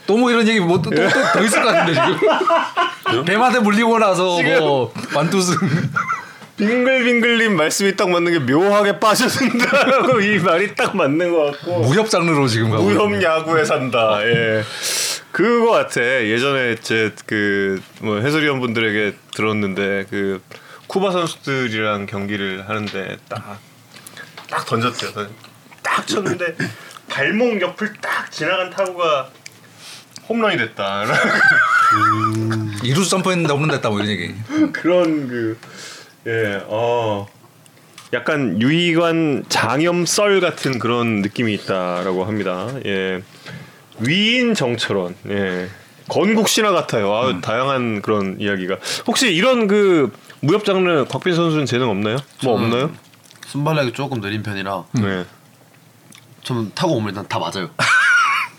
Speaker 3: 또 뭐 이런 얘기 뭐또또더 있을 것 같은데 지금. 뱀한테 물리고 나서 뭐 완투승.
Speaker 5: 빙글빙글님 말씀이 딱 맞는 게 묘하게 빠져든다라고 이 말이 딱 맞는 것 같고
Speaker 3: 무협 장르로 지금 가고.
Speaker 5: 무협 야구에 산다. 예. 그거 같아. 예전에 제그뭐 해설위원 분들에게 들었는데 그 쿠바 선수들이랑 경기를 하는데 딱 딱 던졌대요. 딱 쳤는데 발목 옆을 딱 지나간 타구가 홈런이 됐다.
Speaker 3: 이루수 점프했는데 없는 됐다 뭐 이런 얘기.
Speaker 5: 그런 그 예, 어 약간 유이관 장염 썰 같은 그런 느낌이 있다라고 합니다. 예. 위인 정철원. 예. 건국 신화 같아요. 아, 다양한 그런 이야기가. 혹시 이런 그 무협 장르 곽빈 선수는 재능 없나요? 뭐 없나요?
Speaker 2: 순발력이 조금 느린 편이라
Speaker 5: 네.
Speaker 2: 좀 타고 오면 일단 다 맞아요.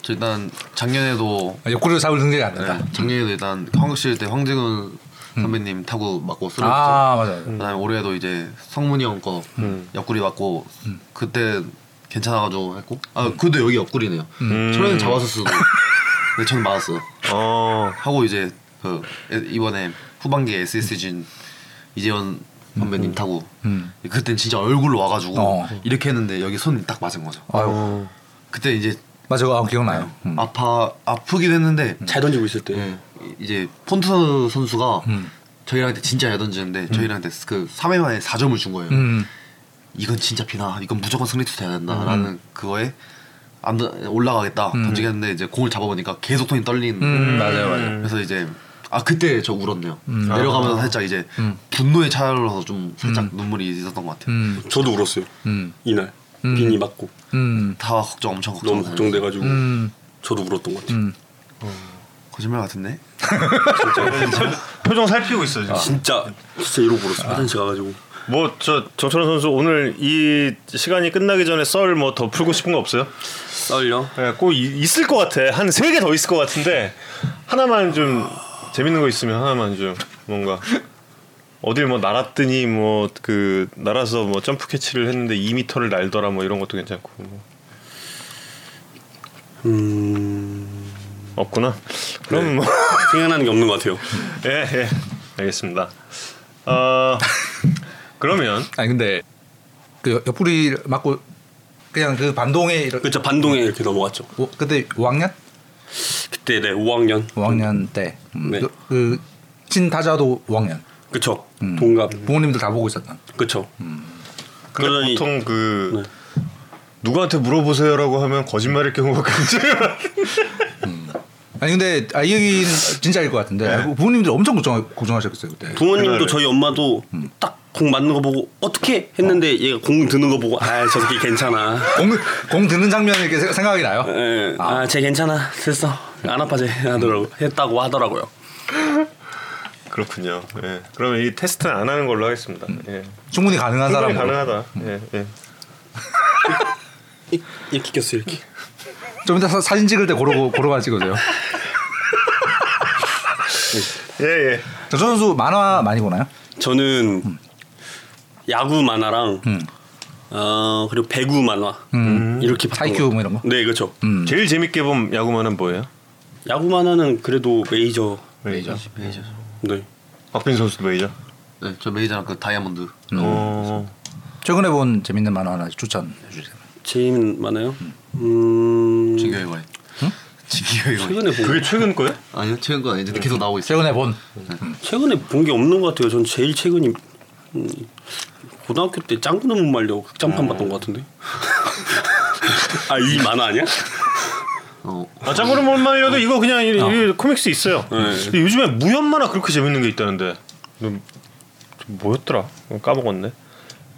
Speaker 2: 저 일단 작년에도
Speaker 3: 아, 옆구리로 잡을 능력이 안
Speaker 2: 네,
Speaker 3: 된다.
Speaker 2: 작년에도 일단 황실 때 황진우
Speaker 1: 음.
Speaker 2: 선배님 타고 맞고 쓰러졌죠.
Speaker 3: 아 맞아.
Speaker 2: 그다음에 올해도 이제 성문이 형거
Speaker 1: 음.
Speaker 2: 옆구리 맞고 그때 괜찮아가지고 했고 아 그래도 여기 옆구리네요.
Speaker 1: 음.
Speaker 2: 철현이 잡았었어도 근데 저는 맞았어요.
Speaker 5: 어.
Speaker 2: 하고 이제 그 에- 이번에 후반기에 SSG 진 이재원 선배님 타고 그땐 진짜 얼굴로 와가지고
Speaker 3: 음. 어.
Speaker 2: 이렇게 했는데 여기 손이 딱 맞은 거죠.
Speaker 3: 아유.
Speaker 2: 그때 이제
Speaker 3: 맞아. 아 기억나요.
Speaker 2: 네.
Speaker 3: 음.
Speaker 2: 아파 아프긴 했는데
Speaker 4: 잘 던지고 있을 때
Speaker 2: 예, 이제 폰트 선수가
Speaker 3: 음.
Speaker 2: 저희한테 진짜 잘 던지는데 저희한테 그 3회 만에 4점을 준 거예요.
Speaker 3: 음.
Speaker 2: 이건 진짜 피나 이건 무조건 승리투 돼야 된다라는 그거에 안 던- 올라가겠다 던지겠는데 이제 공을 잡아보니까 계속 손이 떨리는
Speaker 3: 음, 맞아요, 맞아요.
Speaker 2: 그래서 이제 아 그때 저 울었네요 내려가면서 살짝 이제 분노에 차올라서 좀 살짝 눈물이 있었던 것 같아요
Speaker 3: 음.
Speaker 4: 저도 울었어요.
Speaker 3: 음.
Speaker 4: 이날 빈이 맞고
Speaker 3: 음.
Speaker 2: 다 걱정 엄청 걱정
Speaker 4: 너무 걱정돼가지고
Speaker 3: 음.
Speaker 4: 저도 울었던 것 같아요.
Speaker 3: 음.
Speaker 2: 거짓말 같은데
Speaker 5: 표정 살피고 있어요, 지금.
Speaker 4: 아. 진짜 진짜 이러고
Speaker 3: 아.
Speaker 4: 울었어요. 화장실 가가지고
Speaker 5: 아. 뭐 저 정철원 선수 오늘 이 시간이 끝나기 전에 썰 뭐 더 풀고 싶은 거 없어요?
Speaker 4: 썰려.
Speaker 5: 예, 꼭 이- 있을 것 같아. 한 세 개 더 있을 것 같은데 하나만 좀 재밌는 거 있으면 하나만 좀 뭔가 어딜 뭐 날았더니 뭐 그 날아서 뭐 점프 캐치를 했는데 2미터를 날더라 뭐 이런 것도 괜찮고 뭐.
Speaker 4: 음
Speaker 5: 없구나. 그럼 뭐
Speaker 4: 생각나는 게 없는 것 같아요.
Speaker 5: 예, 예. 알겠습니다. 어 그러면
Speaker 3: 아니 근데 그 옆- 옆구리 맞고 그냥 그 반동에 이렇게
Speaker 4: 그쵸 반동에 이렇게 넘어갔죠.
Speaker 3: 오, 그때 5학년?
Speaker 4: 그때 네 5학년
Speaker 3: 5학년 때. 음,
Speaker 4: 네.
Speaker 3: 그, 그 친타자도 5학년.
Speaker 4: 그쵸
Speaker 3: 음.
Speaker 4: 동갑
Speaker 3: 부모님들 다 보고 있었던.
Speaker 4: 그쵸. 그러니까
Speaker 5: 근데
Speaker 4: 음. 그러니-
Speaker 5: 보통 그 누구한테 물어보세요라고 하면 거짓말일 경우가 굉장히 많아.
Speaker 3: 아니 근데 아, 이 얘기는 진짜일 것
Speaker 5: 네.
Speaker 3: 같은데 아, 부모님들 엄청 걱정 걱정하셨겠어요 그때.
Speaker 4: 부모님도 저희 엄마도 딱 공 맞는 거 보고 음. 어떻게 했는데 얘가 공 드는 거 보고 아 저 새끼 괜찮아.
Speaker 5: 네.
Speaker 4: 예, 아.
Speaker 3: 공, 공 드는 장면이 이렇게 세- 생각이 나요.
Speaker 4: 아쟤 괜찮아 됐어 안아파제 하더라고 했다고 하더라고요.
Speaker 5: 그렇군요. 예. 그러면 이 테스트는 안 하는 걸로 하겠습니다. 예.
Speaker 3: 충분히 가능한
Speaker 5: 충분히
Speaker 3: 사람
Speaker 5: 가능하다. 예, 예.
Speaker 4: 이- 이렇게 꼈어 이렇게.
Speaker 3: 좀 이따 사, 사진 찍을 때 고르고 고르가 찍어줘요.
Speaker 5: 예, 예.
Speaker 3: 저 선수 만화 많이 보나요?
Speaker 4: 저는 야구 만화랑 어, 그리고 배구 만화 음. 이렇게 봤던
Speaker 3: 타이큐
Speaker 4: 것
Speaker 3: 뭐 이런 거?
Speaker 4: 같아요. 네 그렇죠.
Speaker 5: 제일 재밌게 본 야구만은 뭐예요?
Speaker 4: 야구 만화는 그래도 메이저.
Speaker 5: 메이저.
Speaker 2: 메이저. 음.
Speaker 4: 네.
Speaker 5: 박빈 선수도 메이저.
Speaker 2: 네, 저 메이저랑 그 다이아몬드.
Speaker 5: 어.
Speaker 3: 음. 최근에 본 재밌는 만화 하나 추천해 주세요.
Speaker 2: 음.
Speaker 4: 제인 만화요? 음.
Speaker 2: 지겨이 거에. 지겨이 거에.
Speaker 4: 최근에 본
Speaker 5: 그게 최근 거예요?
Speaker 2: 아니요 최근 거 아닌데 계속 나오고 있어요.
Speaker 3: 최근에 본
Speaker 4: 최근에 본 게 없는 것 같아요. 전 제일 최근이 음, 고등학교 때 짱구는 못 말려 극장판 봤던 것 같은데. 아 이 만화 아니야?
Speaker 2: 어,
Speaker 5: 아, 짱구는 못 말려도 이거 그냥 이, 이 코믹스 있어요. 근데 요즘에 무협 만화 그렇게 재밌는 게 있다는데. 음, 뭐였더라? 까먹었네.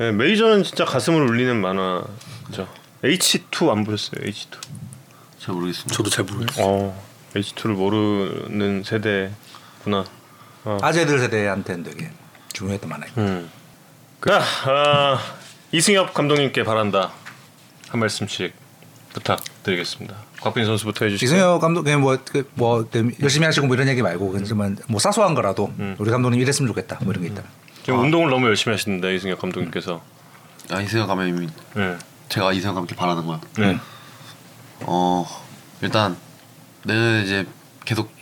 Speaker 5: 예, 메이저는 진짜 가슴을 울리는 만화. 그죠. H2 안 보셨어요? H2.
Speaker 2: 잘 모르겠습니다.
Speaker 4: 저도 잘 모르겠어요.
Speaker 5: 어. H2를 모르는 세대구나.
Speaker 3: 아재들 세대한테는 되게 중요했던 만화.
Speaker 5: 음. 자, 아, 이승엽 감독님께 바란다. 한 말씀씩 부탁드리겠습니다. 곽빈 선수부터 해주시죠.
Speaker 3: 이승엽 감독 그냥 뭐, 그, 뭐 때문에 열심히 하시고 뭐 이런 얘기 말고 그냥 뭐 사소한 거라도
Speaker 5: 음.
Speaker 3: 우리 감독님 이랬으면 좋겠다 뭐 이런 게 있다면
Speaker 5: 지금 운동을 너무 열심히 하시는데 이승엽 감독님께서.
Speaker 2: 아 이승엽 감독님이
Speaker 5: 네.
Speaker 2: 제가 이승엽 감독님 바라는 거요.
Speaker 5: 네.
Speaker 2: 어 일단 내년에 이제 계속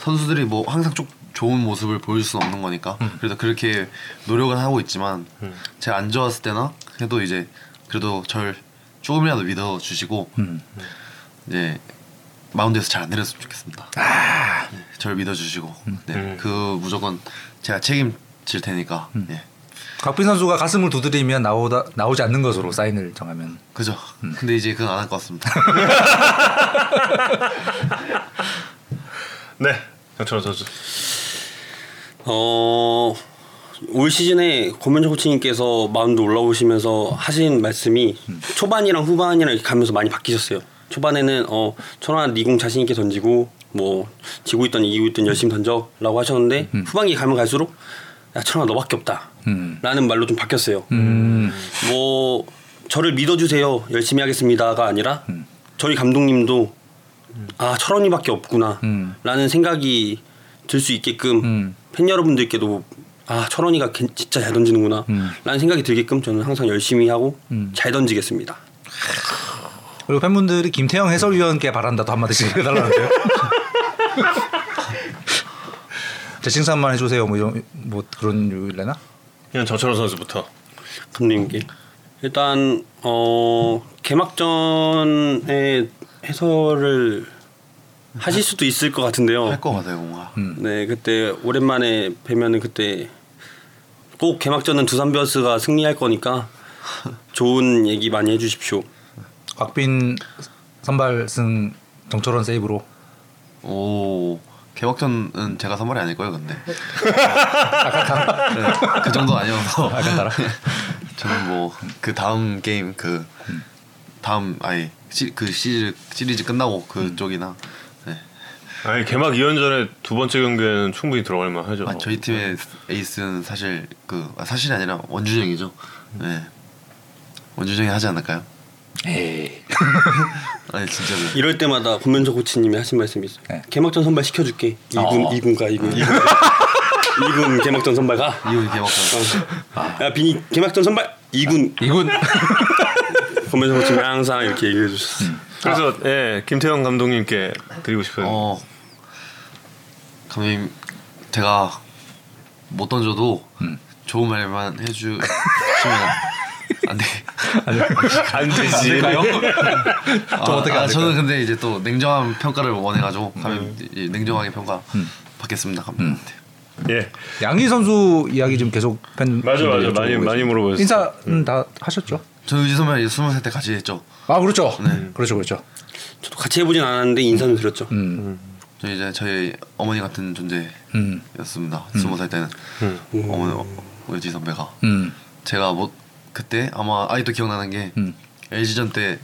Speaker 2: 선수들이 뭐 항상 쭉 좋은 모습을 보여줄 수는 없는 거니까 그래서 그렇게 노력은 하고 있지만 제가 안 좋았을 때나 해도 이제 그래도 절 조금이라도 믿어 주시고 이제 마운드에서 잘 안 내렸으면 좋겠습니다. 네, 절 믿어 주시고 네, 그 무조건 제가 책임질 테니까 예.
Speaker 3: 곽빈 선수가 가슴을 두드리면 나오다 나오지 않는 것으로 사인을 정하면
Speaker 2: 그죠. 근데 이제 그건 안 할 것 같습니다.
Speaker 5: 네. 장철호 선수.
Speaker 4: 어. 올 시즌에 고면정 코치님께서 마운드 올라오시면서 하신 말씀이 초반이랑 후반이랑 이렇게 가면서 많이 바뀌셨어요. 초반에는 어 천안 니공 자신 있게 던지고 뭐 지고 있던 이기고 있던 열심히 던져라고 하셨는데 후반기 가면 갈수록 야 천안 너밖에 없다라는 말로 좀 바뀌었어요. 뭐 저를 믿어주세요 열심히 하겠습니다가 아니라 저희 감독님도 아 철원이밖에 없구나라는 생각이 들 수 있게끔 팬 여러분들께도 아 철원이가 괜- 진짜 잘 던지는구나라는 생각이 들게끔 저는 항상 열심히 하고 잘 던지겠습니다.
Speaker 3: 그리고 팬분들이 김태형 해설위원께 바란다도 한마디씩
Speaker 5: 네.
Speaker 3: 해달라는데요. 제 칭찬만 해주세요. 뭐 이런 뭐 그런 유일래나?
Speaker 5: 그냥 정철호 선수부터.
Speaker 4: 감독님께 일단 어 개막전에 해설을 하실 수도 있을 것 같은데요.
Speaker 2: 할 것 같아요 뭔가.
Speaker 4: 네 그때 오랜만에 뵈면은 그때 꼭 개막전은 두산 베어스가 승리할 거니까 좋은 얘기 많이 해주십시오.
Speaker 3: 곽빈 선발승 정철원 세이브로
Speaker 2: 오 개막전은 제가 선발이 아닐 거예요 근데 네, 그 정도 아니어서 네. 저는 뭐 그 다음 게임 그 다음 아니 시, 그 시리즈 시리즈 끝나고 그쪽이나 네.
Speaker 5: 아니 개막 2연전에 두 번째 경기에는 충분히 들어갈 만하죠.
Speaker 2: 아, 저희 팀의 에이스는 사실 그 아, 사실이 아니라 원주정이죠 네 원주정이 하지 않을까요?
Speaker 3: 에이.
Speaker 2: 아니 진짜로
Speaker 4: 이럴 때마다 권면석 코치님이 하신 말씀이 있어요.
Speaker 3: 네.
Speaker 4: 개막전 선발 시켜줄게. 이군
Speaker 2: 아.
Speaker 3: 어.
Speaker 4: 이군가 이군 이군 이군 개막전 선발 가. 어.
Speaker 2: 이거 개막전 아.
Speaker 4: 야 빈이 개막전 선발 이군
Speaker 3: 이군
Speaker 2: 예.
Speaker 4: 권면석 코치님이 항상 이렇게 얘기해 주셨어요.
Speaker 2: 음.
Speaker 5: 그래서 예, 김태형 감독님께 드리고 싶은
Speaker 2: 어 감독님 제가 못 던져도
Speaker 3: 음.
Speaker 2: 좋은 말만 해주시면 안돼
Speaker 5: 안 되지.
Speaker 2: 아,
Speaker 3: 좀 어떻게
Speaker 2: 아,
Speaker 3: 안 될까요? 음.
Speaker 2: 저는 근데 이제 또 냉정한 평가를 원해가지고 감독님 이- 냉정하게 평가 받겠습니다 감독님한테
Speaker 3: 음.
Speaker 5: 예.
Speaker 3: 양희 선수 이야기 지금 계속 팬
Speaker 5: 맞아, 맞아. 많이- 많이 물어보셨어요. 음.
Speaker 3: 인사는 음, 다 하셨죠?
Speaker 2: 저 의지 선배랑 이제 스무 살 때 같이 했죠
Speaker 3: 아 그렇죠.
Speaker 5: 네.
Speaker 3: 그렇죠 그렇죠.
Speaker 4: 저도 같이 해보진 않았는데 인사는 드렸죠.
Speaker 2: 음. 저 이제 저희 어머니 같은
Speaker 3: 음.
Speaker 2: 존재였습니다 스무 살 때는 어머니 어, 의지 선배가
Speaker 3: 음.
Speaker 2: 제가 뭐 그때 아마 아직도 기억나는 게 LG전 때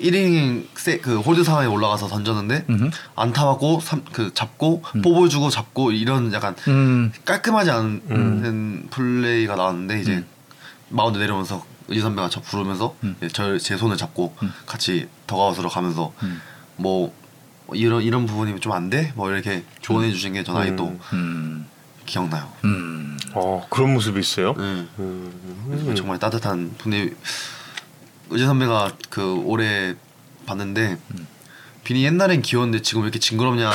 Speaker 2: 1이닝 세, 그 홀드 상황에 올라가서 던졌는데 안타 맞고 삼- 그 잡고 뽑아 주고 잡고 이런 약간
Speaker 3: 음.
Speaker 2: 깔끔하지 않은 플레이가 나왔는데 이제
Speaker 3: 음.
Speaker 2: 마운드 내려오면서 이 선배가 저 부르면서 저 제 손을 잡고
Speaker 3: 음.
Speaker 2: 같이 더가웃으로 가면서 뭐 이런 이런 부분이 좀 안 돼? 뭐 이렇게 조언해 주신 게 전 아직도
Speaker 3: 음.
Speaker 2: 기억나요.
Speaker 3: 음.
Speaker 5: 어 그런 모습이 있어요.
Speaker 2: 네. 그래서 정말 따뜻한 근데 의재 선배가 그 올해 봤는데
Speaker 3: 음.
Speaker 2: 빈이 옛날엔 귀여운데 지금 왜 이렇게 징그럽냐.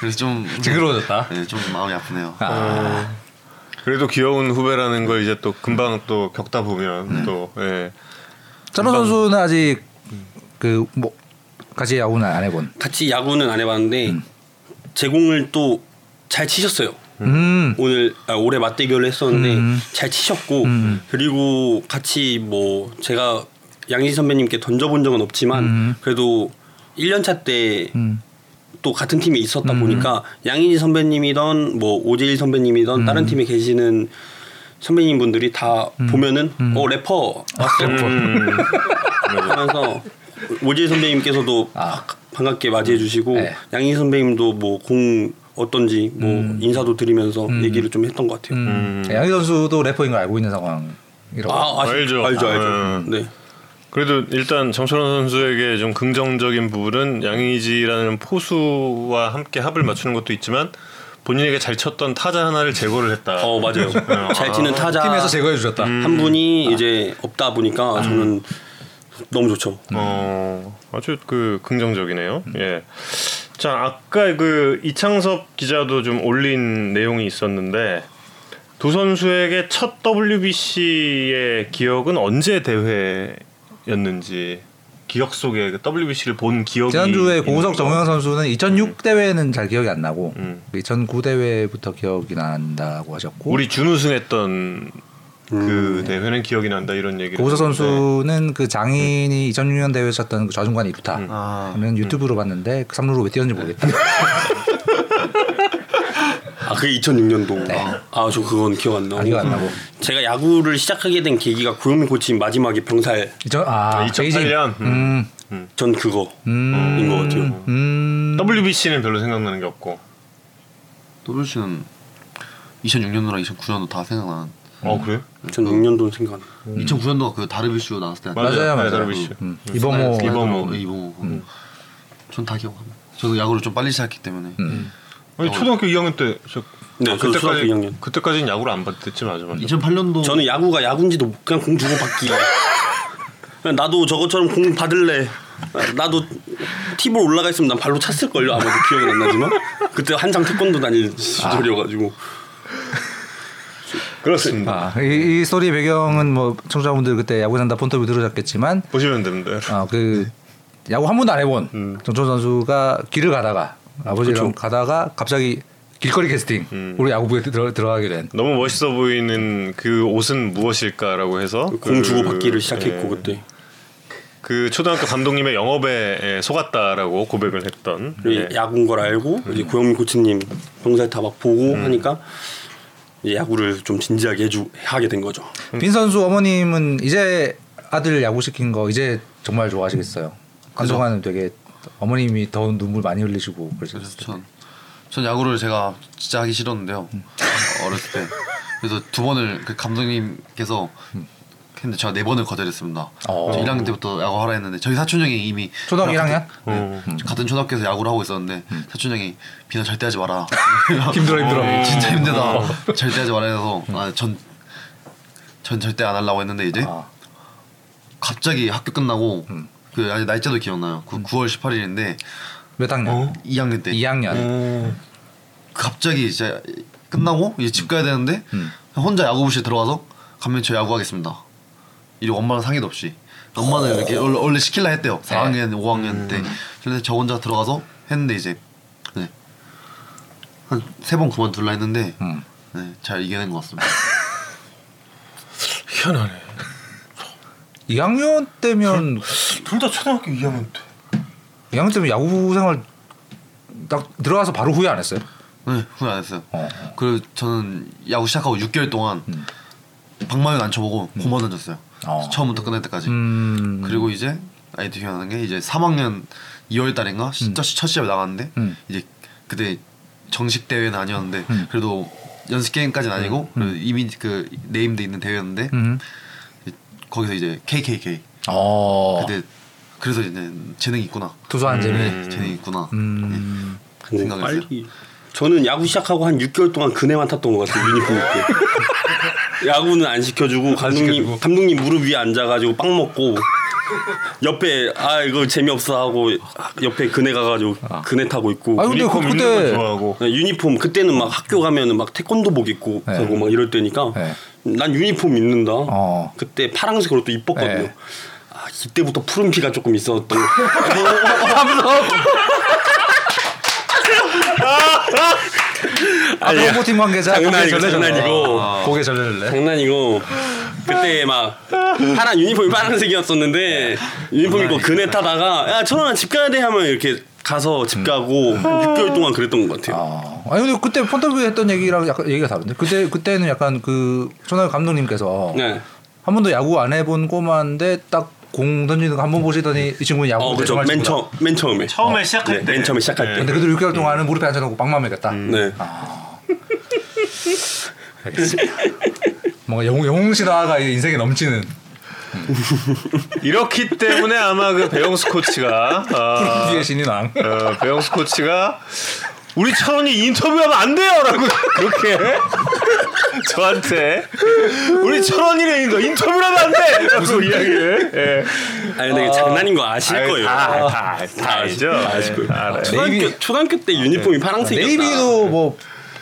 Speaker 2: 그래서 좀
Speaker 3: 징그러워졌다.
Speaker 2: 네, 좀 마음이 아프네요.
Speaker 5: 그래도 귀여운 후배라는 걸 이제 또 금방 또 겪다 보면 또 예.
Speaker 3: 전호 선수는 아직 그 뭐 같이 야구는 안 해본.
Speaker 4: 같이 야구는 안 해봤는데
Speaker 2: 음.
Speaker 4: 제공을 또 잘 치셨어요.
Speaker 3: 음.
Speaker 4: 오늘 아, 올해 맞대결을 했었는데
Speaker 3: 음.
Speaker 4: 잘 치셨고 그리고 같이 뭐 제가 양지 선배님께 던져본 적은 없지만
Speaker 3: 음.
Speaker 4: 그래도 1년차 때
Speaker 3: 음.
Speaker 4: 또 같은 팀에 있었다 보니까 양인희 선배님이던 뭐 오재일 선배님이던
Speaker 3: 음.
Speaker 4: 다른 팀에 계시는 선배님 분들이 다 보면은
Speaker 3: 음.
Speaker 4: 어 래퍼 왔어 하면서 오재일 선배님께서도
Speaker 3: 아.
Speaker 4: 반갑게 맞이해 주시고
Speaker 3: 네.
Speaker 4: 양인희 선배님도 뭐 공 어떤지 뭐 인사도 드리면서 얘기를 좀 했던 것 같아요.
Speaker 3: 음. 양희 선수도 래퍼인 걸 알고 있는 상황이라고.
Speaker 4: 아, 아시-
Speaker 5: 알죠.
Speaker 4: 알죠, 알죠.
Speaker 5: 음.
Speaker 4: 네.
Speaker 5: 그래도 일단 정철원 선수에게 좀 긍정적인 부분은 양의지라는 포수와 함께 합을 맞추는 것도 있지만 본인에게 잘 쳤던 타자 하나를 제거를 했다.
Speaker 4: 어 맞아요. 잘 치는 타자
Speaker 3: 팀에서 제거해 음. 아. 주셨다.
Speaker 4: 한 분이 이제 없다 보니까 저는 너무 좋죠.
Speaker 3: 네.
Speaker 5: 어, 아주 그 긍정적이네요.
Speaker 3: 음.
Speaker 5: 예. 자, 아까 그 이창섭 기자도 좀 올린 내용이 있었는데 두 선수에게 첫 WBC의 기억은 언제 대회였는지 기억 속에 그 WBC를 본 기억이
Speaker 3: 지난주에
Speaker 5: 있는
Speaker 3: 고우석
Speaker 5: 거.
Speaker 3: 정우영 선수는 2006 대회는 잘 기억이 안 나고
Speaker 5: 음.
Speaker 3: 2009 대회부터 기억이 난다고 하셨고
Speaker 5: 우리 준우승했던 그 대회는 기억이 난다 이런 얘기를
Speaker 3: 음. 고우석
Speaker 5: 했는데.
Speaker 3: 선수는 그 장인이 2006년 대회에 쳤던 그 좌중간 이루타
Speaker 2: 아,
Speaker 3: 는 유튜브로 봤는데 그 삼루로 왜 뛰었는지 모르겠다.
Speaker 4: 아 그게 2006년도.
Speaker 3: 네.
Speaker 4: 아 저 그건 기억 안 나고.
Speaker 3: 아, 기억 안 나고.
Speaker 4: 제가 야구를 시작하게 된 계기가 구용민 코치님 마지막에 병살
Speaker 3: 이천 아
Speaker 5: 2008년?
Speaker 3: 베이징. 음.
Speaker 4: 전 그거인
Speaker 3: 음.
Speaker 4: 것 같아요.
Speaker 3: 음.
Speaker 5: WBC는 별로 생각나는 게 없고
Speaker 2: 또르 씨는 2006년도랑 2009년도 다 생각나는.
Speaker 5: 어 그래?
Speaker 4: 전 6년도 생각.
Speaker 2: 2009년도가 그 다르비슈 나왔을 때.
Speaker 3: 음. 맞아요, 맞아요.
Speaker 5: WBC
Speaker 3: 음. 이범호 음.
Speaker 5: 이범-
Speaker 2: 이범호.
Speaker 5: 이범호.
Speaker 2: 이범호. 전다 기억합니다. 저도 야구를 좀 빨리 시작했기 때문에.
Speaker 3: 음.
Speaker 5: 아니
Speaker 4: 어, 그
Speaker 5: 초등학교 2학년 때 저,
Speaker 4: 네, 저도 초등학교 2학년.
Speaker 5: 그때까지는 야구를 안 봤댔지 맞아 맞아.
Speaker 2: 2008년도
Speaker 4: 저는 야구가 야구인지도 그냥 공 주고 받기. 그냥 나도 저것처럼 공 받을래. 나도 팁을 올라가 있으면 난 발로 찼을 걸요. 아마도 기억이 안 나지만 그때 한창 태권도
Speaker 3: 아.
Speaker 4: 다닐 시절이어가지고
Speaker 5: 그렇습니다.
Speaker 3: 아, 이, 이 스토리 배경은 뭐 청취자분들 그때 야구 산다 폰터뷰 들으셨겠지만
Speaker 5: 보시면 됩니다.
Speaker 3: 아, 그 야구 한 번도 안 해본 정철 선수가 길을 가다가 아버지랑 가다가 갑자기 길거리 캐스팅 우리 야구부에 들어, 들어가게 된.
Speaker 5: 너무 멋있어 보이는 그 옷은 무엇일까라고 해서
Speaker 4: 공
Speaker 5: 그-
Speaker 4: 주고 받기를
Speaker 5: 예,
Speaker 4: 시작했고 그때
Speaker 5: 그 초등학교 감독님의 영업에 예, 속았다라고 고백을 했던
Speaker 4: 그리고
Speaker 3: 네.
Speaker 5: 예.
Speaker 4: 야구인 걸 알고
Speaker 3: 음.
Speaker 4: 이제 고영민 코치님 병살 다 막 보고 하니까 이제 야구를 좀 진지하게 해주 하게 된 거죠.
Speaker 3: 빈 선수 어머님은 이제 아들 야구 시킨 거 이제 정말 좋아하시겠어요. 그동안은 되게 어머님이 더운 눈물 많이 흘리시고
Speaker 2: 그래서
Speaker 3: 그러셨을 텐데.
Speaker 2: 전, 전 야구를 제가 진짜 하기 싫었는데요.
Speaker 3: 음.
Speaker 2: 어, 어렸을 때. 그래서 두 번을 그 감독님께서 했는데 제가 네 번을 거절했습니다.
Speaker 3: 음. 어.
Speaker 2: 저 1학년 때부터 야구 하라 했는데 저희 사촌 형이 이미
Speaker 3: 초등학교 1학년?
Speaker 5: 어.
Speaker 2: 네,
Speaker 3: 음.
Speaker 2: 같은 초등학교에서 야구를 하고 있었는데 사촌 형이 비나 절대 하지 마라.
Speaker 3: 힘들어, 힘들어. 음.
Speaker 2: 어, 진짜 힘들다. 절대 하지 말라 해서 아, 전, 전 절대 안 하려고 했는데 이제
Speaker 3: 아. 음.
Speaker 2: 갑자기 학교 끝나고 그 아니 날짜도 기억나요. 그 9월 18일인데
Speaker 3: 몇 학년?
Speaker 2: 어? 2학년 때
Speaker 3: 2학년.
Speaker 5: 음. 어,
Speaker 2: 갑자기 이제 끝나고 이제 집 가야 되는데 혼자 야구부실 들어가서 가면 저 야구하겠습니다. 이러고 엄마랑 상의도 없이 엄마는 이렇게 원래, 원래 시킬라 했대요. 4학년, 5학년 때. 그런데 저 혼자 들어가서 했는데 이제 네. 한 세 번 그만둘라 했는데
Speaker 3: 음.
Speaker 2: 네, 잘 이겨낸 것 같습니다.
Speaker 5: 희한하네.
Speaker 3: 2학년 때면
Speaker 5: 둘 다 초등학교 2학년 때.
Speaker 3: 2학년 때면 야구 생활 딱 들어와서 바로 후회 안 했어요.
Speaker 2: 네, 후회 안 했어요.
Speaker 3: 어. 음.
Speaker 2: 그리고 저는 야구 시작하고 6개월 동안 방망이도 안 쳐보고 공만 던졌어요.
Speaker 3: 어.
Speaker 2: 처음부터 끝날 때까지.
Speaker 3: 음.
Speaker 2: 그리고 이제 아이디 기억나는 게 이제 3학년 2월 달인가 진짜 첫 시합 나갔는데
Speaker 3: 음.
Speaker 2: 이제 그때 정식 대회는 아니었는데
Speaker 3: 음.
Speaker 2: 그래도 연습 게임까지는 아니고 그래도 이미 그 네임드 있는 대회였는데
Speaker 3: 음.
Speaker 2: 거기서 이제 KKK
Speaker 3: 어.
Speaker 2: 그때 그래서 이제 재능이 있구나
Speaker 3: 두소한 재미.
Speaker 2: 네, 재능이 있구나
Speaker 3: 음.
Speaker 2: 네,
Speaker 4: 근데
Speaker 2: 생각했어요.
Speaker 4: 빨리 저는 야구 시작하고 한 6개월 동안 그네만 탔던 것 같아요 유니폼 입고 야구는 안 시켜주고 감독님
Speaker 3: 시켜주고.
Speaker 4: 감독님 무릎 위에 앉아가지고 빵 먹고 옆에 아 이거 재미없어 하고 옆에 그네 가가지고 그네 타고 있고
Speaker 3: 아 근데
Speaker 6: 유니폼
Speaker 3: 그-
Speaker 6: 입는 거
Speaker 3: 그때
Speaker 6: 좋아하고
Speaker 4: 네, 유니폼 그때는 막 학교 가면은 막 태권도복 입고
Speaker 3: 네.
Speaker 4: 하고 막 이럴 때니까
Speaker 3: 네.
Speaker 4: 난 유니폼 입는다.
Speaker 3: 어.
Speaker 4: 그때 파란색 옷도 이뻤거든요.
Speaker 3: 네.
Speaker 4: 아 이때부터 푸른 피가 조금 있었던.
Speaker 3: 아 프로포팀 관계자 고개
Speaker 4: 예. 장난이고
Speaker 3: 절레절레. 어.
Speaker 4: 장난이고
Speaker 3: 고개 절레절레.
Speaker 4: 장난이고 그때 막 파란 유니폼이 파란색이었었는데 유니폼 입고 그네 타다가 야 천원아 집 가야 돼 하면 이렇게 가서 집 가고 6개월 동안 그랬던 것 같아요.
Speaker 3: 아, 아니 근데 그때 폰터뷰 했던 얘기랑 약간 얘기가 다른데 그때 그때는 약간 그 전화 감독님께서
Speaker 4: 네.
Speaker 3: 한 번도 야구 안 해본 꼬마인데 딱 공 던지는 거 한 번 보시더니 이 친구는 야구
Speaker 4: 어 그죠 맨 처음 맨 처음에
Speaker 6: 처음에 시작할
Speaker 4: 네,
Speaker 6: 때.
Speaker 4: 맨 처음에 시작할 때.
Speaker 3: 근데 그래도 6개월
Speaker 4: 음.
Speaker 3: 동안은 무릎에 앉아놓고 빵만 먹였다.
Speaker 4: 네.
Speaker 3: 알겠습니다. 뭔가 영웅 영웅 신화가 인생에 넘치는
Speaker 5: 이렇기 때문에 아마 그 배영수 코치가 아,
Speaker 3: 뒤의 신인왕.
Speaker 5: 어, 배영수 코치가 우리 차원이 인터뷰하면 안 돼요라고 그렇게 저한테 우리 차원이래 인터 인터뷰하면 안 돼. 무슨 이야기를? 예.
Speaker 4: 아니 근데 이게 장난인 거 아실
Speaker 5: 아이,
Speaker 4: 거예요.
Speaker 5: 다, 다, 알- 다 알죠.
Speaker 4: 다 아실 거예요.
Speaker 5: 네, 알아요.
Speaker 4: 초등학교
Speaker 3: 네이비-
Speaker 4: 초등학교 때 유니폼이 파란색이었다.
Speaker 3: 네이비도 뭐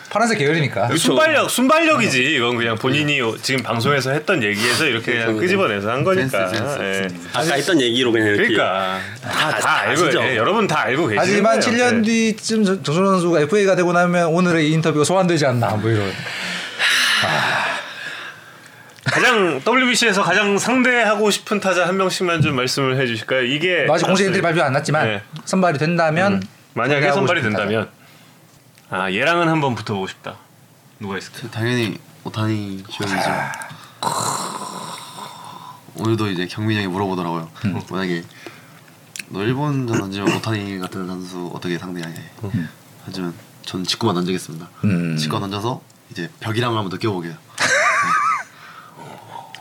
Speaker 3: 파란색 계열이니까.
Speaker 4: 그쵸.
Speaker 5: 순발력 순발력이지 이건 그냥 본인이 지금 방송에서 했던 얘기에서 이렇게 그냥 끄집어내서 한 거니까.
Speaker 2: 센스, 센스.
Speaker 5: 예.
Speaker 4: 아까 했던 얘기로 그냥 이렇게
Speaker 5: 그러니까 다, 다 알고
Speaker 4: 아시죠?
Speaker 5: 예, 여러분 다 알고 네. 계시죠.
Speaker 3: 하지만 7년 뒤쯤 저- 정선호 선수가 FA가 되고 나면 오늘의 이 인터뷰가 소환되지 않나 뭐 이런.
Speaker 5: 가장 WBC에서 가장 상대하고 싶은 타자 한 명씩만 좀 말씀을 해주실까요? 이게
Speaker 3: 아직 공식 일들이 발표 안 났지만
Speaker 5: 네. 음.
Speaker 3: 선발이 된다면
Speaker 5: 만약에
Speaker 3: 하고
Speaker 5: 선발이
Speaker 3: 싶은
Speaker 5: 된다면 아 얘랑은 한번 붙어보고 싶다. 누가 있을까?
Speaker 2: 당연히 오타니 쇼이죠. 오늘도 이제 경민 형이 물어보더라고요. 만약에 너 일본전 던지면 오타니 같은 선수 어떻게 상대하냐. 하지만 전 직구만 던지겠습니다.
Speaker 3: 음.
Speaker 2: 직구 던져서 이제 벽이랑 한번 느껴보게요.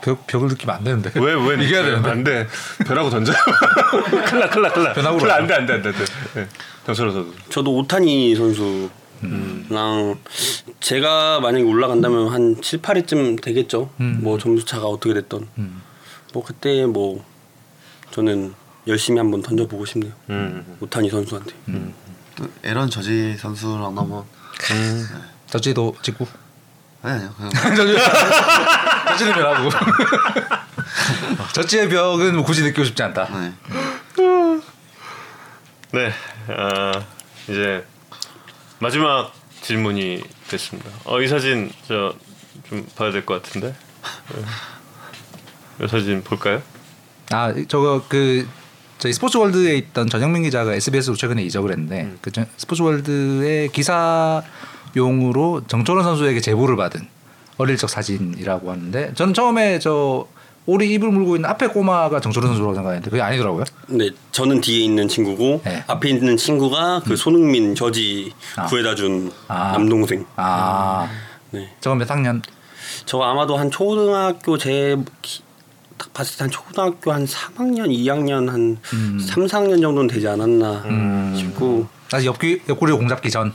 Speaker 3: 벽, 벽을 느끼면 안 되는데.
Speaker 5: 왜 왜?
Speaker 3: 이겨야 되는데.
Speaker 5: 안 돼. 변하고 던져. 클라 클라 클라.
Speaker 3: 변하고
Speaker 5: 클라
Speaker 3: 던져.
Speaker 5: 안돼 안돼 안돼. 네. 경철호 선수.
Speaker 4: 저도 오타니 선수랑 제가 만약에 올라간다면 한 7, 8회쯤 되겠죠. 뭐 점수 차가 어떻게 됐던. 뭐 그때 뭐 저는 열심히 한번 던져보고 싶네요.
Speaker 5: 음.
Speaker 4: 오타니 선수한테.
Speaker 2: 또 에런 저지 선수랑 한번
Speaker 3: 저지도 직구.
Speaker 2: 아니 아니요. 그냥
Speaker 3: 저지, 저지는 변하고. 저지의 벽은 뭐 굳이 느끼고 싶지 않다.
Speaker 2: 네.
Speaker 5: 네. 아 이제 마지막 질문이 됐습니다. 어이 사진 저 좀 봐야 될 것 같은데. 네. 이 사진 볼까요?
Speaker 3: 아 저거 그 저희 스포츠월드에 있던 전영민 기자가 SBS로 최근에 이적을 했는데
Speaker 4: 음.
Speaker 3: 그 전- 스포츠월드의 기사용으로 정철원 선수에게 제보를 받은 어릴 적 사진이라고 하는데 저는 처음에 저 오리 입을 물고 있는 앞에 꼬마가 정철원 선수라고 생각했는데 그게 아니더라고요.
Speaker 4: 네, 저는 뒤에 있는 친구고
Speaker 3: 네.
Speaker 4: 앞에 있는 친구가 그 손흥민 저지
Speaker 3: 아.
Speaker 4: 구해다 준
Speaker 3: 아.
Speaker 4: 남동생.
Speaker 3: 아
Speaker 4: 네,
Speaker 3: 저건 몇 학년?
Speaker 4: 저 아마도 한 초등학교 제딱 봤을 때 한 초등학교 한 3학년, 2학년 한 3, 4학년 정도는 되지 않았나 싶고
Speaker 3: 아직 옆구 옆구리 공잡기 전.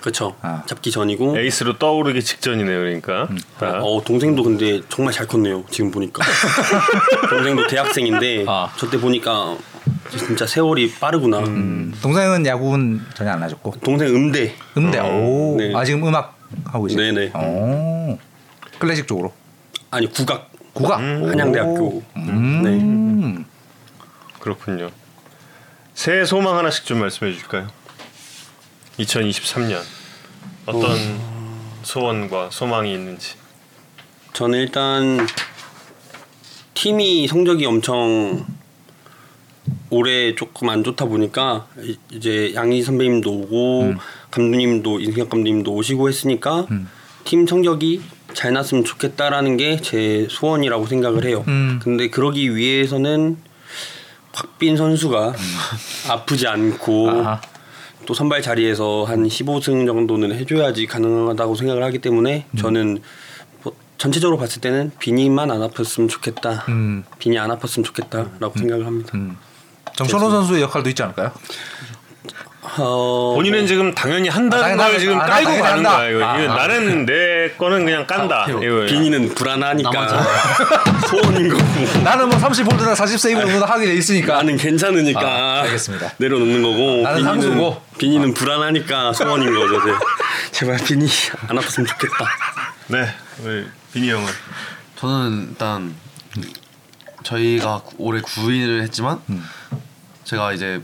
Speaker 4: 그렇죠.
Speaker 3: 아.
Speaker 4: 잡기 전이고.
Speaker 5: 에이스로 떠오르기 직전이네요, 그러니까. 자,
Speaker 4: 어 동생도 근데 정말 잘 컸네요 지금 보니까 동생도 대학생인데
Speaker 3: 아.
Speaker 4: 저 때 보니까 진짜 세월이 빠르구나
Speaker 3: 음. 동생은 야구는 전혀 안 하셨고
Speaker 4: 동생 음대
Speaker 3: 음대. 오.
Speaker 4: 네.
Speaker 3: 아 지금 음악 하고 계시요
Speaker 4: 네네.
Speaker 3: 오. 클래식 쪽으로.
Speaker 4: 아니 국악
Speaker 3: 국악.
Speaker 4: 한양대학교 네.
Speaker 3: 오. 음.
Speaker 5: 그렇군요. 새해 소망 하나씩 좀 말씀해 주실까요? 2023년 어떤 음. 소원과 소망이 있는지.
Speaker 4: 저는 일단 팀이 성적이 엄청 올해 조금 안 좋다 보니까 이- 이제 양희
Speaker 3: 음.
Speaker 4: 선배님도 오고 감독님도 인승엽 감독님도 오시고 했으니까 팀 성적이 잘 났으면 좋겠다라는 게 제 소원이라고 생각을 해요.
Speaker 3: 음.
Speaker 4: 근데 그러기 위해서는 곽빈 선수가 아프지 않고
Speaker 3: 음. 아하.
Speaker 4: 또 선발 자리에서 한 15승 정도는 해줘야지 가능하다고 생각을 하기 때문에
Speaker 3: 음.
Speaker 4: 저는 뭐 전체적으로 봤을 때는 비니만 안 아팠으면 좋겠다.
Speaker 3: 음.
Speaker 4: 비니 안 아팠으면 좋겠다라고 생각을 합니다.
Speaker 3: 정철호 선수의 역할도 있지 않을까요?
Speaker 4: 어,
Speaker 1: 본인은 지금 당연히 한다는
Speaker 3: 아,
Speaker 1: 걸
Speaker 3: 당연히
Speaker 1: 지금
Speaker 3: 아,
Speaker 1: 깔고
Speaker 3: 당연히
Speaker 1: 가는
Speaker 3: 한다.
Speaker 1: 거야. 이거.
Speaker 3: 아,
Speaker 1: 이거
Speaker 3: 아.
Speaker 1: 나는 내 거는 그냥 깐다.
Speaker 2: 오케이, 오케이.
Speaker 1: 이거.
Speaker 4: 비니는
Speaker 2: 나만
Speaker 4: 불안하니까 소원인 거고
Speaker 3: 나는 뭐 30볼드나 40세이브를 하게 돼 있으니까
Speaker 4: 나는 괜찮으니까
Speaker 3: 아, 알겠습니다. 아,
Speaker 4: 내려놓는 거고
Speaker 3: 나는 상수고.
Speaker 4: 비니는 불안하니까 소원인 거죠. 제. 제발 비니 안 아팠으면 좋겠다.
Speaker 5: 네, 우리 비니 형은
Speaker 2: 저는 일단 저희가 올해 9위를 했지만
Speaker 3: 음.
Speaker 2: 제가 이제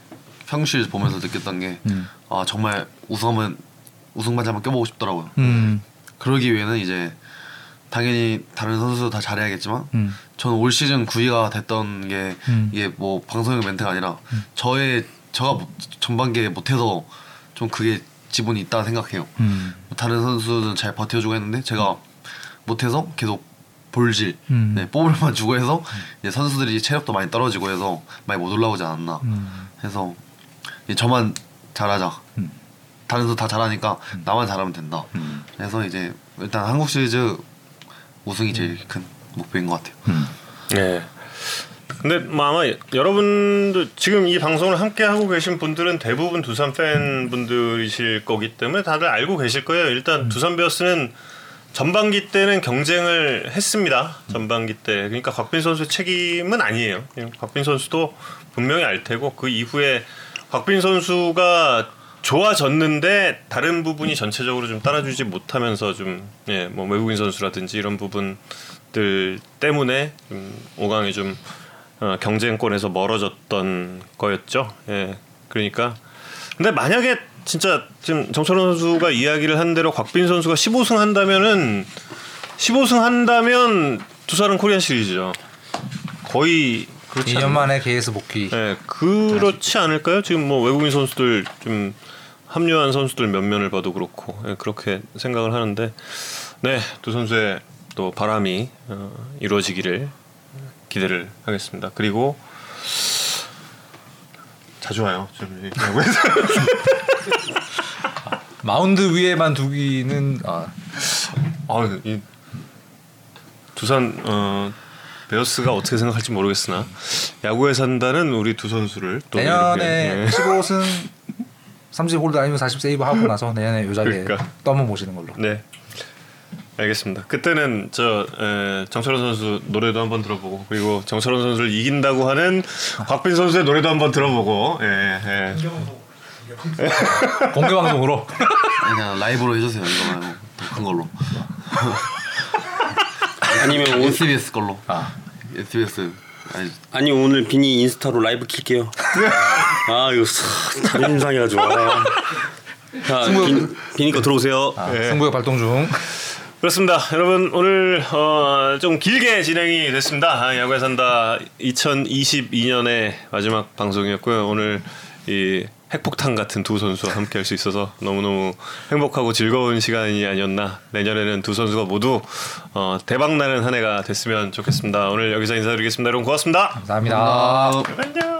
Speaker 2: 평시를 보면서 느꼈던 게 아
Speaker 3: 음.
Speaker 2: 정말 우승 한번 우승 반지 한번 껴보고 싶더라고요.
Speaker 3: 음.
Speaker 2: 그러기 위해는 이제 당연히 다른 선수도 다 잘해야겠지만
Speaker 3: 음.
Speaker 2: 저는 올 시즌 9위가 됐던 게
Speaker 3: 음.
Speaker 2: 이게 뭐 방송용 멘트가 아니라 저의 제가 못- 전반기에 못해서 좀 그게 지분이 있다 생각해요.
Speaker 3: 음.
Speaker 2: 다른 선수는 잘 버텨주고 했는데 제가 못해서 계속 볼질,
Speaker 3: 음.
Speaker 2: 네, 뽀을만 주고 해서 이제 선수들이 체력도 많이 떨어지고 해서 많이 못 올라오지 않았나
Speaker 3: 음.
Speaker 2: 해서 이제 저만 잘하자. 다른 선수 다 잘하니까
Speaker 3: 음.
Speaker 2: 나만 잘하면 된다. 그래서 이제 일단 한국 시리즈 우승이
Speaker 3: 음.
Speaker 2: 제일 큰 목표인 것 같아요.
Speaker 1: 네.
Speaker 5: 근데 뭐 아마 여러분도 지금 이 방송을 함께 하고 계신 분들은 대부분 두산 팬분들이실 거기 때문에 다들 알고 계실 거예요. 일단 두산 베어스는 전반기 때는 경쟁을 했습니다. 전반기 때 그러니까 곽빈 선수 책임은 아니에요. 그냥 곽빈 선수도 분명히 알 테고 그 이후에 곽빈 선수가 좋아졌는데 다른 부분이 전체적으로 좀 따라주지 못하면서 좀예뭐 외국인 선수라든지 이런 부분들 때문에 좀 5강이 좀 어, 경쟁권에서 멀어졌던 거였죠. 예 그러니까 근데 만약에 진짜 지금 정철원 선수가 이야기를 한 대로 곽빈 선수가 15승 한다면은 15승 한다면 두산은 코리안 시리즈죠. 거의 그렇지
Speaker 3: 2년
Speaker 5: 않나요?
Speaker 3: 만에 KS 복귀.
Speaker 5: 네, 그렇지 않을까요? 지금 뭐 외국인 선수들 좀 합류한 선수들 몇 면을 봐도 그렇고 예, 그렇게 생각을 하는데 네 두 선수의 또 바람이 어, 이루어지기를 기대를 하겠습니다. 그리고 자주 와요. 좀 얘기하고 해서.
Speaker 3: 마운드 위에만 두기는 아,
Speaker 5: 아, 이 두산 어, 베어스가 어떻게 생각할지 모르겠으나 야구에 산다는 우리 두 선수를 또
Speaker 3: 내년에
Speaker 5: 이렇게, 예.
Speaker 3: 15승 30홀드 아니면 40세이브 하고 나서 내년에 요 자리에
Speaker 5: 그러니까.
Speaker 3: 또 한 번 모시는 걸로.
Speaker 5: 네. 알겠습니다. 그때는 저 에, 정철원 선수 노래도 한번 들어보고 그리고 정철원 선수를 이긴다고 하는 곽빈 선수의 노래도 한번 들어보고 예, 예.
Speaker 3: 공개 방송으로.
Speaker 2: 그냥 라이브로 해주세요. 이거 말고 더 큰 걸로.
Speaker 4: 아니면 오,
Speaker 2: SBS 걸로.
Speaker 3: 아.
Speaker 2: SBS. 아니,
Speaker 4: 아니 오늘 비니 인스타로 라이브 킬게요. 아 이거 사- 자존심 상해가지고. 아. 자 비니, 비니 거 들어오세요.
Speaker 3: 아, 승부욕 발동 중.
Speaker 5: 그렇습니다. 여러분 오늘 어, 좀 길게 진행이 됐습니다. 아, 야구에 산다 2022년의 네, 마지막 방송이었고요. 오늘 이 핵폭탄 같은 두 선수와 함께 할 수 있어서 너무너무 행복하고 즐거운 시간이 아니었나. 내년에는 두 선수가 모두 어, 대박나는 한 해가 됐으면 좋겠습니다. 오늘 여기서 인사드리겠습니다. 여러분 고맙습니다.
Speaker 3: 감사합니다.
Speaker 5: 안녕.